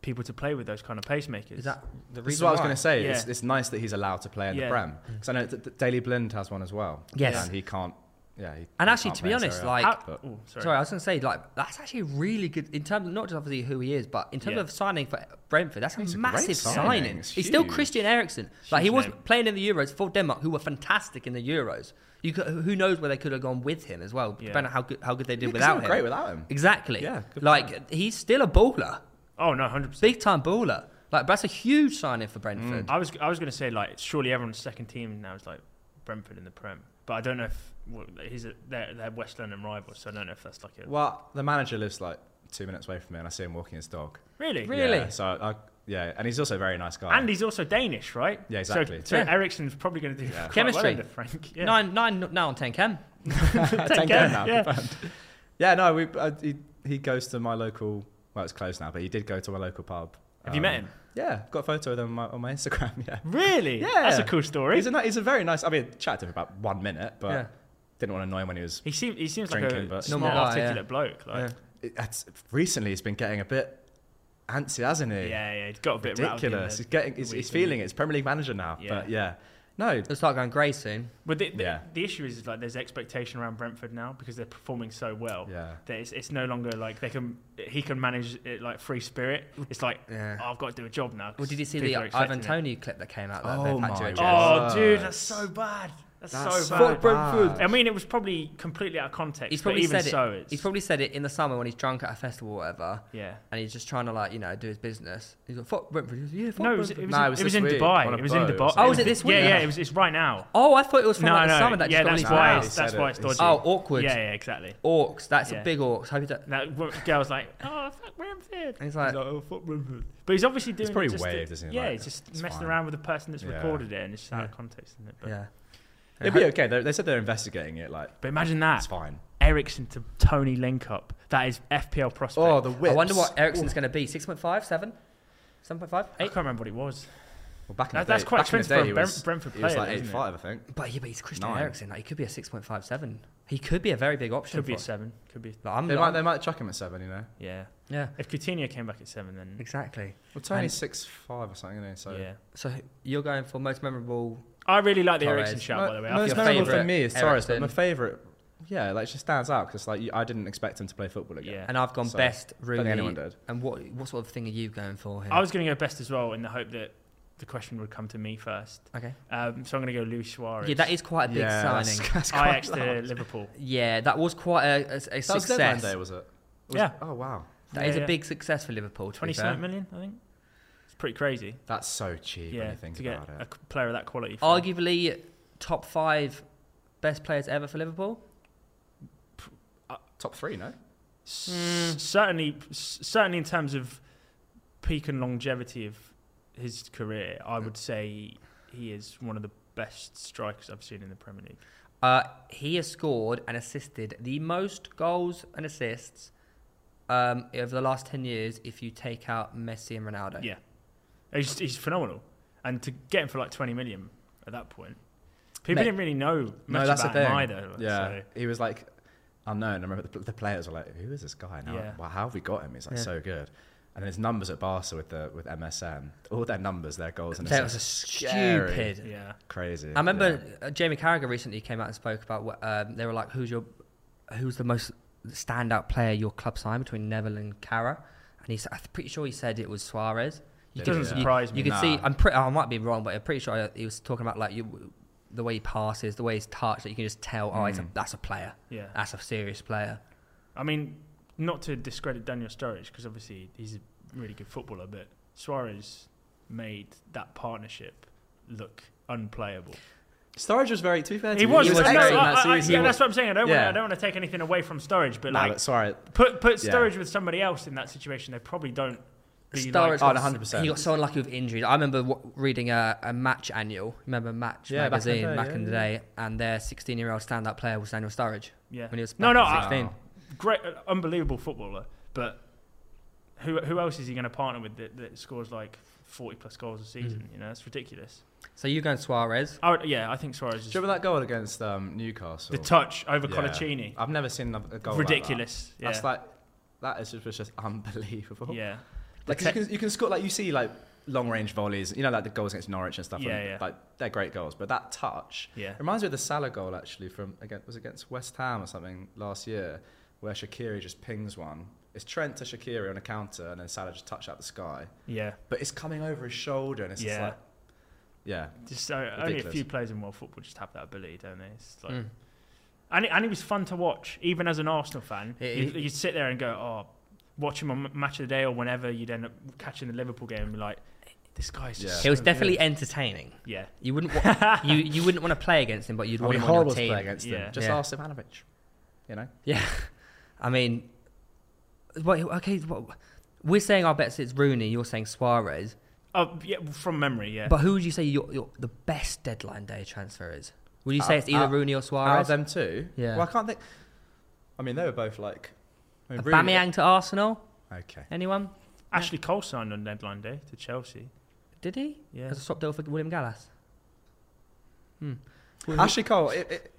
people to play with those kind of pacemakers. is that the reason? This is what I was why? going to say. It's, Yeah. it's nice that he's allowed to play in Yeah. the Prem because I know that that Daily Blind has one as well. Mm. Yes. and he can't. Yeah, he, And he actually, can't to be play in honest, Serie A. like How- but- oh, sorry. sorry. I was going to say like that's actually really good in terms of not just obviously who he is, but in terms Yeah. of signing for Brentford, that's a It's a great massive signing. signing. It's He's still huge. Christian Eriksen. Like he Huge was name. playing in the Euros for Denmark, who were fantastic in the Euros. You could, who knows where they could have gone with him as well, Yeah. depending on how good how good they did Yeah, 'cause they without were him. Great without him. Exactly. Yeah, good Like he's still a baller, Oh no, hundred percent. big time baller. Like that's a huge signing for Brentford. I was I was going to say like surely everyone's second team now is like Brentford in the Prem, but I don't know if well, he's a, they're, they're West London rivals, so I don't know if that's like a Well, the manager lives like two minutes away from me, and I see him walking his dog. really. Really? Yeah, so I, yeah, and he's also a very nice guy. And he's also Danish, right? Yeah, So- exactly. So, Yeah. Ericsson's probably going to do Yeah. quite Chemistry. Well under Frank. Yeah. Nine, nine, now on ten chem. Ten Ten K now. yeah. Yeah, no, we, uh, he, he goes to my local. Well, it's closed now, but he did go to my local pub. Have you Um, met him? Yeah, got a photo of him on my, on my Instagram. Yeah, Really? Yeah. That's a cool story. he's a ni- he's a very nice. I mean, chatted to him for about one minute, but Yeah. didn't want to annoy him when he was. He seems he seems Drinking, like a but- smart, Normal guy, yeah. articulate bloke. Like, It, that's, recently, he's been getting a bit antsy, hasn't yeah, he? yeah, he's got a bit rowdy in ridiculous. the- He's getting. He's, the he's week, isn't feeling it. He's Premier League manager now. Yeah. But yeah, no, It'll start going grey soon. But the, the, Yeah. the issue is like there's expectation around Brentford now because they're performing so well. yeah. That it's, it's no longer like they can he can manage it like free spirit. It's like Yeah. oh, I've got to do a job now. 'cause Well, did you see people are the expecting Ivan it. Tony clip that came out? That Oh they've had my to adjust? Oh, dude, that's Yes. so bad. That's, That's so so bad. Brentford. I mean, it was probably completely out of context. He's probably but even said it. so, it's He's probably said it in the summer when he's drunk at a festival or whatever, yeah. and he's just trying to like you know do his business. He's like fuck Brentford. He's like, yeah, fuck No, it was, Brentford. it was, Nah, in- it was it was this in week Dubai. on a It was in boat or Dubai. something. Oh, was it this week? Yeah, yeah. It was, it's right now. oh, I thought it was from No, like, the no. summer that yeah, just got that's released Nah, why. now. he It's, that's said why it. it's He dodgy. said Oh, awkward. yeah, yeah, exactly. Orcs. That's Yeah. a big orcs. Hope you don't. That wo- girl's like, oh, fuck Brentford. He's like- oh, fuck Brentford. But he's obviously doing probably it just to- waved, isn't he? Yeah, Like, he's just it's messing fine. around with the person that's Yeah. recorded it, and it's just out of Yeah. context, isn't it? But, Yeah. It'd be okay. They, they said they're investigating it. Like, but imagine it's that fine. Ericsson to Tony link up. That is FPL prospect. Oh, the whips. I wonder what Ericsson's going to be. 6.5, 7? 7.5? I can't remember what it was. Well, back in That, the day, that's quite back in the expensive for day, a he Brent, was, Brentford He player. was like isn't eight it? five, I think. But yeah, but he's Christian Nine. Eriksen. Like, he could be a 6.57. He could be a very big option. Could be a for us. seven. Could be. Like, I'm, They I'm, might, they might chuck him at seven, you know. Yeah. yeah, If Coutinho came back at seven, then exactly. Well, Tony's And- six five or something, isn't he? So yeah. So you're going for most memorable. I really like the Torres. Ericsson shout, by the way. I most most think- your memorable memorable favourite for me is Torres, but my Eriksen. favourite, yeah, like it just stands out because like you, I didn't expect him to play football again. yeah. And I've gone So, best, I don't think anyone Rooney. did. And what what sort of thing are you going for here? I was going to go best as well in the hope that the question would come to me first. okay. Um, so I'm going to go Luis Suarez. Yeah, that is quite a big yeah, signing. That's, that's quite Ajax to large. Liverpool. Yeah, that was quite a, a, a That was deadline success. day, was it? Was- Yeah. Oh wow, That is Yeah, a yeah. big success for Liverpool. To be fair. Twenty-seven million, I think. It's pretty crazy. that's so cheap when yeah, you think to get about a it. c- player of that quality. for- Arguably top five best players ever for Liverpool. Top three, no? S- Mm. certainly, s- certainly in terms of peak and longevity of his career, I would say he is one of the best strikers I've seen in the Premier League. Uh, he has scored and assisted the most goals and assists um, over the last 10 years if you take out Messi and Ronaldo. Yeah, he's, he's phenomenal, and to get him for like twenty million at that point, people Mate. didn't really know much no, that's about the thing. him either. yeah, so- he was like unknown. I remember the, the players were like, "Who is this guy now? Yeah. Wow, how have we got him? He's like Yeah. so good." And then his numbers at Barca with the with MSN, all their numbers, their goals, and That was assists, a scary. stupid. yeah. crazy. I remember yeah. uh, Jamie Carragher recently came out and spoke about what um, they were like, who's your, who's the most standout player your club signed between Neville and Cara? And he's, I'm pretty sure he said it was Suarez. You It could- doesn't you- surprise you me. could see, Nah. I'm pretty, I might be wrong, but I'm pretty sure he was talking about like you, the way he passes, the way he's touched, that you can just tell, oh, he's a, Mm. that's a player. Yeah. That's a serious player. I mean, not to discredit Daniel Sturridge because obviously he's a really good footballer, but Suarez made that partnership look unplayable. Sturridge was very. To be fair, to He you, was, he was no, excellent I- in I- I- series. yeah, that's what I'm saying. I don't want Yeah. want I don't want to take anything away from Sturridge, but Nah, like but sorry, put put yeah. Sturridge with somebody else in that situation, they probably don't be Sturridge like, Oh, got- 100%. He got so unlucky with injuries. I remember w- reading a, a match annual. Remember Match Yeah, back in the magazine day, back yeah, in the yeah. day, and their 16-year-old standout player was Daniel Sturridge yeah, when he was back No, no, in I- 16. great, uh, unbelievable footballer, but who who else is he going to partner with that, that scores like 40 plus goals a season? You know, it's ridiculous. So you going Suarez? I would, yeah, I think Suarez Do is you remember that goal against um, Newcastle? the touch over Yeah. Colaccini. I've never seen a a goal Like ridiculous. that. That's like that is just, was just unbelievable. yeah, yeah. Like 'cause you can you can score like you see like long range volleys. You know like the goals against Norwich and stuff. Yeah, and, yeah. Like they're great goals, but that touch yeah. it reminds me of the Salah goal actually from again was against West Ham or something last year where Shakiri just pings one. It's Trent to Shakiri on a counter and then Salah just touched out the sky, Yeah, but it's coming over his shoulder and it's just Yeah. like yeah. just uh, only a Ridiculous. Hmm. few players in world football just have that ability, don't they? It's like, Mm. and, it, and it was fun to watch, even as an Arsenal fan. It- you'd, it- you'd sit there and go, "Oh, watch him on M- match of the day or whenever." You'd end up catching the Liverpool game and be like, "This guy's just." Yeah. so It was good." definitely entertaining. yeah, You wouldn't wa- you you wouldn't want to play against him, but you'd I'd want be him on horrible your to team. play against Yeah. them. Just Yeah. ask Ivanovic, you know. Yeah, I mean, what, okay, what, we're saying our bets it's Rooney. You're saying Suarez, oh yeah, from memory, yeah. but who would you say your, your the best deadline day transfer is? Would you say Uh, it's either uh, Rooney or Out of Suarez? them two, Yeah. Well, I can't think. I mean, they were both like. I mean, really- Bamiyang to Arsenal. Okay. Anyone? Ashley Cole signed on deadline day to Chelsea. Did he? Yeah. As a swap deal for William Gallas. Hmm. Ashley Cole. It, it,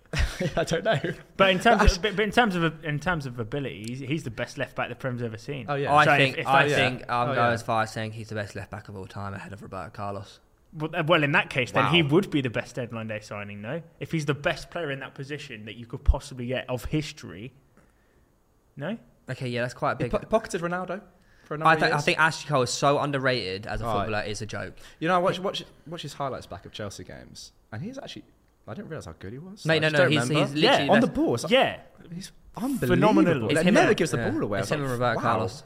I don't know. But in terms of but but in terms of in terms of ability, he's, he's the best left back the Prem's ever seen. Oh yeah. I So if- think if I that's- think I'm Oh, going yeah. as far as saying he's the best left back of all time ahead of Roberto Carlos. Well, uh, well, in that case, then he Wow. would be the best deadline day signing, though. If he's the best player in that position that you could possibly get of history, no. Okay, yeah, that's quite a big. He po- pocketed Ronaldo for a number I, of th- I years. think Ashley Cole is so underrated as a All right. footballer. It's a joke. You know, I watch, watch, watch his highlights back of Chelsea games, and he's actually. I didn't realize how good he was. No, I no, just no, don't he's- remember. he's literally Yeah, on the- the ball. It's like, Yeah, he's Phenomenal. unbelievable. It's He him never and- gives the yeah, ball away. I It's was him like, and Roberto wow. Carlos.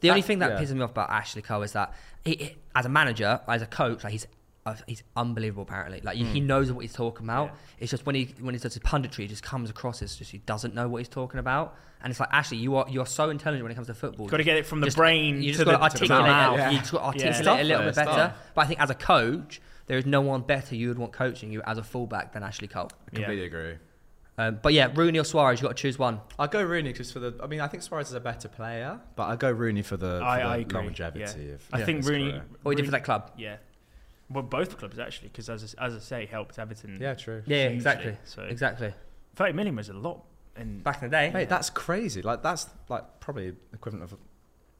The only That- thing that yeah. pisses me off about Ashley Cole is that he, he- as a manager, as a coach, like he's uh, he's unbelievable. Apparently, like he knows what he's talking about. Yeah. It's just when he when he does his punditry, he just comes across as just he doesn't know what he's talking about. And it's like Ashley, you are you're so intelligent when it comes to football. got to get it from the Just- brain you just to the, got to articulate to the mouth. it. Yeah. You just got to Yeah. It's articulate tough, it a little though, bit it's better. tough. But I think as a coach, there is no one better you would want coaching you as a fullback than Ashley Cole. Yeah. Completely agree. Um, but yeah, Rooney or Suarez, you have got to choose one. I'll go Rooney just for the. I mean, I think Suarez is a better player, but I'll go Rooney for the, for I- the I agree, longevity of. I of think his Rooney. career. What you did for Rooney- that club? Yeah, well, both clubs actually, because as I- as I say, helped Everton. Yeah, true. Yeah, hugely. exactly, So exactly. thirty million was a lot, and Back in the day, Mate, that's crazy. Like that's like probably equivalent of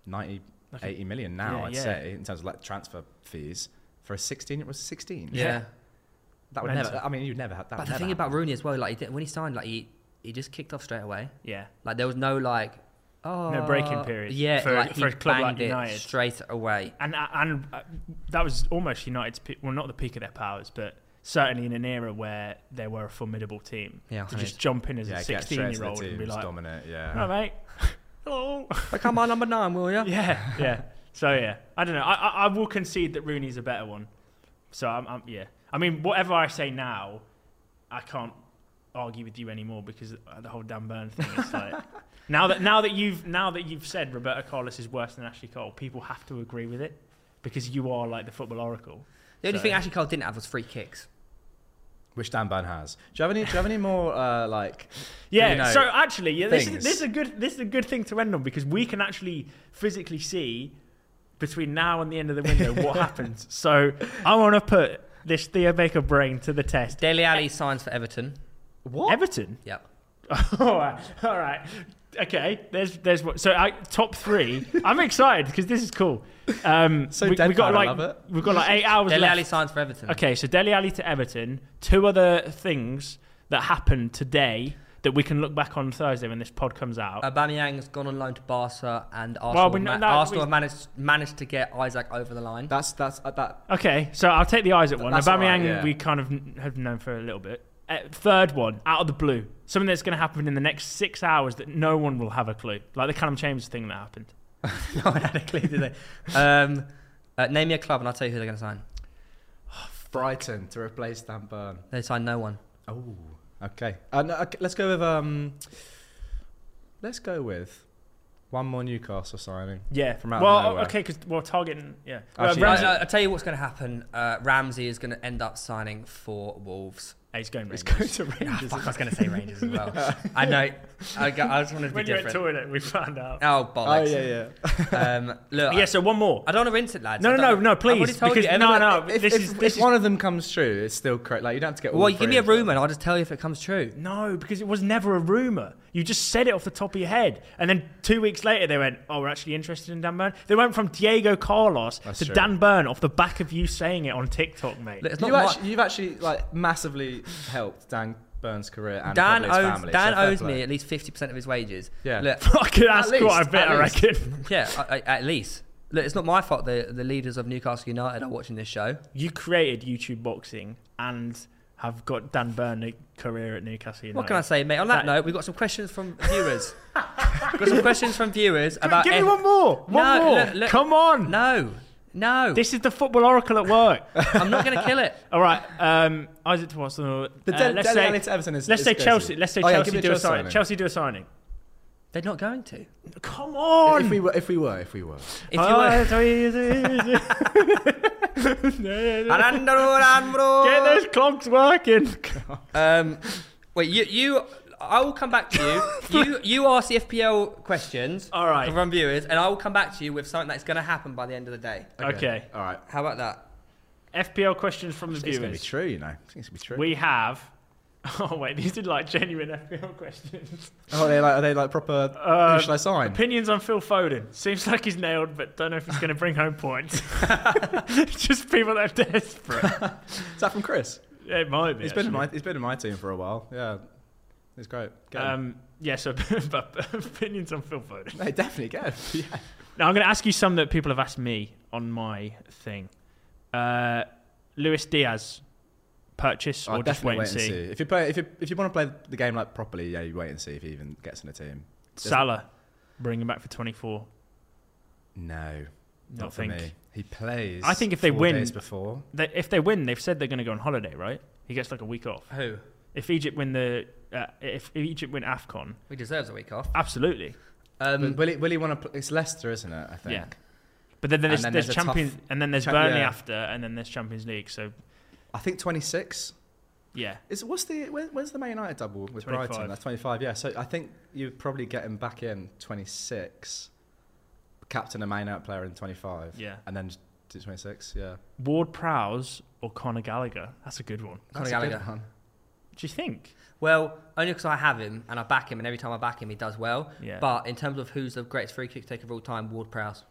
90, like a- 80 million now. Yeah, I'd yeah. say in terms of like transfer fees for a sixteen. It was sixteen. yeah. Yeah. That would Mental. never. I mean, you'd never have that. But would the never thing about happen. Rooney as well, like he did, when he signed, like he he just kicked off straight away. yeah, Like there was no like oh No break-in period Yeah, for- like, for he a club like banged it United. straight away. and and uh, that was almost United's pe- well, not the peak of their powers, but certainly in an era where they were a formidable team. Yeah, To just jump in as yeah, a get straight into the sixteen-year-old and be team, like, dominate. Yeah. "Hello, mate. Hello." come on, number nine, will you? yeah, yeah. So yeah, I don't know. I, I, I will concede that Rooney's a better one. So I'm, I'm yeah. I mean, whatever I say now, I can't argue with you anymore because uh, the whole Dan Burn thing is like now that now that you've now that you've said Roberto Carlos is worse than Ashley Cole, people have to agree with it because you are like the football oracle. The only So- thing Ashley Cole didn't have was free kicks. Which Dan Burn has. Do you have any? Do you have any more uh, like? Yeah. you know, so actually, yeah, this is, things. this is a good this is a good thing to end on because we can actually physically see between now and the end of the window what happens. So I want to put this Theo Baker brain to the test. Dele Alli signs for Everton. what? Everton. Yep. all right. All right. Okay. There's there's what. So I, top three. I'm excited because this is cool. Um, So we, we got deadpan, I like love it. we've got like eight hours Dele left. Alli signs for Everton. Okay, so Deli Ali to Everton. Two other things that happened today that we can look back on Thursday when this pod comes out. Aubameyang has gone on loan to Barca, and Arsenal, we know- ma- no, Arsenal we- have managed managed to get Isaac over the line. That's that's uh, that. okay, so I'll take the eyes at one. That's Aubameyang, all right, yeah. we kind of n- have known for a little bit. Uh, third one, out of the blue, something that's going to happen in the next six hours that no one will have a clue, like the Callum Chambers thing that happened. no, I had a clue, did they? Um, uh, name me a club, and I'll tell you who they're going to sign. Brighton to replace Dan Burn. They signed no one. Oh, okay. Uh, no, okay. Let's go with um. Let's go with one more Newcastle signing. Yeah, From out of well, nowhere. okay, because well, targeting, yeah, Actually, well, I, Ramsey- I, I'll tell you what's going to happen. Uh, Ramsey is going to end up signing for Wolves. Hey, he's going. It's Rangers. going to Ah, Rangers. fuck, I was going to say Rangers as well. I know. I, go- I just wanted to be When you're at different. toilet, we found out. Oh, oh bollocks. yeah, yeah. Um, look, yeah, so one more. I, I don't want to rinse it, lads. No, I no, no, don't- no, I've already please, told because you no, everything. no, If, this if- is if this is one of them comes true, it's still correct. Like you don't have to get. All Well, you give me a three of rumour, them. and I'll just tell you if it comes true. No, because it was never a rumor. You just said it off the top of your head, and then two weeks later they went, "Oh, we're actually interested in Dan Burn." They went from Diego Carlos That's to true. Dan Burn off the back of you saying it on TikTok, mate. Look, it's not you my- actually, you've actually like massively helped Dan Burns' career and Dan probably his owes, family, Dan so fair owes play. me at least 50% of his wages. Yeah. Look, Fucking, that's least, quite a bit, at I least. reckon. yeah, I, I, at least. Look, it's not my fault the, the leaders of Newcastle United are watching this show. You created YouTube boxing and have got Dan Burn a career at Newcastle United. What can I say, mate? On that, That- note, we've got some questions from viewers. we've got some questions from viewers Give- about. Give me F- one more. One No, more. look, look. Come on. No, no. This is the football oracle at work. I'm not going to kill it. All right, um, Isaac to Arsenal. The Uh, Dele- let's Dele say, Alli to Everton is. let's is say crazy. Chelsea. Let's say Oh, yeah, Chelsea give me do a Chelsea signing. signing. Chelsea do a signing. They're not going to. If Come on. Ah, If we were, if we were, if we were. you were. oh, were. Get Get those clogs working. Um, wait, you you I will come back to you. you you ask the FPL questions All right. from viewers, and I will come back to you with something that's going to happen by the end of the day. Okay. All right. How about that? FPL questions from the It's going to be viewers. true, you know. I think it's going to be true. We have. Oh wait, these are like genuine FPL questions. oh, are they like, are they like proper. Uh, who shall I sign? Opinions on Phil Foden. Seems like he's nailed, but don't know if he's going to bring home points. Just people that are desperate. Is that from Chris? It might be. He's been in actually. my he's been in my team for a while. Yeah, it's great. Get him. Um, yeah, so but opinions on Phil Foden. no, definitely go. Yeah. Now I'm going to ask you some that people have asked me on my thing. Uh, Luis Diaz purchase or I'd just wait definitely and see. If you play, if you if you want to play the game like properly, yeah, you wait and see if he even gets in a team. Salah, bring him back for 24. No, Not not for think. me. He plays. I think if they four win- days before, They, if they win, they've said they're going to go on holiday, right? He gets like a week off. Who? If Egypt win the, uh, if Egypt win Afcon, He deserves a week off. absolutely. Um, will he, will he want to? Pl- it's Leicester, isn't it? I think. Yeah. But then, then And there's, then there's, there's a Champions, and then there's Cha- Burnley yeah. after, and then there's Champions League. So I think twenty six. yeah, Is what's the when, when's the Man United double with 25. Brighton? That's twenty five. Yeah, so I think you probably get him back in twenty six, captain a Man United player in twenty five, yeah. and then do twenty six. Yeah, Ward Prowse or Conor Gallagher? That's a good one. Conor That's a good Gallagher. one. Do you think? well, only because I have him and I back him, and every time I back him, he does well. Yeah. But in terms of who's the greatest free kick taker of all time, Ward Prowse.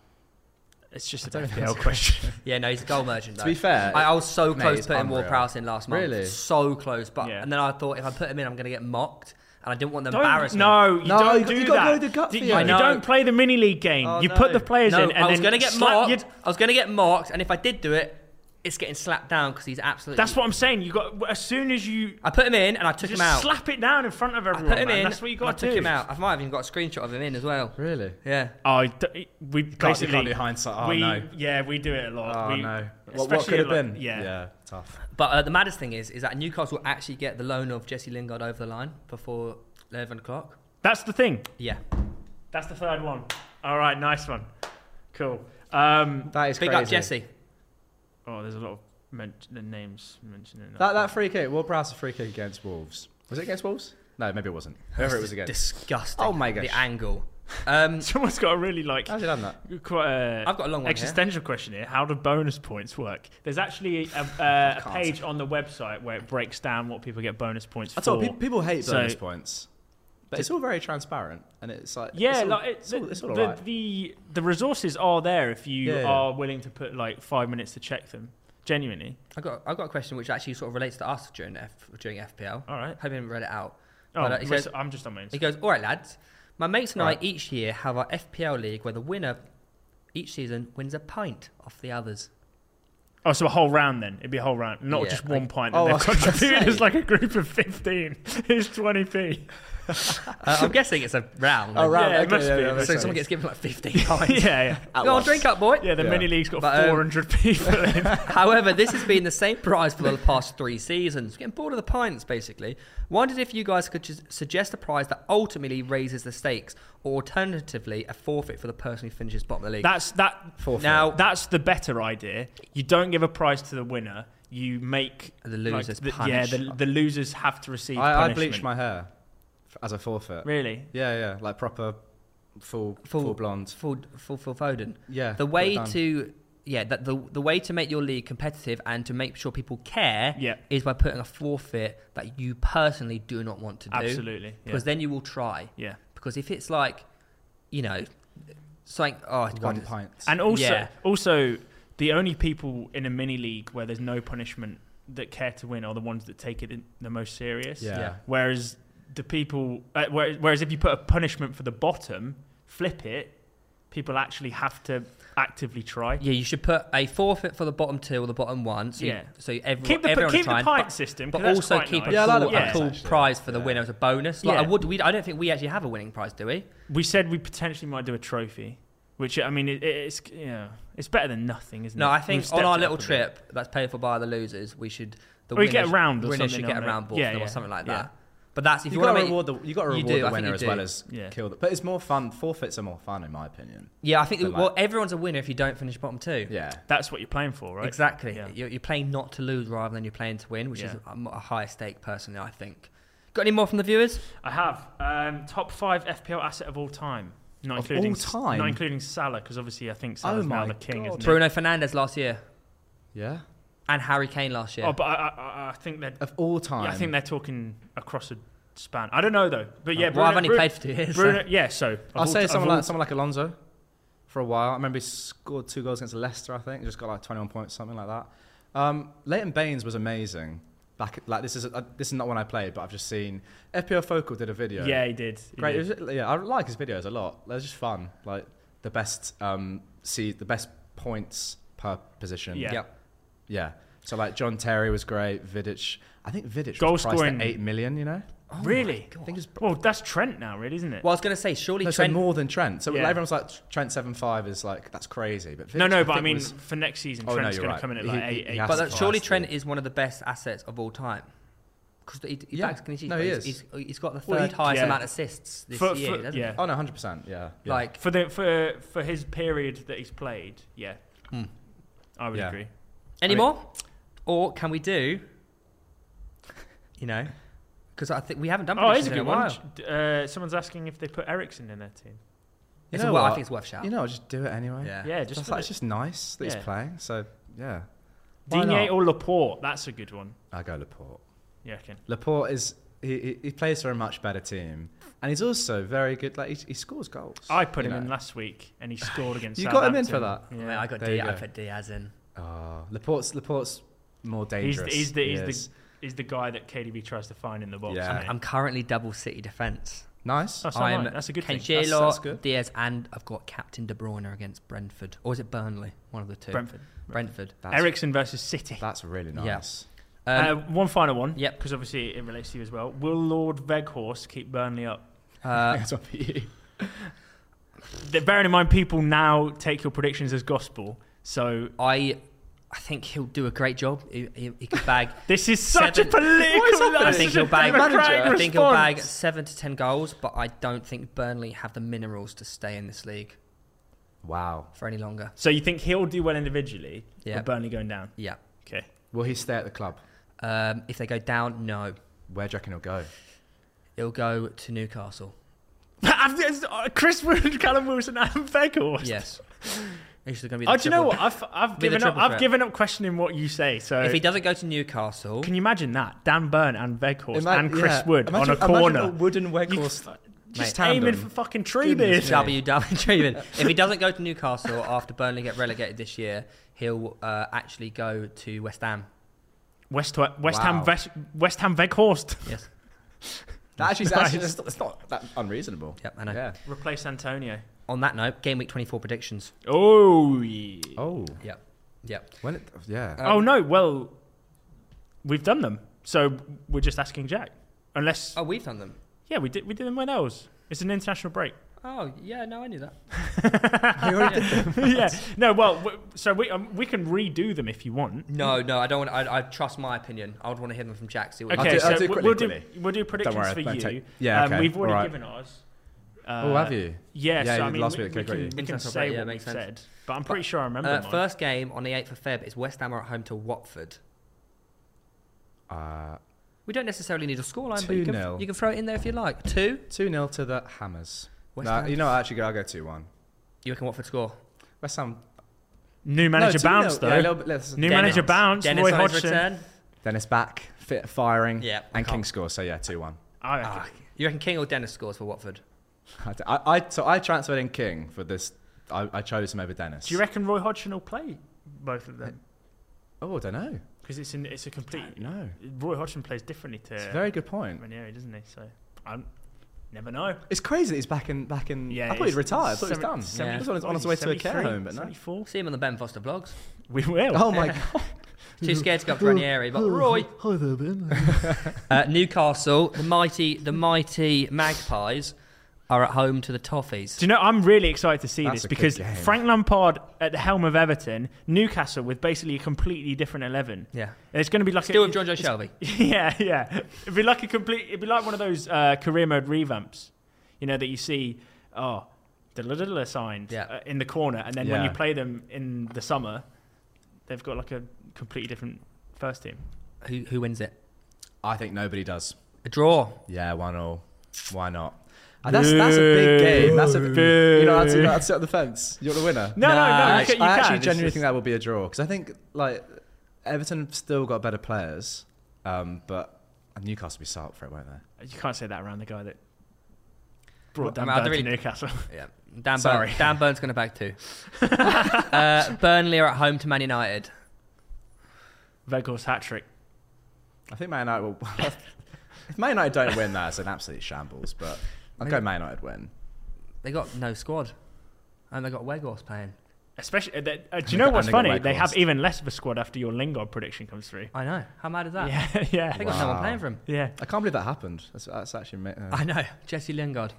it's just I an don't think FPL that's- question. Yeah, no, he's a goal merchant. To Though. be fair, I, I was so Mate, close it's to putting Ward unreal. Prowse in last month. Really? So close. But Yeah. and then I thought if I put him in, I'm going to get mocked, and I didn't want the don't, embarrassment. no, you No, don't you got- do you that. got loads of gut Do- you, feeling. you I know. don't play the mini league game. Oh, you put no. the players No, in, and I was then going to get slap your- mocked. I was going to get mocked, and if I did do it, it's getting slapped down because he's absolutely. That's what I'm saying. You got as soon as you I put him in, and I took just him out. slap it down in front of I everyone. put him man. in. That's what you and I got to took do. him out. I might have even got a screenshot of him in as well. really. Yeah. Oh, I d- we Can't, you basically can't do hindsight. Oh we no. yeah we do it a lot. Oh we, no. What- What, what especially could've could have at, like, been? been? yeah. tough. But uh, the maddest thing is, is that Newcastle actually get the loan of Jesse Lingard over the line before eleven o'clock. That's the thing. Yeah. That's the third one. All right, nice one. Cool. Um, That is Big crazy. up Jesse. oh, there's a lot of men- the names mentioned in that. That that free kick. Will Prowse a free kick against Wolves? Was it against Wolves? No, maybe it wasn't. Whoever it was against. Disgusting. Oh my gosh. The angle. Um, Someone's got a really like How's it done that? quite a I've got a long one here. existential question here. How do bonus points work? There's actually a, uh, a Can't. page on the website where it breaks down what people get bonus points I for. told people, people hate So- bonus points, but it's all very transparent and it's like yeah, it's all, like it, it's all, the, it's all the, right. the the resources are there if you Yeah, yeah. are willing to put like five minutes to check them. Genuinely, I got I got a question which actually sort of relates to us during F, during FPL. all right. I haven't read it out. Oh, uh, Well, he says- I'm just on my. Instagram. He goes, "All right, lads, my mates and Right. I each year have our FPL league where the winner each season wins a pint off the others. Oh, so a whole round then? It'd be a whole round, not Yeah, just I- one pint. That Oh, I they've was gonna contributed say. as like a group of fifteen. It's twenty p. Uh, I'm guessing it's a round. Oh, round. Yeah, it okay, must yeah, be, yeah, it So must makes someone sense. gets given like 15 yeah, pints. yeah, At Go on, once. drink up, boy. yeah. The Yeah. mini league's got But, um, four hundred people in. However, this has been the same prize for the past three seasons. Getting bored of the pints, basically. Wondered if you guys could just suggest a prize that ultimately raises the stakes, or alternatively, a forfeit for the person who finishes bottom of the league. That's that. Forfeit. Now- that's the better idea. You don't give a prize to the winner. You make The losers Like, the, yeah, punish. the, the losers have to receive. I, I punishment. bleached my hair f- as a forfeit. Really? Yeah, yeah, like proper full Full- full, blonde. full, full, full Foden. Yeah. The got it way done. to yeah, that the the way to make your league competitive and to make sure people care Yeah. is by putting a forfeit that you personally do not want to do. Absolutely. Yeah. Because then you will try. yeah. Because if it's like, you know, something oh God, one it's- pint. And also, Yeah. also the only people in a mini league where there's no punishment that care to win are the ones that take it in the most serious. yeah. yeah. Whereas the people, uh, whereas, whereas if you put a punishment for the bottom, flip it, people actually have to actively try. Yeah, you should put a forfeit for the bottom two or the bottom one. So Yeah. You, so everyone, Keep the, everyone keep the trying, pint system, but, 'cause but that's also quite keep nice. a Yeah, I cool, like the a pint, cool actually. prize for the Yeah. winner as a bonus. Like, I Yeah. would. We, I don't think we actually have a winning prize, do we? We said we potentially might do a trophy, which I mean, it, it's you know, it's better than nothing, isn't it? No, I We've think stepped on our it little up a bit. trip that's paid for by the losers, we should. The Or Oh, you get a winners- round or the winners something should get on a it. round ball Yeah, for them yeah, or something like yeah. that. But that's if you, You've got want to to make. reward the you got to you reward do, I the think winner you as do. well as Yeah. kill. The, but it's more fun. Forfeits are more fun, in my opinion. Yeah, I think. But like- well, everyone's a winner if you don't finish bottom two. Yeah. That's what you're playing for, right? Exactly. Yeah. You're, you're playing not to lose rather than you're playing to win, which is Yeah. a, a higher stake personally, I think. Got any more from the viewers? I have um, top five FPL asset of all time, not Of including all time? Oh not including Salah, because obviously I think Salah's now my the king, God. isn't Bruno Fernandez last year Yeah. and Harry Kane last he? year. Oh, but I, I, I- I think they're Of all time. yeah, I think they're talking across a span. I don't know though, Oh, but yeah, well, Bruno, I've only Bruno, played for two years. so- Bruno, yeah, so of I'll all say ti- someone of all- like someone like Alonso for a while. I remember he scored two goals against Leicester, I think. He just got like 21 points, something like that. Um, Leighton Baines was amazing. Back at- like this is uh, this is not one I played, but I've just seen FPL Focal did a video. yeah, he did. He great. did. It was- yeah, I like his videos a lot. They're just fun. Like the best um, see the best points per position. Yeah. Yep. yeah. So like John Terry was great. Vidic, I think Vidic Goal was priced scoring- at eight million. You know, Oh my Really? God. I think it's Well, that's Trent now, really, isn't it? Well, I was going to say, surely no, so Trent. more than Trent. So Yeah. like, everyone's like Trent seven five is like that's crazy. But Vidic, no, no, but I think mean was- for next season, Oh, no, Trent's you're going to right. come in at He- like he- eight, he eight. has but to that, surely class Trent the- is one of the best assets of all time. Because he, he Yeah. backs clean sheets, No, but he he's, is. he's- he's got the third Well, he- highest yeah. amount of assists this For- year, for- doesn't yeah. oh no, hundred percent. Yeah, he? yeah. Like, for the for for his period that he's played. Yeah, Hmm. I would Yeah. agree. any I mean- more? Or can we do, you know, because I think we haven't done Oh, it's predictions a in a good while. one. Uh, someone's asking if they put Ericsson in their team. You It's a- know well, I what? think it's worth shout. you know, just do it anyway. yeah. Yeah, just just like, it's just nice that Yeah. he's playing. So yeah, why Digne not? or Laporte. That's a good one. I go Laporte. You reckon? Laporte is he, he, he plays for a much better team, and he's also very good. Like he, he scores goals. I put you him know. in last week, and he scored against. You got him in Southampton. I, mean, Yeah, I got There you Diaz, I go. put Diaz in. Oh, Laporte's Laporte's more dangerous. he's the- He he's the- is. is the guy that KDB tries to find in the box. Yeah. isn't I'm, he? I'm currently double City defence. nice. that's, not I'm right. that's a good thing. That's- that's Cancelo, good. Diaz, and I've got Captain De Bruyne against Brentford. Or is it Burnley? One of the two. Brentford. Brentford. That's, Ericsson versus City. that's really Yeah. nice. Um, uh, one final one. yep. Because obviously it relates to you as well. Will Lord Veghorst keep Burnley up? uh, That's what he- Th- Bearing in mind, people now take your predictions as gospel. So I I think he'll do a great job. He, he, he could bag. this is such a Seven- political. I that's think such a he'll bag. democratic I think he'll bag response. seven to ten goals, but I don't think Burnley have the minerals to stay in this league wow. for any longer. So you think he'll do well individually? Yeah. But Burnley going down. Yeah. Okay. Will he stay at the club? Um, if they go down, no. Where do you reckon he'll go? It'll go to Newcastle. uh, Chris Wood, Callum Wilson, and Veghorst. Yes. He's going to be. The Oh, do you know triple- what? I've, I've Be the given up. triple I've threat. given up questioning what you say. So If he doesn't go to Newcastle, Can you imagine that? Dan Burn and Veghorst Ima- and Chris yeah, Wood imagine- on a corner. Imagine a wooden You- Weghorst. just Mate. aiming tandem. for fucking tree Goodness beers. W me. W Dreamin. If he doesn't go to Newcastle after Burnley get relegated this year, he'll uh, actually go to West Ham. West, West Wow. Ham West, West Ham Veghorst. Yes. That actually, Nice. actually it's, not, it's not that unreasonable. Yep, I know. Yeah. Replace Antonio. On that note, game week 24 predictions. Oh yeah. Uh, Oh, Oh, Yep. Yep. when it, yeah. Um, no, well we've done them. So we're just asking Jack. Unless Oh, we've done them. Yeah, we did we did them when else. It's an international break. Oh, yeah, no, I knew that. yeah. No, well, w- so we um, we can redo them if you want. No, no, I don't want I, I trust my opinion. I would want to hear them from Jack. See what he Okay, do- so I'll do we'll- it quickly, we'll do quickly. we'll do predictions worry, for I you. won't take- Yeah, okay, um, we've already alright. given ours. oh, Uh, have you? Yeah, Yeah, so you I did mean, last we, week, we okay, can, great. we can International say break, yeah, what we makes sense. said, but I'm But, pretty sure I remember uh, mine. First game on the 8th of Feb is West Ham are at home to Watford. Uh, We don't necessarily need a scoreline, but you can, 2-0. you can throw it in there if you like. Two. two 0 to the Hammers. West Nah, Ham. you know, I actually go. I will go two one. You reckon Watford score? West Ham. New manager no, 2-0. bounce Yeah, a though. little bit less. New manager bounce. Dennis Roy on his Hodgson. return. Dennis back, fit, firing, Yeah, I Mm. and King can't. scores. So yeah, two one. I reckon. Ah, you reckon King or Dennis scores for Watford? I, I so I transferred in King for this. I, I chose him over Dennis. Do you reckon Roy Hodgson will play both of them? Oh, I don't know. Because it's an, it's a complete. No, Roy Hodgson plays differently to it's a very good point. Ranieri, doesn't he? So I never know. It's crazy that he's back in. Back in. Yeah, I thought he'd it's- retired. I thought he was seven- done. seven- Yeah. He was on his, on his way to a care home, but no. 74? See him on the Ben Foster vlogs. We will. Oh my god. Too scared to go up to Ranieri, but Roy. Hi there, Ben. Uh, Newcastle, the mighty, the mighty Magpies are at home to the Toffees. Do you know? I'm really excited to see That's this a good because game. Frank Lampard at the helm of Everton, Newcastle with basically a completely different eleven. Yeah, And It's going to be like still a, with John Joe Shelby. Yeah, yeah. It'd be like a complete. It'd be like one of those uh, career mode revamps, you know, that you see. Oh, the little signed Yeah. uh, in the corner, and then when you Yeah. play them in the summer, they've got like a completely different first team. Who who wins it? I think nobody does. A draw. Yeah, one all. Why not? Uh, that's that's a big game. That's a Boo. you know that's, that's at the fence. You're the winner. No, no, no, Nah, you I, ca- you I can. actually It's genuinely just- think that will be a draw because I think like Everton have still got better players, um, but Newcastle will be salt for it, won't they? You can't say that around the guy that brought Well, down I mean, I don't to really- Newcastle. Yeah. Dan, Burn, Sorry. Dan Burn's going to bag two. uh, Burnley are at home to Man United. Veghorst hat trick. I think Man United will. if Man United don't win, that's an absolute shambles. But I'll go Man United win. They got no squad. And they got Weghorst playing. Especially, uh, they- uh, do you And know they- what's and they got funny? They have Weghorst. even less of a squad after your Lingard prediction comes through. I know. How mad is that? Yeah, They yeah, got someone Wow. playing for him. yeah. I can't believe that happened. That's, that's actually. ma- Uh, I know. Jesse Lingard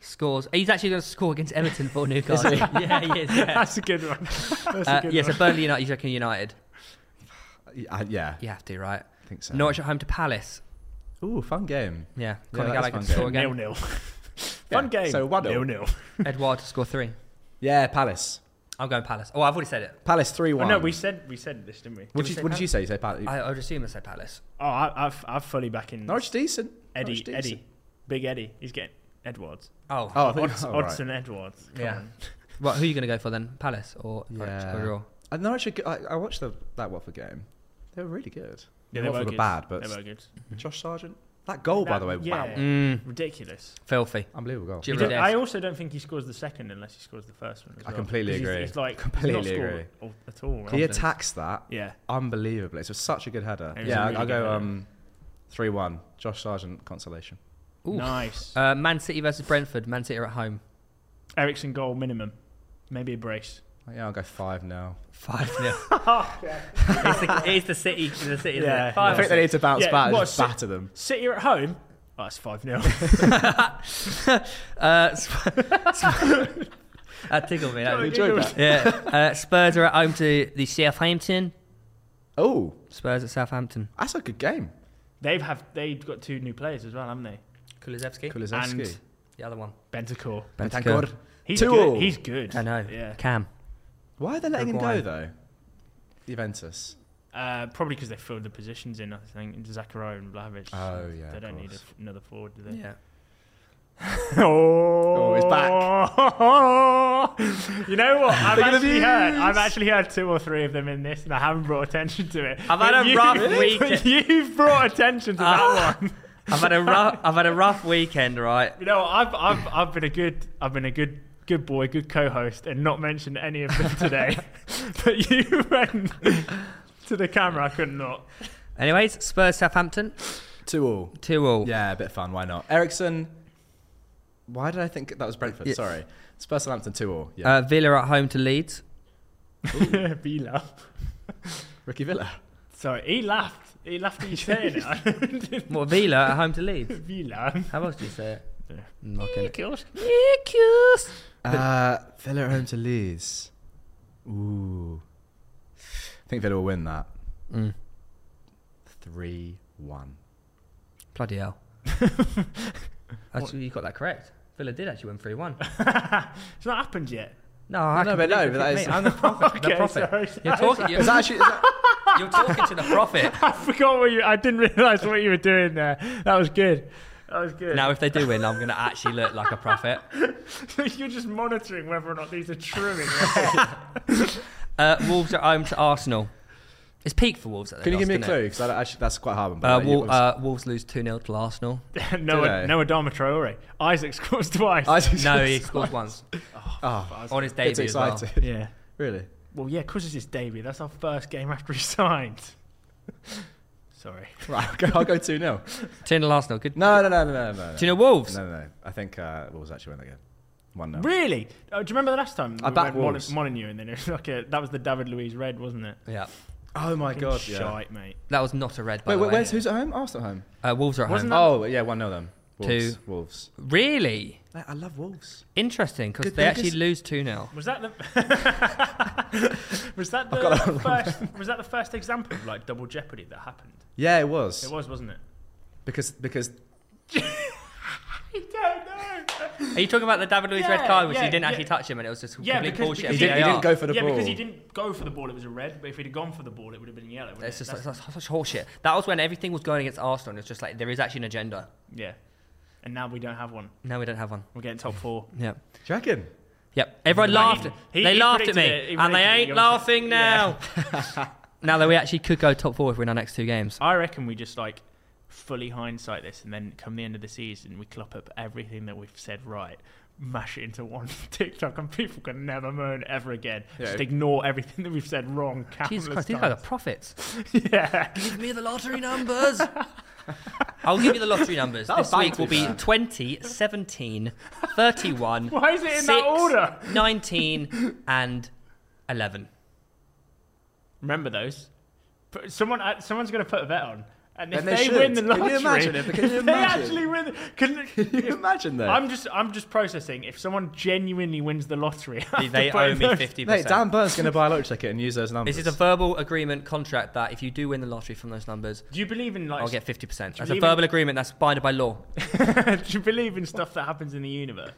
scores. He's actually going to score against Everton for Newcastle. Is yeah, he is. Yeah. That's a good one. That's Uh, a good yeah, so one. Burnley United, you reckon United? I- yeah, You have to, right? I think so. Norwich at home to Palace. Ooh, fun game. Yeah, Yeah, Conor that's Gallagher fun to score Nil again. nil. Fun Yeah, game. so one nil. nil nil. Edouard to score three. Yeah, Palace. I'm going Palace. Oh, I've already said it. Palace three Oh, one. no, we said we said this, didn't we? What Did we did say you, what did you say? You say Palace. I, I would assume I said Palace. Oh, I, I've I've fully back in Norwich decent. Eddie Norwich decent. Eddie, big Eddie. He's getting Edwards. Oh, Oh, I thought, Odds, oh, right. Odds and Edwards. Come Yeah. on. Right, who are you going to go for then? Palace or Yeah. or draw? And Uh, Norwich, are good- I, I watched the, that Watford game. They were really good. Yeah, they Watford were were good. bad, but they were good. Josh Sargent. That goal, by That- the way, yeah. wow. Mm, Ridiculous. filthy. Unbelievable goal. Giro You don't- Dest. I also don't think he scores the second unless he scores the first one. As I well. completely 'Cause he's- agree. He's like he's Completely not scored agree. al- At all. He Right? Confidence. attacks that Yeah. unbelievably. It was such a good header. It was Yeah, a I- really I'll good go header. um, 3 1. Josh Sargent, consolation. Ooh. Nice. Uh, Man City versus Brentford. Man City are at home. Ericsson goal minimum, maybe a brace. Yeah, I'll go 5 now. Five 0 it's, the, it's the city. The city. Yeah. Yeah. I Five I think think they need to bounce Yeah, back back and and what, just si- batter them. City are at home. Oh, that's five 0 Uh, Sp- Sp- that tickled me. That Sorry. was- enjoyed enjoyed that. that. yeah. Uh, Spurs are at home to the Southampton. Oh, Spurs at Southampton. that's a good game. They've have they've got two new players as well, haven't they? Kulusevski. Kulusevski. The other one. Bentacore. Bentancur. He's Two good. all. He's good. I know. Yeah. Cam. Why are they letting him Uruguay. go, though? Juventus. Uh, probably because they filled the positions in. I think Zachariah and Blavic. Oh, yeah, They of don't need a course. f another forward, do they? Yeah. oh, he's back. you know what? I've Look at the actually heard. views. I've actually heard two or three of them in this, and I haven't brought attention to it. I've had But a you- rough but weekend. You've brought attention to Ah. that one. I've had a rough. I've had a rough weekend, right? You know, I've I've I've been a good I've been a good good boy, good co-host, and not mentioned any of them today. but you went to the camera. I could not. Anyways, Spurs Southampton Two all. two all. Yeah, a bit of fun. Why not? Ericsson. Why did I think that was Brentford? Yeah. Sorry. Spurs Southampton 2 all. Yeah. Uh, Villa at home to Leeds. he laughed. Ricky Villa. Sorry, he laughed. He laughed at you saying it. What Villa at home to Leeds? Villa. How else do you say it? Yeah. I'm not gonna- Uh, Villa at home to Leeds. Ooh. I think Villa will win that. Mm. 3 1. Bloody hell! actually, you got that correct. Villa did actually win three one. it's not happened yet. No, I No, can but no, predict it, but that mate. is- I'm the prophet. the Okay, prophet. sorry, you're sorry, talking. You're, Is that actually. Is that, you're talking to the prophet. I forgot what you. I didn't realise what you were doing there. That was good. That was good. Now, if they do win, I'm going to actually look like a prophet. You're just monitoring whether or not these are true. in Uh, Wolves at home to Arsenal. It's peak for Wolves. That they can you give me a lost, isn't clue? Because actually, that's quite a hard. One, it? but Uh, like, you Wol- obviously- uh, Wolves lose two 0 to Arsenal. Noah, they? Noah Dharma Traore. Isaac scores twice. Isaac's uh, No, just- he scored once Oh, on his gets debut as well. excited. Yeah. Really? Well, yeah, because it's his debut. That's our first game after he signed. Sorry. Right, I'll go, I'll go 2 0. Two 0 Arsenal. Good. No, no, no, no, no, no. Do you know Wolves? No, no, no. I think uh, Wolves actually win that game. 1 0. Really? Oh, do you remember the last time? I we backed went Molin- Wolves. Molyneux and then it was like a, that was the David Luiz red, wasn't it? Yeah, Oh, my Fucking God. Yeah. shite, mate. that was not a red. By Wait, the wait way. where's, who's at home? Arsenal at home. Uh, Wolves are at Wasn't home. Oh, yeah, 1 0 then. Wolves. Two. Wolves. Really I love Wolves. interesting because Good they thing actually is- lose two 0 Was that the Was that the got that wrong. first was that the first example of like double jeopardy that happened? Yeah, it was. It was, wasn't it? Because because you don't know. Are you talking about the David Luiz Yeah, red card, which yeah, he didn't yeah. actually touch him, and it was just Yeah, complete because- bullshit? because He, of he didn't, he VAR? didn't go for the yeah, ball. because he didn't go for the ball, it was a red. But if he'd have gone for the ball, it would have been yellow. wouldn't It's it? just That's- such, such horseshit. That was when everything was going against Arsenal. And it's just like there is actually an agenda. yeah. And now we don't have one. No, we don't have one. We're getting top four. Yeah. Do you reckon? Yep. Everyone laughed. He- they he laughed at me, predicted it. He and they predicted it. ain't He laughing obviously- now. now that we actually could go top four if we win our next two games. I reckon we just like fully hindsight this, and then come the end of the season, we clop up everything that we've said right, mash it into one TikTok, and people can never moan ever again. Yeah. Just ignore everything that we've said wrong. Countless Jesus Christ, these guys are times. prophets. yeah, give me the lottery numbers. I'll give you the lottery numbers. That was this week bad, will to be be fair. 20, 17, 31, why is it in Six. that order? 19, and 11. Remember those? Put- Someone, uh, someone's going to put a bet on, and if Then they they, should. win the Can lottery, you imagine it? Can you if they imagine? actually win. Can, Can you if, imagine that? I'm just, I'm just processing. If someone genuinely wins the lottery, I have They to put owe me those- 50%. Mate, Dan Burns going to buy a lottery ticket and use those numbers. This is a verbal agreement contract that if you do win the lottery from those numbers, Do you believe in like I'll get 50%. That's a believe verbal agreement that's binded by law. Do you believe in stuff that happens in the universe,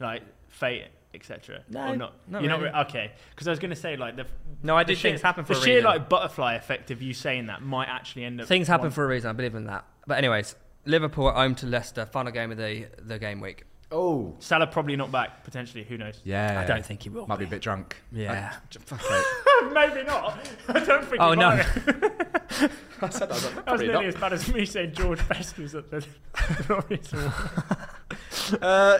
like fate, etc.? No, or not? not You're really. not re- okay. Because I was going to say like the No, I the do sheer- things happen for the a sheer reason. like butterfly effect of you saying that might actually end up Things happen one- for a reason. I believe in that. But, anyways, Liverpool at home to Leicester, final game of the, the game week. oh. Salah probably not back potentially. Who knows? Yeah. I don't think he will. Might be a bit drunk. Yeah. I, j- fuck it. Maybe not. I don't think. Oh, he no. might. I said That that. I was like, was probably nearly not. as bad as me saying George Best was at the. Glorious Award. Uh,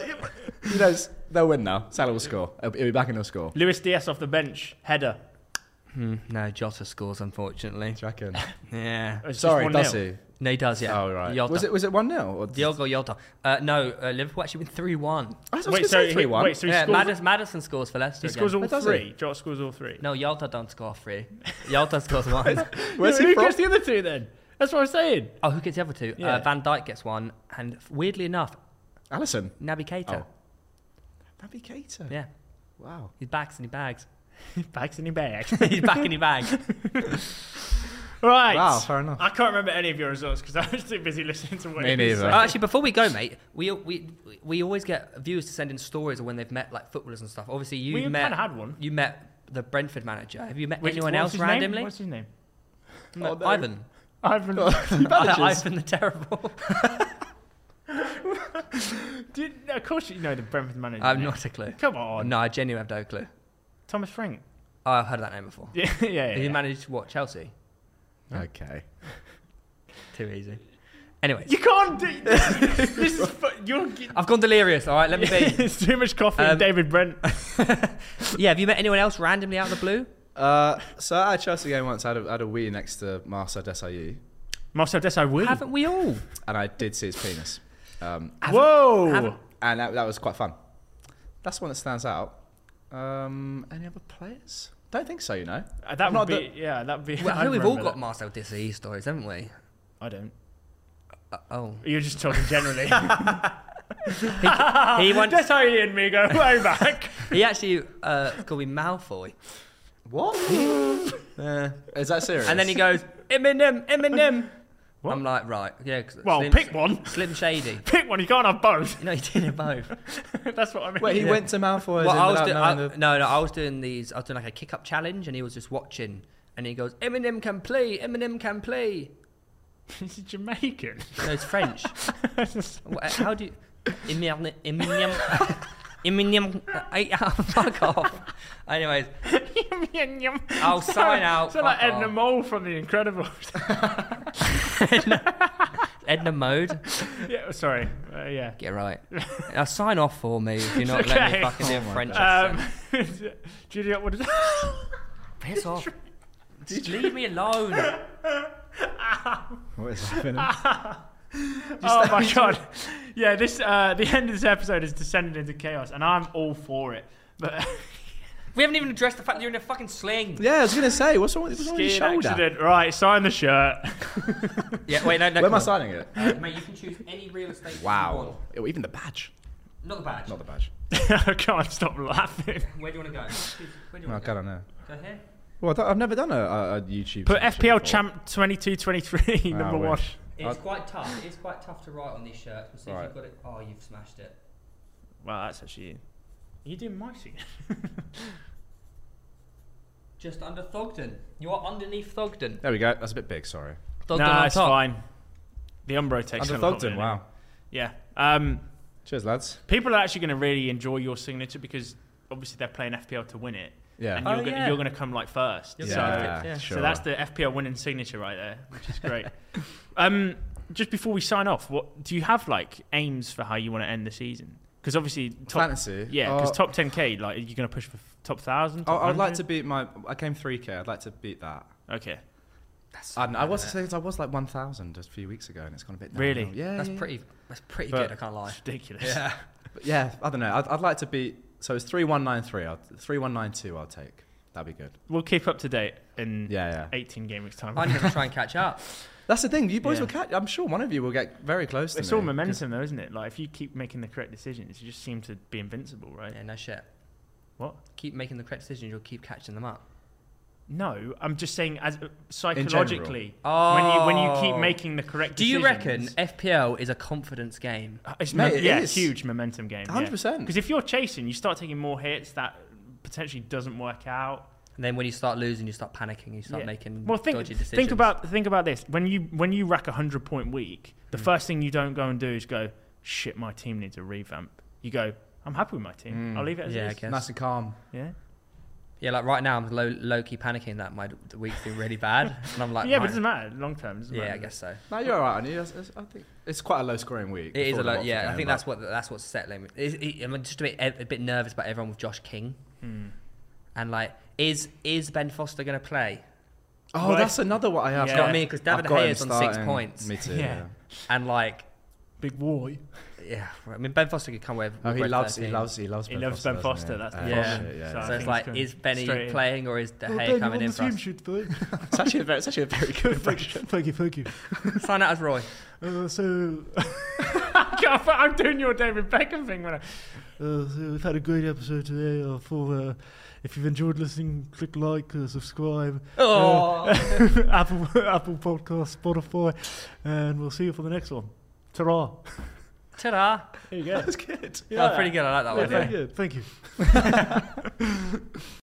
you know, s- they'll win now. Salah will score. He'll be he'll be back and he'll score. Do Luis Diaz off the bench header. Hmm, no, Jota scores, unfortunately. you reckon? Yeah. It's just Sorry, 1-0. does he? No, he does, yeah. Oh, right. Jota. Was it, was it 1 0? Diogo Jota. Uh, no, uh, Liverpool actually win 3 1. I was Wait, going to so say he- 3 1. wait, so he Yeah, scores- Madis- Madison scores for Leicester. He scores again. all Does he? three. Jota scores all three. No, Yalta don't score three. Yalta scores one. Where's he who from? gets the other two then? That's what I'm saying. Oh, who gets the other two? Uh, Yeah. Van Dyke gets one, and weirdly enough, Allison. Naby Keita. Oh. Naby Keita. Yeah, Wow. he's backs and he bags. Bags in your bag. he's back and he bags. Uh, Right. Wow, fair enough. I can't remember any of your results because I was too busy listening to what Me you neither. Oh, said. actually, before we go, mate, we we we always get viewers to send in stories of when they've met like footballers and stuff. Obviously, you We kind met of had one. you met the Brentford manager. Have you met Which- anyone what's else his name? randomly? What's his name? No, Oh, no. Ivan. Ivan. managers. Ivan the terrible. Did, of course, you know the Brentford manager. I've mate. not a clue. Come Oh, on, no, I genuinely have no clue. Thomas Frank. Oh, I've heard that name before. Yeah, yeah. yeah, He yeah. managed what Chelsea? Okay. Too easy. Anyways, You can't do this. this is fu- you're. I've gone delirious. All right, let me be. it's too much coffee. Um, and David Brent. yeah, have you met anyone else randomly out of the blue? Uh, so at a Chelsea game once, I had a, I had a wee next to Marcel Desailly, Marcel Desai will. Haven't we all? and I did see his penis. Um, Whoa. haven't- and that, that was quite fun. That's the one that stands out. Um, any other players? Don't think so, you know. Uh, that Not would be. yeah, that would be. Well, I I'd know we've all remember got that. Marcel Dissy stories, haven't we? I don't. Uh, oh, You're just talking generally. he once- Desai and me go way back. he actually uh, called me Malfoy, What? Is that serious? and then he goes Eminem, Eminem. What? I'm like, right, yeah. 'cause Well, Slim, pick one. Slim Shady. Pick one. You can't have both. You know, he did it both. That's what I mean. Wait, he Yeah. went to Malfoy's Well, in I was without doing, I, knowing the- no, no, I was doing these. I was doing like a kick up challenge, and he was just watching, and he goes, Eminem can play, Eminem can play. He's Jamaican. No, it's French. Wha- How do you? Eminem, Eminem, Eminem. I, oh, fuck off. Anyways, I'll sign out. So like fuck Edna off. Mole from The Incredibles. Edna Mode. yeah, sorry. Uh, yeah. Get right. Now sign off for me if you're not It's letting me okay. fucking do Oh a my French Um, accent. Juliet, what Um, is Piss off. Just leave me alone. What is happening? Oh my god. Yeah, this uh, the end of this episode is descended into chaos, and I'm all for it. But We haven't even addressed the fact that you're in a fucking sling. yeah, I was gonna say, what's wrong with, what's wrong with your skiing shoulder? accident. Right, sign the shirt. Yeah, wait, no, no. Where am come I on. signing it? Uh, Mate, you can choose any real estate. You want. Wow. Oh, even the badge. Not the badge. Not the badge. I can't stop laughing. Where do you want to go? Choose- Where do you Oh, want to God, I know. go? Go here. Well, I don't- I've never done a, a, a YouTube. Put FPL section before. Ah, champ 2223 I number one. wish. It's I- quite tough. It's quite tough to write on these shirts. We'll see if Right. you've got it. Oh, you've smashed it. Well, that's actually. Are you doing my signature? Just under Thogden. You are underneath Thogden. There we go. That's a bit big. Sorry. Thogden nah, on it's top. fine. The Umbro takes Under a lot of Thogden. it. Wow. Yeah. Um, Cheers, lads. people are actually going to really enjoy your signature because obviously they're playing FPL to win it, Yeah. and you're Oh, gonna, yeah. you're going to come like 1st You're so, gonna get yeah, it, yeah. Sure. so that's the FPL winning signature right there, which is great. um, just before we sign off, what do you have like aims for how you want to end the season? Because obviously, top, fantasy. yeah, because Oh, top 10k, like you're going to push for f- top thousand. I- top I would Oh, like to 100? beat my. I came three k. I'd like to beat that. Okay, That's I, don't know, I was isn't it? I was like one thousand a few weeks ago, and it's gone a bit. down. Really? Yeah. That's yeah, pretty. That's pretty But- good. I can't lie. it's ridiculous. Yeah. But yeah, I don't know. I'd, I'd like to beat. So it's three one nine three. Three one nine two. I'll take. That'd be good. We'll keep up to date in Yeah, yeah. 18 game weeks time. I need to try and catch up. That's the thing. You boys Yeah. will catch. I'm sure one of you will get very close. to It's all me. momentum, though, isn't it? Like, if you keep making the correct decisions, you just seem to be invincible, right? Yeah, no shit. What? Keep making the correct decisions. You'll keep catching them up. No, I'm just saying, as uh, psychologically, when you when you keep making the correct. Oh. Do you reckon decisions- FPL is a confidence game? Uh, It's Mate, mom- it yeah, is. huge momentum game. Hundred percent. Because if you're chasing, you start taking more hits that potentially doesn't work out. And then when you start losing, you start panicking. You start Yeah. making Well, think dodgy decisions. think about think about this. When you when you rack a hundred point week, the Mm. first thing you don't go and do is go, shit, my team needs a revamp. You go, I'm happy with my team. Mm. I'll leave it as yeah, it I is. guess. Nice and calm. Yeah. Yeah, like right now I'm low low key panicking that my the week's been really bad, and I'm like, yeah, but "Mine- it doesn't matter. Long term, it doesn't yeah, matter. I guess so. No, you're all right, aren't you? It's, it's- I think it's quite a low scoring week. It is before a the lot. Watford Yeah, I game, think but- that's what that's what's settling. me. Is- is- I'm just a bit a bit nervous about everyone with Josh King Mm. and like is is Ben Foster going to play? Oh, Well, that's another what I have. Do you Yeah. know what I mean? Because I've David De got him Gea's on six starting. points, Me too. Yeah. Yeah. and like Big boy. yeah, I mean Ben Foster could come away. with- Oh, he with loves. He 13. loves. He loves. He ben loves Foster, Ben doesn't Foster, he? that's the Oh, problem. shit, yeah. So I So think it's he's like, going is Benny straight in. playing or is De Gea coming in for us? it's actually a very, it's actually a very good impression. Thank you, thank you. Sign out as Roy. Uh, so, I'm doing your David Beckham thing when I. Uh, so we've had a great episode today. Uh, for uh, if you've enjoyed listening, click like, uh, subscribe, Oh, Apple Apple Podcast, Spotify, and we'll see you for the next one. Ta-ra! ta-da! There you go. That's good. Oh, pretty good. I like that Yeah, one. yeah. very good. Thank you.